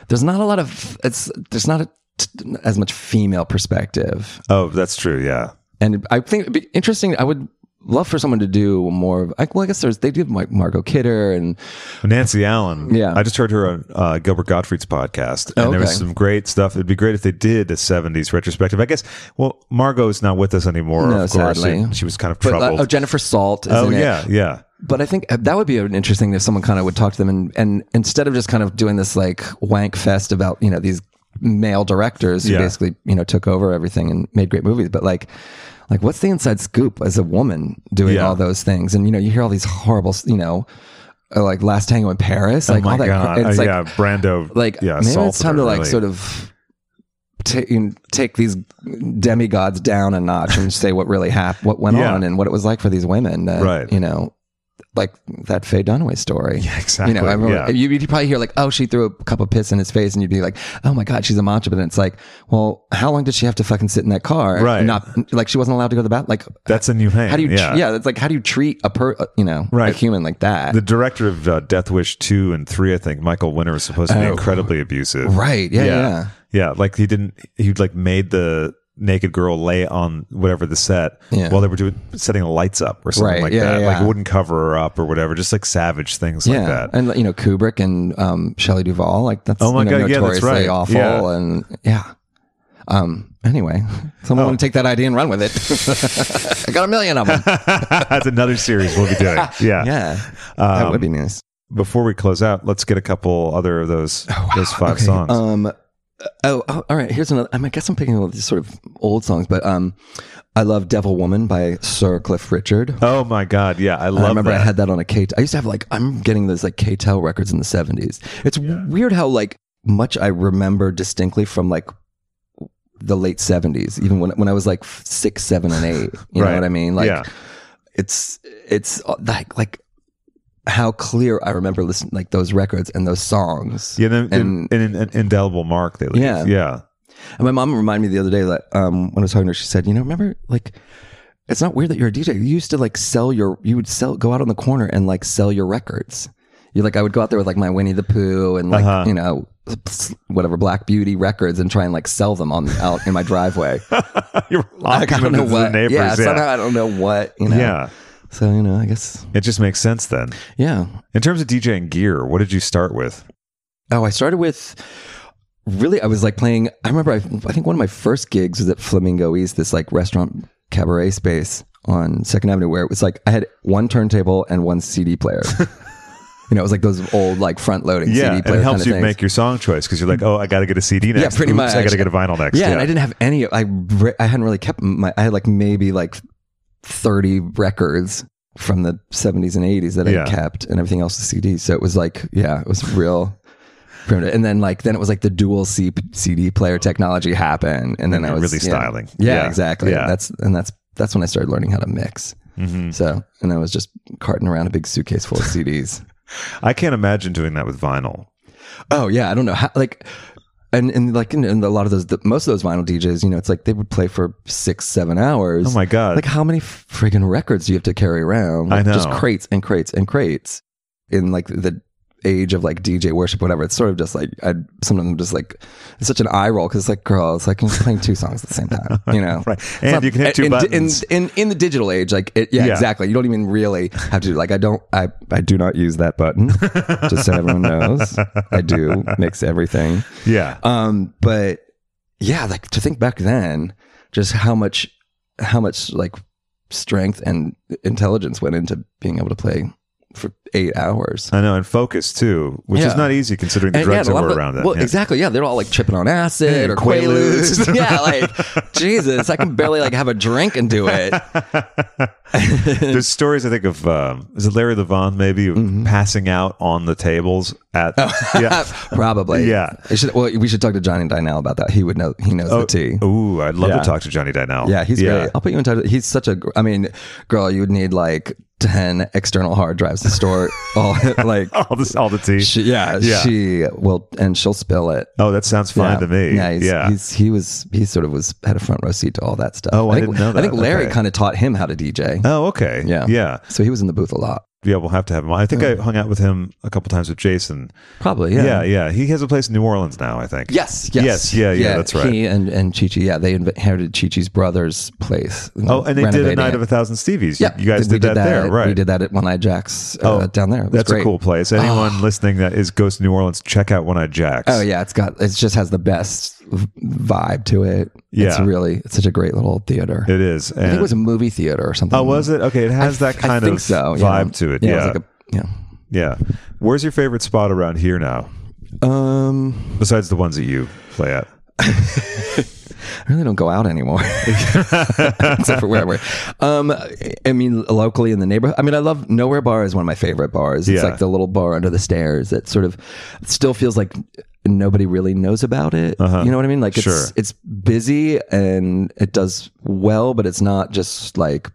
there's not a lot of it's. There's not a, t- as much female perspective,
Oh, that's true. Yeah,
and I think it'd be interesting. I would love for someone to do more of. Like, well, I guess there's they did like Margot Kidder and
Nancy Allen.
Yeah.
I just heard her on uh, Gilbert Gottfried's podcast, and there was
Okay.
some great stuff. It'd be great if they did a '70s retrospective. I guess. Well, Margot's not with us anymore.
No,
of course,
sadly.
She, she was kind of
but, uh,
troubled.
oh Jennifer Salt. Is
oh
in it.
yeah, yeah.
But I think uh, that would be an interesting if someone kind of would talk to them and, and instead of just kind of doing this like wank fest about, you know, these male directors who
Yeah.
basically, you know, took over everything and made great movies, but like, like what's the inside scoop as a woman doing
Yeah.
all those things? And, you know, you hear all these horrible, you know, uh, like last tango in Paris, like
oh my
all that. cra-
god.
and It's
Uh,
like,
yeah, Brando.
like
yeah,
maybe it's
Salter,
time to like
really.
sort of ta- you know, take these demigods down a notch and say what really happened, what went
Yeah.
on, and what it was like for these women. That,
Right.
You know, like that Faye Dunaway story.
Yeah, exactly.
You know, everyone,
yeah.
you, would probably hear like, oh, she threw a cup of piss in his face, and you'd be like, oh my god, she's a macho. But it's like, well, how long did she have to fucking sit in that car?
Right.
Not like she wasn't allowed to go to the bathroom. Like,
That's a new hand.
how do you?
Yeah.
Yeah. yeah, it's like how do you treat a per, you know,
Right.
a human like that?
The director of uh, Death Wish two and three, I think, Michael Winner was supposed to be
Oh.
incredibly abusive.
right. Yeah. yeah.
Yeah, like he didn't. He like made the naked girl lay on whatever the set
Yeah.
while they were doing setting the lights up or something
Right,
like
yeah,
that.
yeah.
Like wouldn't cover her up or whatever. Just like savage things like that.
And you know Kubrick and um, Shelley Duvall, like that's
Oh my
you know,
God, yeah, that's
notoriously
right.
awful
Yeah.
and yeah. Um. Anyway, <laughs> someone
Oh.
want to take that idea and run with it.
<laughs>
I got a million of them.
That's another series we'll be
<laughs>
doing. Yeah. Um,
yeah, that would be nice.
Before we close out, let's get a couple other of those oh, those five
Oh, Okay,
songs.
Um. Oh, oh, all right. Here's another. I, mean, I guess I'm picking all these sort of old songs, but um, I love "Devil Woman" by Sir Cliff Richard.
oh my god! Yeah, I love.
And I remember
that.
I had that on a K. I used to have like I'm getting those like KTEL records in the 70s. It's weird how like much I remember distinctly from like the late 70s, even when when I was like f- six, seven, and eight. You
Right.
know what I mean? Like
yeah,
it's it's uh, like like how clear I remember listening like those records and those songs.
yeah. And, and,
and-
and, an indelible mark. They leave.
Yeah.
yeah. <laughs>
And my mom reminded me the other day that um, when I was talking to her, she said, "You know, remember like." It's not weird that you're a DJ. You used to like sell your, you would sell, go out on the corner and like sell your records. You're like, I would go out there with like my Winnie the Pooh and like,
Uh-huh.
you know, whatever Black Beauty records and try and like sell them on out in
<laughs>
my driveway.
You're
like, I
locking
don't
them
know
into the
what.
neighbors.
yeah,
Yeah,
somehow I don't know what, you know.
yeah.
So, you know, I guess,
It just makes sense then.
yeah.
In terms of DJing gear, what did you start with?
Oh, I started with really, I was like playing. I remember, I, I think one of my first gigs was at Flamingo East, this like restaurant cabaret space on Second Avenue, where it was like I had one turntable and one
<laughs>
CD player. you know, it was like those old like front loading
Yeah,
CD
and
player.
it helps
kind of
you
things.
make your song choice because you're like, oh, I got to get a CD next.
Yeah, pretty
Oops,
much.
I got to get a vinyl next.
yeah, and I didn't have any. I re- I hadn't really kept my. I had like maybe like thirty records from the seventies and eighties that
Yeah.
I kept, and everything else was CDs. So it was like, yeah, it was real. primitive. And then like then it was like the dual C- CD player technology happened, and then
And
I was
really
yeah.
styling.
Yeah,
Yeah.
exactly.
Yeah.
That's and that's that's when I started learning how to mix.
Mhm.
So and I was just carting around a big suitcase full of CDs.
I can't imagine doing that with vinyl.
Oh yeah, I don't know how like. And, and like in, in a lot of those, the, most of those vinyl DJs, you know, it's like they would play for six, seven hours.
Oh my god!
Like <laughs> how many friggin' records do you have to carry around?
I
Like, Just
know.
crates and crates and crates. In like the age of like DJ worship, whatever. It's sort of just like I sometimes I'm just like it's such an eye roll because it's like girl, it's like you're playing two songs at the same time. You know,
<laughs> Right.
It's
And you can hit two
in,
buttons.
In, in in the digital age, like it, yeah,
Yeah.
exactly. You don't even really have to. Like I don't. I I do not use that
<laughs>
button. just so everyone knows, I do mix everything.
yeah,
Um, but yeah, like to think back then, just how much, how much like strength and intelligence went into being able to play for eight hours.
I know, and focus too, which is
Yeah.
not easy considering the
And
drugs
yeah, a lot
that were
of the-
around then.
Well,
Yeah.
exactly. Yeah, they're all like tripping on acid
Yeah,
or
Quaaludes.
quaaludes. <laughs>
<laughs>
yeah, like Jesus, I can barely like have a drink and do it.
There's stories I think of um, is it Larry Levon maybe of
Mm-hmm.
passing out on the tables at
Oh.
<laughs> yeah.
Probably.
Yeah.
It should, well, we should talk to Johnny Dinell about that. He would know. He knows
Oh,
<laughs> the tea.
ooh, I'd love
Yeah.
to talk to Johnny Dinell.
Yeah, he's great. I'll put you in touch. with- He's such a. gr- I mean, girl, you would need like ten external hard drives
<laughs>
to store all like.
<laughs> all this, all the tea.
She, yeah,
Oh, Yeah.
she will, and she'll spill it.
oh, that sounds fine
yeah.
to me.
Yeah, he's,
yeah.
He's, he was he sort of was had a front row seat to all that stuff.
Oh, I
think,
didn't know
I think
that.
Larry
Okay.
kind of taught him how to DJ,
oh, okay.
Yeah.
yeah.
so he was in the booth a lot.
yeah, we'll have to have him. on. I think I hung out with him a couple times with Jason.
Probably, yeah.
Yeah, yeah. He has a place in New Orleans now, I think.
Yes, yes.
Yes, yeah, yeah, that's right.
He and, and Chichi, yeah, they inherited Chichi's brother's place.
Oh, and they did a
renovating
night
it.
of a thousand Stevies. You-
Yeah,
you guys
we
did, that, there,
at-
right?
We did that at One Eye Jack's uh,
Oh,
down there. It was
That's
great. Ah.
a cool place. Anyone listening that is goes to New Orleans, check out One Eye Jacks.
Oh yeah, it's got it just has the best v- vibe to it. it's
Yeah.
really it's such a great little theater.
it is.
I
and-
think it was a movie theater or something.
Oh, was it? Okay, it
I
has that
th- I
kind
think
of
so, yeah.
vibe to it. Yeah.
it was like a- yeah.
yeah. Where's your favorite spot around here now,
Um,
besides the ones that you play at?
I really don't go out anymore, <laughs> except for where I work. Um, I mean, locally in the neighborhood. I mean, I love Nowhere Bar is one of my favorite bars. It's
Yeah.
like the little bar under the stairs that sort of still feels like nobody really knows about it. You know what I mean? Like it's
Uh-huh. Sure.
it's busy and it does well, but it's not just like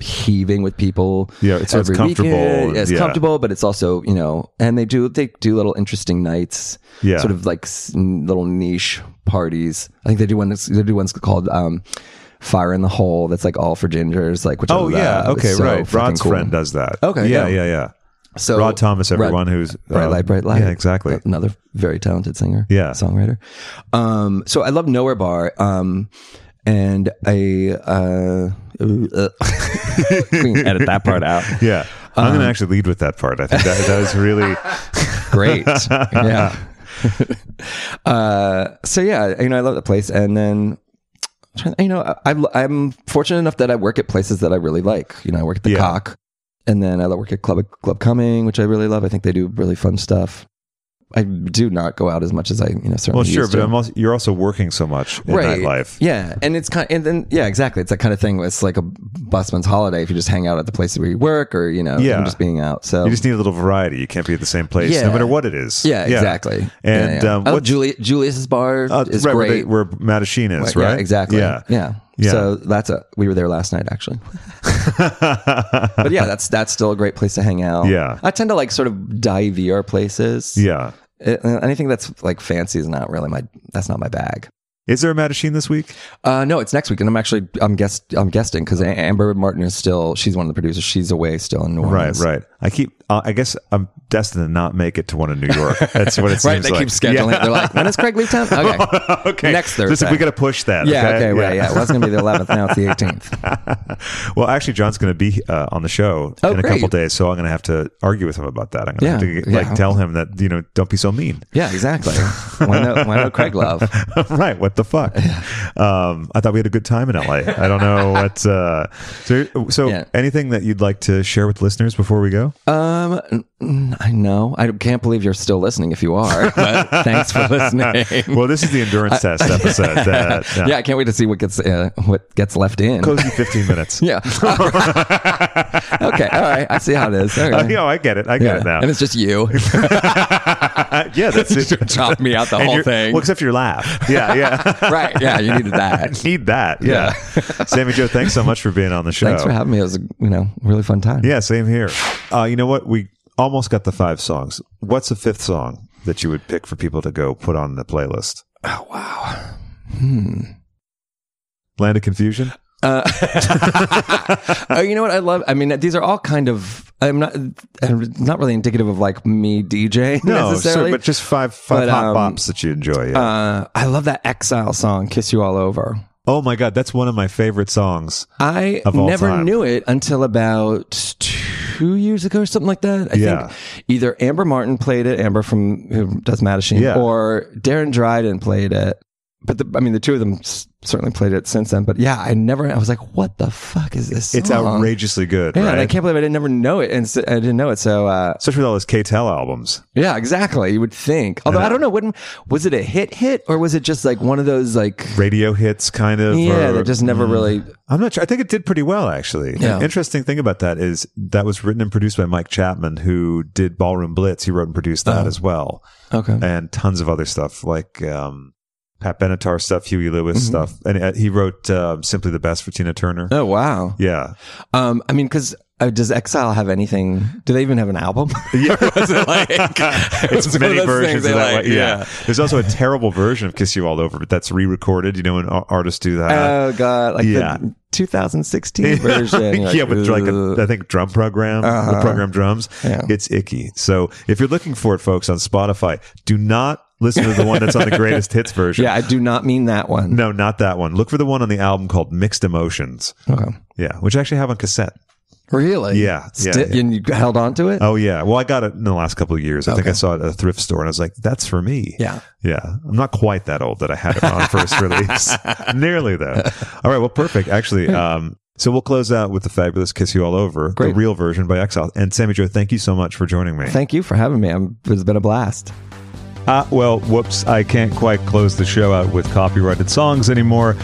heaving with people.
Yeah, it's- so it's
every
comfortable
weekend. Yeah, it's
and- yeah.
comfortable, but it's also you know, and they do they do little interesting nights.
Yeah.
sort of like s- little niche parties. I think they do one. They do ones called. um Fire in the hole. That's like all for gingers. Like which I
Oh
love.
yeah,
uh, It's
okay,
so
right.
fucking
Rod's
cool.
friend does that.
Okay,
yeah, yeah,
yeah.
yeah.
So
Rod Thomas,
Oh, Rod-
everyone who's
bright
uh,
light, bright light.
Yeah, exactly.
Another very talented singer,
Yeah.
songwriter. Um, so I love Nowhere Bar, um, and I uh, <laughs> uh, we can edit that part out.
Yeah, I'm
Um,
gonna actually lead with that part. I think that, that was
<laughs>
really
Great, yeah. <laughs> uh, so yeah, you know I love the place, and then. trying- You know, I- I'm, I'm fortunate enough that I work at places that I really like. You know, I work at the
Yeah.
Cock, and then I work at Club Club Coming, which I really love. I think they do really fun stuff. I do not go out as much as I, you know, certainly.
well, sure.
used to.
But I'm also, you're also working so much in nightlife.
Yeah, and it's kind, and then yeah, exactly. It's that kind of thing. It's like a busman's holiday if you just hang out at the places where you work, or you know,
Yeah.
I'm just being out. So
You just need a little variety. You can't be at the same place, no
Yeah.
matter what it is.
yeah, exactly.
And,
yeah, yeah.
um,
I love
what's-
Julia, Julius's bar
Uh,
is
right, where they-
great.
Where, Mattachine is,
Yeah,
right?
exactly.
Yeah.
yeah,
Yeah.
So that's a we were there last night actually.
<laughs>
but yeah, that's that's still a great place to hang out.
Yeah.
I tend to like sort of divier places.
Yeah.
Uh, anything that's like fancy is not really my that's not my bag.
Is there a Mattachine this week?
Uh, no, it's next week, and I'm actually I'm guess I'm guesting because Amber Martin is still she's one of the producers. She's away still in New
Right,
Orleans.
right. I keep. Uh, I guess I'm destined to not make it to one in New
<laughs>
York. That's what it seems
Right, they
like. Oh,
keep scheduling it. They're like, when is Craig
<laughs>
Leeton? Okay.
Yeah. okay.
Next
Listen,
Thursday.
we got to push that.
Yeah,
okay,
okay, right. Yeah, it was
<laughs>
going to be the 11th. Now it's the 18th.
well, actually, John's going to be uh, on the show
Oh,
in a
great.
couple days, so I'm going to have to argue with him about that. I'm going to
Yeah,
have to like
yeah.
tell him that you know don't be so mean.
Yeah, exactly. Why no, why no Craig Love?
<laughs> right. What the
<laughs>
fuck? Um, I thought we had a good time in LA. I don't know what. Uh, so, so
Yeah.
anything that you'd like to share with listeners before we go?
Um, n- n- I know. I can't believe you're still listening if you are,
<laughs>
but thanks for listening.
well, this is the endurance test
<laughs>
episode. That, uh,
yeah. I can't wait to see what gets uh, what gets left in.
Cozy 15 minutes.
<laughs>
<laughs>
Yeah. okay. All right. I see how it is.
Uh, <laughs>
Okay.
yeah, I get it. I get
Yeah.
it now.
And it's
<laughs>
just you.
yeah,
<laughs>
that's it.
Chop me out the
And
whole
your-
thing.
Well, except for your laugh. Yeah,
<laughs>
yeah.
right. Yeah, you needed that.
Need that. <laughs> Yeah. Sammy Joe, thanks so much for being on the show.
Thanks for having me. It was a you know really fun time.
Yeah, same here. Uh, you know what? We almost got the five songs. What's a fifth song that you would pick for people to go put on the playlist? Hmm.
Oh, wow.
Land of Confusion?
Oh, you know what I love? I mean, these are all kind of. I'm not. I'm not really indicative of like me DJing
No, sure,
necessarily.
but just five five
But,
hot
um,
bops that you enjoy. Yeah.
uh, I love that Exile song, "Kiss You All Over."
oh my god, that's one of my favorite songs.
I
Of all
never
time.
knew it until about two years ago or something like that. I
Yeah.
think either Amber Martin played it, Amber from who does Mattachine,
Yeah.
or Darren Dryden played it. But the, I mean, the two of them s- certainly played it since then. But yeah, I never. I was like, "What the fuck is this?"
It's
song?
outrageously good,
Yeah, and I
right?
can't believe I didn't never know it, and s- I didn't know it. So uh,
Especially with all those KTEL albums.
yeah, exactly. You would think. Although
Yeah.
I don't know, when was it a hit hit or was it just like one of those like
Radio hits kind of
yeah
or-
that just
mm.
never really
I'm not sure. I think it did pretty well, actually.
Yeah.
An interesting thing about that is that was written and produced by Mike Chapman, who did Ballroom Blitz. He wrote and produced
Oh.
that as well,
okay.
and tons of other stuff like um, Pat Benatar stuff, Huey Lewis stuff, and uh, he wrote um, Simply the Best for Tina Turner.
Mm-hmm. Oh wow.
Yeah,
Um, I mean, because Uh, does Exile have anything? Do they even have an album? <laughs> Yeah, was it
<laughs>
like
It's
one of
many
those
versions
things
of
they
that.
like,
one. yeah. there's also a terrible version of "Kiss You All Over," but that's re-recorded. You know, when ar- artists do that.
<laughs> Oh god, like
yeah.
the
<laughs>
<laughs> 2016 version. You're
yeah, with like
"Ugh."
a, I think drum program, the program drums.
Yeah.
It's icky. So if you're looking for it, folks, on Spotify, do not listen to the one that's
<laughs>
on the greatest hits version.
yeah, I do not mean that one.
No, not that one. Look for the one on the album called Mixed Emotions.
Okay.
Yeah, which I actually have on cassette.
Really?
Yeah, yeah,
Sti-
yeah.
And you held on to it?
Oh yeah. Well, I got it in the last couple of years. I think I saw it at a thrift store, and I was like, "That's for me."
Yeah.
yeah. I'm not quite that old that I had it on
<laughs>
first release. <laughs> Nearly though. All right. Well, perfect.
<laughs>
Actually, um, so we'll close out with the fabulous "Kiss You All Over," the
Great.
real version by Exile. And Sammy Joe, thank you so much for joining me.
Thank you for having me. I'm, it's been a blast.
Ah, well, whoops, I can't quite close the show out with copyrighted songs anymore.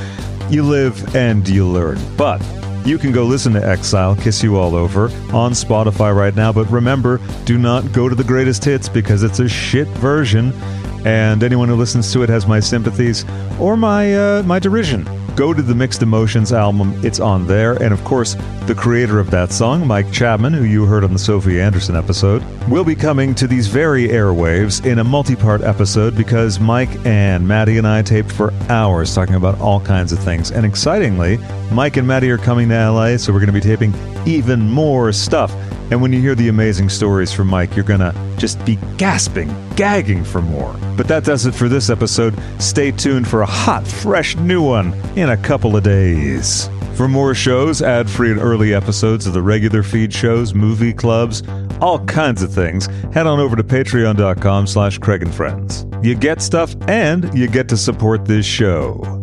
You live and you learn. But you can go listen to Exile Kiss You All Over on Spotify right now. But remember, do not go to the greatest hits because it's a shit version. And anyone who listens to it has my sympathies or my uh, my derision. Go to the Mixed Emotions album, it's on there. And of course, the creator of that song, Mike Chapman, who you heard on the Sophie Anderson episode, will be coming to these very airwaves in a multi part episode because Mike and Maddie and I taped for hours talking about all kinds of things. And excitingly, Mike and Maddie are coming to LA, so we're going to be taping even more stuff. And when you hear the amazing stories from Mike, you're going to just be gasping, gagging for more. But that does it for this episode. Stay tuned for a hot, fresh new one in a couple of days. For more shows, ad free and early episodes of the regular feed shows, movie clubs, all kinds of things, head on over to patreon.com slash Craig and Friends. You get stuff and you get to support this show.